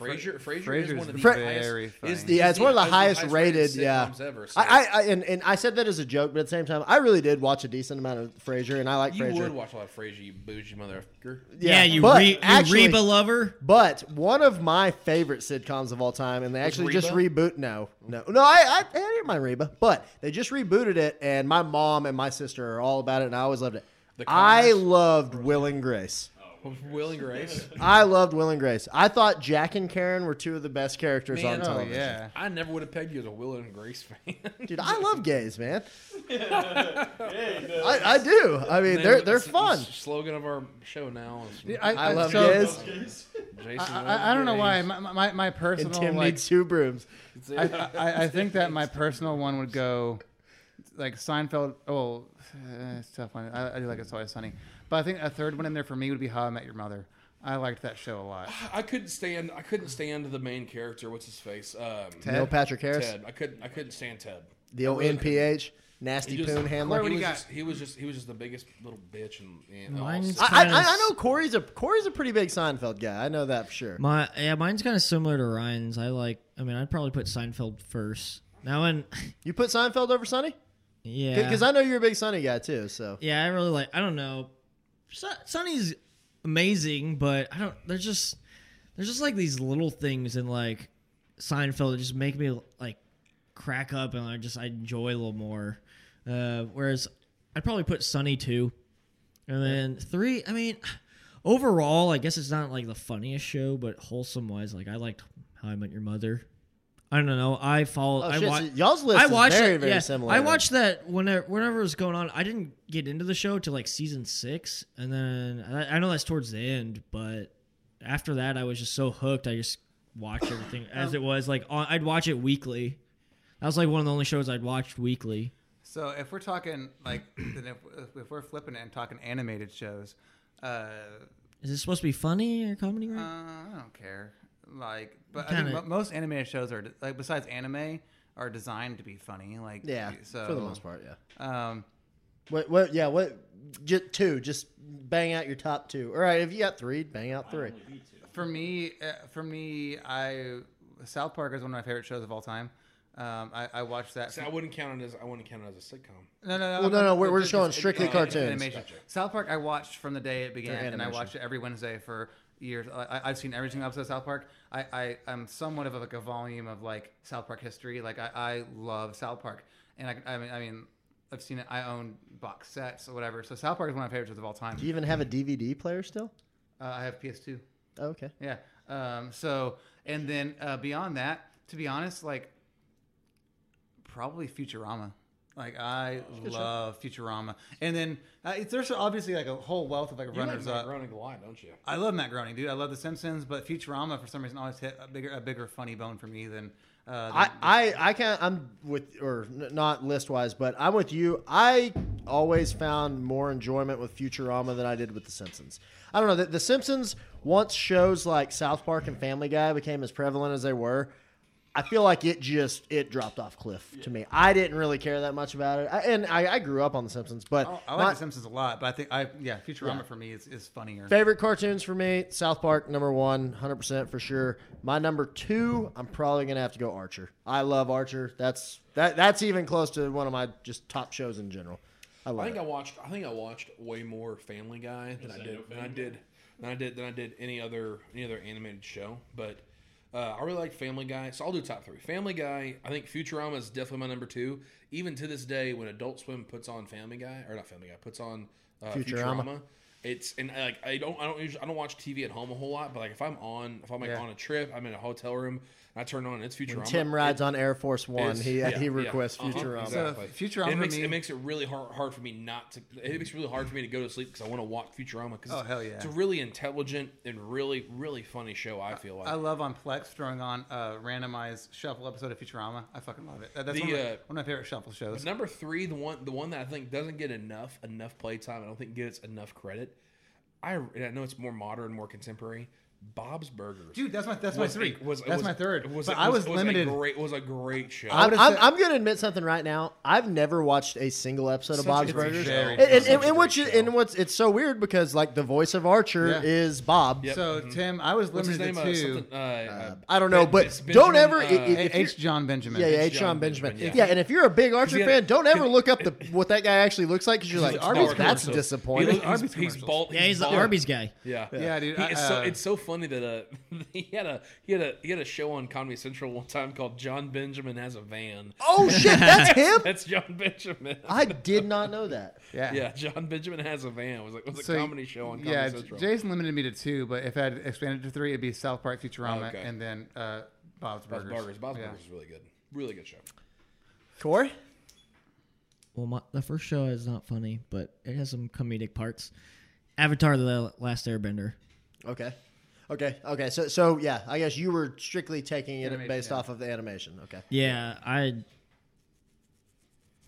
[SPEAKER 2] Frasier Frasier is
[SPEAKER 1] Frasier's
[SPEAKER 2] one of the
[SPEAKER 1] very
[SPEAKER 2] highest, is,
[SPEAKER 1] funny.
[SPEAKER 3] Yeah,
[SPEAKER 2] is
[SPEAKER 3] it's one of the highest rated.
[SPEAKER 2] highest-rated
[SPEAKER 3] yeah,
[SPEAKER 2] sitcoms ever. so-
[SPEAKER 3] I, I, I and, and I said that as a joke, but at the same time, I really did watch a decent amount of Frasier, and I like
[SPEAKER 2] you
[SPEAKER 3] Frasier.
[SPEAKER 2] would watch a lot of Frasier, you bougie motherfucker.
[SPEAKER 4] Yeah, you,
[SPEAKER 3] but
[SPEAKER 4] re- you
[SPEAKER 3] actually-
[SPEAKER 4] Reba lover.
[SPEAKER 3] But one of my favorite sitcoms of all time, and they actually just
[SPEAKER 2] Reba?
[SPEAKER 3] reboot. No, no, no. I, I, I didn't mind Reba, but they just rebooted it, and my mom and my sister are all about it, and I always loved it.
[SPEAKER 2] The
[SPEAKER 3] I
[SPEAKER 2] Conners?
[SPEAKER 3] loved Will and Grace.
[SPEAKER 2] Will and Grace.
[SPEAKER 3] I loved Will and Grace. I thought Jack and Karen were two of the best characters
[SPEAKER 2] Man,
[SPEAKER 3] on
[SPEAKER 1] Oh
[SPEAKER 3] television.
[SPEAKER 1] yeah.
[SPEAKER 2] I never would have pegged you as a Will and Grace fan.
[SPEAKER 3] Dude, I love gays, man.
[SPEAKER 5] Hey, the-
[SPEAKER 3] I, I do. I mean, they're they're
[SPEAKER 2] That's the
[SPEAKER 3] fun.
[SPEAKER 2] slogan of our show now is
[SPEAKER 1] Yeah, I,
[SPEAKER 3] I love
[SPEAKER 1] so-
[SPEAKER 3] gays.
[SPEAKER 2] Jason.
[SPEAKER 1] I, I, I don't know why my, my, my personal
[SPEAKER 3] And Tim
[SPEAKER 1] like,
[SPEAKER 3] needs two brooms.
[SPEAKER 1] I, I, I think that my personal one would go like Seinfeld. Oh, eh, it's a tough one. I, I do like It's Always Sunny, but I think a third one in there for me would be How I Met Your Mother. I liked that show a lot.
[SPEAKER 2] I couldn't stand. I couldn't stand the main character. What's his face? Um,
[SPEAKER 1] Ted?
[SPEAKER 3] Neil Patrick Harris,
[SPEAKER 2] Ted. I couldn't. I couldn't stand Ted.
[SPEAKER 3] the old NPH, nasty
[SPEAKER 2] He just-
[SPEAKER 3] poon handler.
[SPEAKER 2] He
[SPEAKER 1] do
[SPEAKER 2] was,
[SPEAKER 1] you got?
[SPEAKER 2] just, he was just. He was just the biggest little bitch. And, and all
[SPEAKER 4] Mine's-
[SPEAKER 2] sorts.
[SPEAKER 3] I, I, I know Corey's a Corey's a pretty big Seinfeld guy. I know that for sure.
[SPEAKER 4] My yeah, mine's kind of similar to Ryan's. I like. I mean, I'd probably put Seinfeld first. That one,
[SPEAKER 3] You put Seinfeld over Sonny?
[SPEAKER 4] yeah,
[SPEAKER 3] Because I know you're a big Sonny guy too. So
[SPEAKER 4] yeah, I really like. I don't know. Son- Sonny's amazing, but I don't. There's just there's just like these little things in like Seinfeld that just make me like crack up and I just I enjoy a little more. Uh, whereas I'd probably put Sonny two, and then three. I mean, overall, I guess it's not like the funniest show, but wholesome wise, like I liked How I Met Your Mother. I don't know. I follow.
[SPEAKER 3] oh,
[SPEAKER 4] I
[SPEAKER 3] shit,
[SPEAKER 4] wa-
[SPEAKER 3] so y'all's list
[SPEAKER 4] I watched
[SPEAKER 3] is very
[SPEAKER 4] it-
[SPEAKER 3] very
[SPEAKER 4] yeah,
[SPEAKER 3] similar.
[SPEAKER 4] I watched that whenever whenever it was going on. I didn't get into the show till like season six, and then I, I know that's towards the end, but after that, I was just so hooked. I just watched everything as it was. Like on, I'd watch it weekly. That was like one of the only shows I'd watched weekly.
[SPEAKER 1] So if we're talking like, then if, if we're flipping it and talking animated shows, uh,
[SPEAKER 4] Is this supposed to be funny or comedy?
[SPEAKER 1] uh,
[SPEAKER 4] Right?
[SPEAKER 1] I don't care. Like, but I think
[SPEAKER 4] Kinda-
[SPEAKER 1] mo- most animated shows are like besides anime are designed to be funny. Like,
[SPEAKER 3] Yeah,
[SPEAKER 1] so
[SPEAKER 3] for the most part, yeah.
[SPEAKER 1] Um,
[SPEAKER 3] What? What? Yeah. What? Just two. Just bang out your top two. All right. If you got three, bang out three.
[SPEAKER 5] Only we two.
[SPEAKER 1] For me, uh, for me, I South Park is one of my favorite shows of all time. Um, I, I watched that.
[SPEAKER 2] See, I wouldn't count it as. I wouldn't count it as a sitcom.
[SPEAKER 1] no, no, no.
[SPEAKER 3] Well, no, no, we're- we're just going
[SPEAKER 1] it-
[SPEAKER 3] strictly
[SPEAKER 1] it- it's
[SPEAKER 3] cartoons.
[SPEAKER 1] animation. South Park, I watched from the day it began, and I
[SPEAKER 3] animation.
[SPEAKER 1] watched it every Wednesday for years. I, I- I've seen every single episode of South Park. I, I am somewhat of like a volume of like South Park history. Like I, I love South Park, and I, I mean, I mean, I've seen it. I own box sets or whatever. So South Park is one of my favorite shows of all time.
[SPEAKER 3] Do you even have a DVD player still?
[SPEAKER 1] Uh, I have PS2.
[SPEAKER 3] Oh, okay.
[SPEAKER 1] Yeah. Um, so, and then uh, beyond that, to be honest, like probably Futurama. Like
[SPEAKER 3] Oh,
[SPEAKER 1] I love Futurama, and then uh, it's, there's obviously like a whole wealth of like
[SPEAKER 2] You
[SPEAKER 1] runners
[SPEAKER 2] like
[SPEAKER 1] up.
[SPEAKER 2] Groening a lot, don't you?
[SPEAKER 1] I love Matt Groening, dude. I love The Simpsons, but Futurama for some reason always hit a bigger, a bigger funny bone for me than. Uh,
[SPEAKER 3] I,
[SPEAKER 1] than-
[SPEAKER 3] I, I can't. I'm with, or n- not list wise, but I'm with you. I always found more enjoyment with Futurama than I did with The Simpsons. I don't know. The, the Simpsons, once shows like South Park and Family Guy became as prevalent as they were, I feel like it just it dropped off cliff to me. I didn't really care that much about it, I, and I, I grew up on The Simpsons, but
[SPEAKER 1] I, I
[SPEAKER 3] my-
[SPEAKER 1] like The Simpsons a lot, but I think I yeah Futurama
[SPEAKER 3] Yeah.
[SPEAKER 1] for me is, is funnier.
[SPEAKER 3] Favorite cartoons for me, South Park number one, 100% for sure. My number two, I'm probably going to have to go Archer. I love Archer. That's that that's even close to one of my just top shows in general. I
[SPEAKER 2] I
[SPEAKER 3] love
[SPEAKER 2] think I
[SPEAKER 3] it.
[SPEAKER 2] watched. I think I watched way more Family Guy than I
[SPEAKER 5] that
[SPEAKER 2] did
[SPEAKER 5] no
[SPEAKER 2] than I
[SPEAKER 5] Family
[SPEAKER 2] did than I did than I did any other any other animated show. But uh, I really like Family Guy, so I'll do top three. Family Guy. I think Futurama is definitely my number two. Even to this day, when Adult Swim puts on Family Guy or not Family Guy puts on uh, Futurama.
[SPEAKER 3] Futurama.
[SPEAKER 2] It's and uh, like I don't I don't usually I don't watch TV at home a whole lot, but like if I'm on if I'm like
[SPEAKER 3] Yeah.
[SPEAKER 2] on a trip, I'm in a hotel room, and I turn on it's Futurama.
[SPEAKER 3] Tim rides on Air Force One.
[SPEAKER 2] It's-
[SPEAKER 3] He
[SPEAKER 2] yeah,
[SPEAKER 3] he
[SPEAKER 2] yeah.
[SPEAKER 3] requests
[SPEAKER 2] Uh-huh,
[SPEAKER 3] Futurama.
[SPEAKER 2] exactly.
[SPEAKER 1] So, uh, Futurama
[SPEAKER 2] It makes,
[SPEAKER 1] me-
[SPEAKER 2] it makes it really hard, hard for me not to. It makes it really hard for me to go to sleep because I want to watch Futurama. Because
[SPEAKER 1] Oh, hell yeah.
[SPEAKER 2] it's a really intelligent and really really funny show. I feel like
[SPEAKER 1] I love on Plex throwing on a randomized shuffle episode of Futurama. I fucking love it. That- That's
[SPEAKER 2] The,
[SPEAKER 1] one, of my,
[SPEAKER 2] uh,
[SPEAKER 1] one of my favorite shuffle shows.
[SPEAKER 2] number three, the one the one that I think doesn't get enough enough playtime. I don't think gets enough credit. I and I know it's more modern, more contemporary. Bob's Burgers.
[SPEAKER 1] Dude, that's my that's
[SPEAKER 2] was
[SPEAKER 1] my
[SPEAKER 2] a-
[SPEAKER 1] three.
[SPEAKER 2] was-
[SPEAKER 1] that's
[SPEAKER 2] was-
[SPEAKER 1] my third.
[SPEAKER 2] Was,
[SPEAKER 1] but
[SPEAKER 2] was,
[SPEAKER 1] I was,
[SPEAKER 2] a
[SPEAKER 1] limited.
[SPEAKER 2] great was a great show.
[SPEAKER 1] I
[SPEAKER 3] I'm,
[SPEAKER 1] would've
[SPEAKER 3] I'm,
[SPEAKER 1] said-
[SPEAKER 3] I'm going to admit something right now. I've never watched a single episode of
[SPEAKER 2] Such
[SPEAKER 3] Bob's
[SPEAKER 2] a great
[SPEAKER 3] Burgers.
[SPEAKER 2] show.
[SPEAKER 1] Very
[SPEAKER 3] And, and,
[SPEAKER 2] Such a
[SPEAKER 3] and,
[SPEAKER 2] great
[SPEAKER 3] which,
[SPEAKER 2] show.
[SPEAKER 3] and what's it's so weird because like the voice of Archer
[SPEAKER 1] Yeah.
[SPEAKER 3] is Bob.
[SPEAKER 1] So Tim, I was
[SPEAKER 2] mm-hmm. What's his
[SPEAKER 1] limited to
[SPEAKER 2] name? Uh,
[SPEAKER 1] two.
[SPEAKER 2] something, uh, uh,
[SPEAKER 3] I don't know,
[SPEAKER 2] Ben-
[SPEAKER 3] but
[SPEAKER 2] Ben-
[SPEAKER 3] don't
[SPEAKER 2] Benjamin,
[SPEAKER 3] ever-
[SPEAKER 2] uh,
[SPEAKER 3] it- it-
[SPEAKER 1] H.
[SPEAKER 3] if you're-
[SPEAKER 1] H. John Benjamin.
[SPEAKER 3] Yeah, yeah,
[SPEAKER 2] H.
[SPEAKER 3] H. John
[SPEAKER 2] John
[SPEAKER 3] Benjamin.
[SPEAKER 2] Benjamin,
[SPEAKER 3] Yeah.
[SPEAKER 2] yeah.
[SPEAKER 3] and if you're a big Archer
[SPEAKER 2] had-
[SPEAKER 3] fan, don't ever
[SPEAKER 2] he-
[SPEAKER 3] look up the what that guy actually looks like because you're like,
[SPEAKER 2] it's
[SPEAKER 1] Arby's
[SPEAKER 2] Arby's
[SPEAKER 3] oh, that's
[SPEAKER 2] commercials.
[SPEAKER 3] disappointing.
[SPEAKER 2] He looks-
[SPEAKER 1] Arby's
[SPEAKER 2] he's, he's
[SPEAKER 1] commercials.
[SPEAKER 2] bald.
[SPEAKER 4] Yeah, he's the
[SPEAKER 2] bald.
[SPEAKER 4] Arby's guy.
[SPEAKER 2] Yeah,
[SPEAKER 1] Yeah, dude,
[SPEAKER 2] He-
[SPEAKER 1] I-
[SPEAKER 2] it's, so,
[SPEAKER 1] uh,
[SPEAKER 2] it's so funny that uh, he had a he had a he had a show on Comedy Central one time called John Benjamin has a van.
[SPEAKER 3] oh shit, that's him.
[SPEAKER 2] That's John Benjamin.
[SPEAKER 3] I did not know that.
[SPEAKER 1] yeah.
[SPEAKER 2] yeah, John Benjamin has a van was like was a
[SPEAKER 1] So,
[SPEAKER 2] comedy show on Comedy
[SPEAKER 1] yeah,
[SPEAKER 2] Central.
[SPEAKER 1] Jason limited me to two, but if I had expanded to three, it'd be South Park, Futurama,
[SPEAKER 2] Okay.
[SPEAKER 1] and then uh, Bob's
[SPEAKER 2] Bob's
[SPEAKER 1] Burgers.
[SPEAKER 2] Burgers. Bob's
[SPEAKER 1] Yeah.
[SPEAKER 2] Burgers is really good. Really good show.
[SPEAKER 3] Corey,
[SPEAKER 4] Well, my, the first show is not funny, but it has some comedic parts. Avatar: The Last Airbender.
[SPEAKER 3] okay, okay, okay. So so yeah, I guess you were strictly taking it
[SPEAKER 1] Animation,
[SPEAKER 3] based
[SPEAKER 1] yeah.
[SPEAKER 3] off of the animation. Okay.
[SPEAKER 4] Yeah, I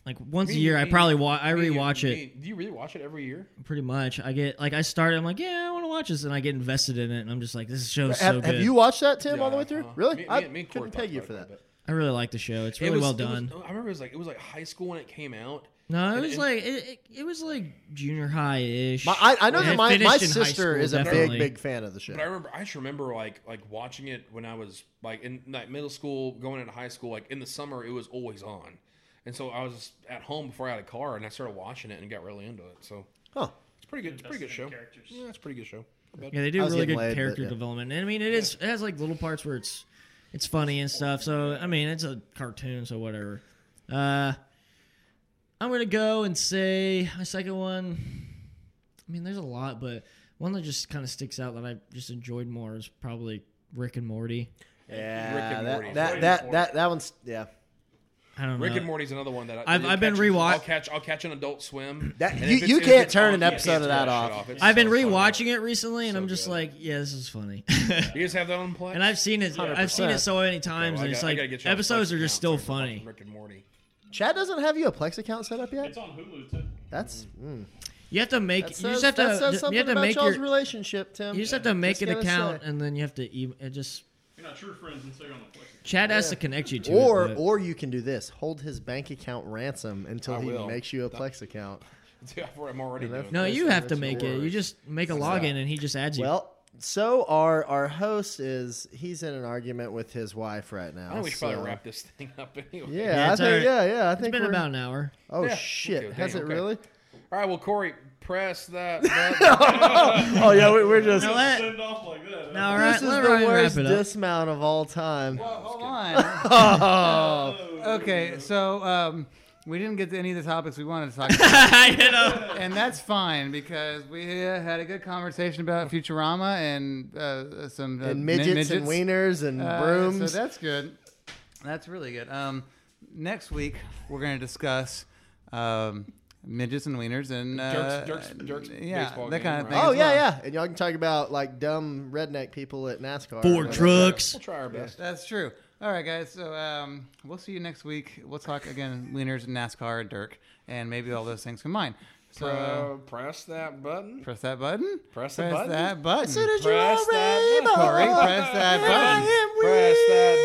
[SPEAKER 4] like once a
[SPEAKER 2] Me-
[SPEAKER 4] year. I
[SPEAKER 2] me-
[SPEAKER 4] probably wa- I
[SPEAKER 2] Me-
[SPEAKER 4] rewatch it.
[SPEAKER 2] me- Do you really watch it every year?
[SPEAKER 4] pretty much. I get like I start. I'm like, yeah, I want to watch this, and I get invested in it, and I'm just like, this show's so
[SPEAKER 3] have,
[SPEAKER 4] good.
[SPEAKER 3] have you watched that, Tim, all the
[SPEAKER 2] Yeah,
[SPEAKER 3] way through?
[SPEAKER 2] uh-huh.
[SPEAKER 3] Really?
[SPEAKER 2] Me- me-
[SPEAKER 3] I
[SPEAKER 2] me and Corey
[SPEAKER 3] couldn't
[SPEAKER 2] talked
[SPEAKER 3] peg you
[SPEAKER 2] about
[SPEAKER 3] for
[SPEAKER 2] it a
[SPEAKER 3] that.
[SPEAKER 2] little bit.
[SPEAKER 4] I really like the show. It's
[SPEAKER 2] It
[SPEAKER 4] really
[SPEAKER 2] was-
[SPEAKER 4] well
[SPEAKER 2] it was-
[SPEAKER 4] done.
[SPEAKER 2] I remember it was like it was like high school when it came out.
[SPEAKER 4] no, it
[SPEAKER 2] and-
[SPEAKER 4] was
[SPEAKER 2] and-
[SPEAKER 4] like it, it, it was like junior high ish.
[SPEAKER 3] My, I, I know that my, my sister is a big, big fan of the show.
[SPEAKER 2] But I remember, I just remember like like watching it when I was like in like middle school, going into high school. Like in the summer, it was always on, and so I was at home before I had a car, and I started watching it and got really into it. So
[SPEAKER 3] Huh.
[SPEAKER 2] it's pretty good. It's a pretty good
[SPEAKER 5] Invest in
[SPEAKER 2] show.
[SPEAKER 5] characters.
[SPEAKER 2] Yeah, it's a pretty good show. Not bad.
[SPEAKER 4] Yeah, they
[SPEAKER 3] I
[SPEAKER 4] do
[SPEAKER 3] was
[SPEAKER 4] really
[SPEAKER 3] getting
[SPEAKER 4] good
[SPEAKER 3] laid, but
[SPEAKER 4] character
[SPEAKER 3] yeah.
[SPEAKER 4] development. And I mean, it is it has like little parts where it's it's funny and stuff. So I mean, it's a cartoon, so whatever. Uh, I'm gonna go and say my second one. I mean, there's a lot, but one that just kind of sticks out that I just enjoyed more is probably Rick and Morty.
[SPEAKER 3] Yeah,
[SPEAKER 2] and
[SPEAKER 3] that,
[SPEAKER 2] Morty.
[SPEAKER 3] that,
[SPEAKER 5] Rick
[SPEAKER 3] that,
[SPEAKER 5] and
[SPEAKER 3] that, that one's, yeah.
[SPEAKER 4] I don't
[SPEAKER 2] Rick
[SPEAKER 4] know.
[SPEAKER 2] and Morty's another one that I,
[SPEAKER 4] Uh, I've-
[SPEAKER 2] you'll
[SPEAKER 4] I've been
[SPEAKER 2] catch-
[SPEAKER 4] rewatch-
[SPEAKER 2] I'll catch. I'll catch an Adult Swim.
[SPEAKER 3] That-
[SPEAKER 2] and
[SPEAKER 3] you-
[SPEAKER 2] if it's-
[SPEAKER 3] you
[SPEAKER 2] if
[SPEAKER 3] can't
[SPEAKER 2] it's on,
[SPEAKER 3] turn an
[SPEAKER 2] you can't
[SPEAKER 3] episode of
[SPEAKER 2] turn
[SPEAKER 3] that
[SPEAKER 2] shit
[SPEAKER 3] off.
[SPEAKER 2] It's
[SPEAKER 4] I've been
[SPEAKER 2] so funny.
[SPEAKER 4] rewatching it recently, and
[SPEAKER 2] So
[SPEAKER 4] I'm just
[SPEAKER 2] good.
[SPEAKER 4] like, yeah, this is funny.
[SPEAKER 2] You guys have that on play.
[SPEAKER 4] and I've seen it. i have seen it so many times, and it's like episodes are just still funny.
[SPEAKER 2] Rick and Morty.
[SPEAKER 3] Chad doesn't have you a Plex account set up yet?
[SPEAKER 5] It's on Hulu too.
[SPEAKER 3] That's, mm.
[SPEAKER 4] You have to make.
[SPEAKER 3] that
[SPEAKER 4] you
[SPEAKER 3] says,
[SPEAKER 4] just have to.
[SPEAKER 3] that says
[SPEAKER 4] you
[SPEAKER 3] something
[SPEAKER 4] have to
[SPEAKER 3] about
[SPEAKER 4] make your.
[SPEAKER 3] y'all's relationship, Tim.
[SPEAKER 4] You just have to make an
[SPEAKER 3] gonna
[SPEAKER 4] account,
[SPEAKER 3] say.
[SPEAKER 4] and then you have to. E- it just
[SPEAKER 5] You're not true friends until you're on the place.
[SPEAKER 4] Chad has to connect you to
[SPEAKER 3] Or,
[SPEAKER 4] it. but-
[SPEAKER 3] or you can do this. Hold his bank account ransom until
[SPEAKER 2] I
[SPEAKER 3] he
[SPEAKER 2] will.
[SPEAKER 3] makes you a Plex account.
[SPEAKER 2] Dude, I'm already doing.
[SPEAKER 4] no,
[SPEAKER 2] that.
[SPEAKER 4] you
[SPEAKER 3] that's-
[SPEAKER 4] have to
[SPEAKER 3] that's
[SPEAKER 4] make it. You
[SPEAKER 2] worse.
[SPEAKER 4] just make a login, and he just adds you.
[SPEAKER 3] Well, so our our host is he's in an argument with his wife right now.
[SPEAKER 2] I think we should probably
[SPEAKER 3] so-
[SPEAKER 2] wrap this thing up anyway.
[SPEAKER 3] uh, Yeah,
[SPEAKER 4] Yeah,
[SPEAKER 3] I
[SPEAKER 4] it's
[SPEAKER 3] think,
[SPEAKER 4] alright.
[SPEAKER 3] yeah, yeah. I
[SPEAKER 4] it's
[SPEAKER 3] think
[SPEAKER 4] been
[SPEAKER 3] we're-
[SPEAKER 4] about an hour.
[SPEAKER 3] Oh
[SPEAKER 2] Yeah.
[SPEAKER 3] shit!
[SPEAKER 2] Okay,
[SPEAKER 3] Has it
[SPEAKER 2] dang, okay.
[SPEAKER 3] really?
[SPEAKER 2] All right, well, Corey, press that. button.
[SPEAKER 3] Oh yeah, we, we're just.
[SPEAKER 5] Don't
[SPEAKER 4] let-
[SPEAKER 5] send off like that.
[SPEAKER 4] No, all
[SPEAKER 3] this
[SPEAKER 4] right,
[SPEAKER 3] is
[SPEAKER 4] let
[SPEAKER 3] the
[SPEAKER 4] Ryan
[SPEAKER 3] worst
[SPEAKER 4] wrap it up.
[SPEAKER 3] dismount of all time.
[SPEAKER 1] Well, hold on.
[SPEAKER 3] Oh,
[SPEAKER 1] okay, so um, we didn't get to any of the topics we wanted to talk about.
[SPEAKER 4] You know?
[SPEAKER 1] and that's fine because we uh, had a good conversation about Futurama and uh, some uh,
[SPEAKER 3] and
[SPEAKER 1] mid-
[SPEAKER 3] midgets, and wieners and
[SPEAKER 1] Uh,
[SPEAKER 3] brooms.
[SPEAKER 1] So that's good. That's really good. Um, next week we're going to discuss um, midgets and wieners and uh,
[SPEAKER 2] Dirk's- Dirk's- Dirk's
[SPEAKER 1] yeah,
[SPEAKER 2] baseball
[SPEAKER 1] that
[SPEAKER 2] game,
[SPEAKER 1] kind of
[SPEAKER 2] right?
[SPEAKER 1] thing.
[SPEAKER 3] oh
[SPEAKER 1] as
[SPEAKER 3] yeah,
[SPEAKER 1] well.
[SPEAKER 3] yeah. And y'all can talk about like dumb redneck people at NASCAR.
[SPEAKER 4] Ford
[SPEAKER 3] Or-
[SPEAKER 4] trucks.
[SPEAKER 2] We'll try our best.
[SPEAKER 1] That's true. All right, guys. So um, we'll see you next week. We'll talk again wieners and NASCAR and Dirk and maybe all those things combined. So
[SPEAKER 2] Uh, press that button.
[SPEAKER 1] press that button.
[SPEAKER 2] Press the
[SPEAKER 1] press
[SPEAKER 2] button.
[SPEAKER 1] that button.
[SPEAKER 3] As soon as you
[SPEAKER 2] Press
[SPEAKER 3] are
[SPEAKER 2] that
[SPEAKER 3] able,
[SPEAKER 1] Corey, press that
[SPEAKER 3] I
[SPEAKER 1] button.
[SPEAKER 3] am
[SPEAKER 2] Press that button.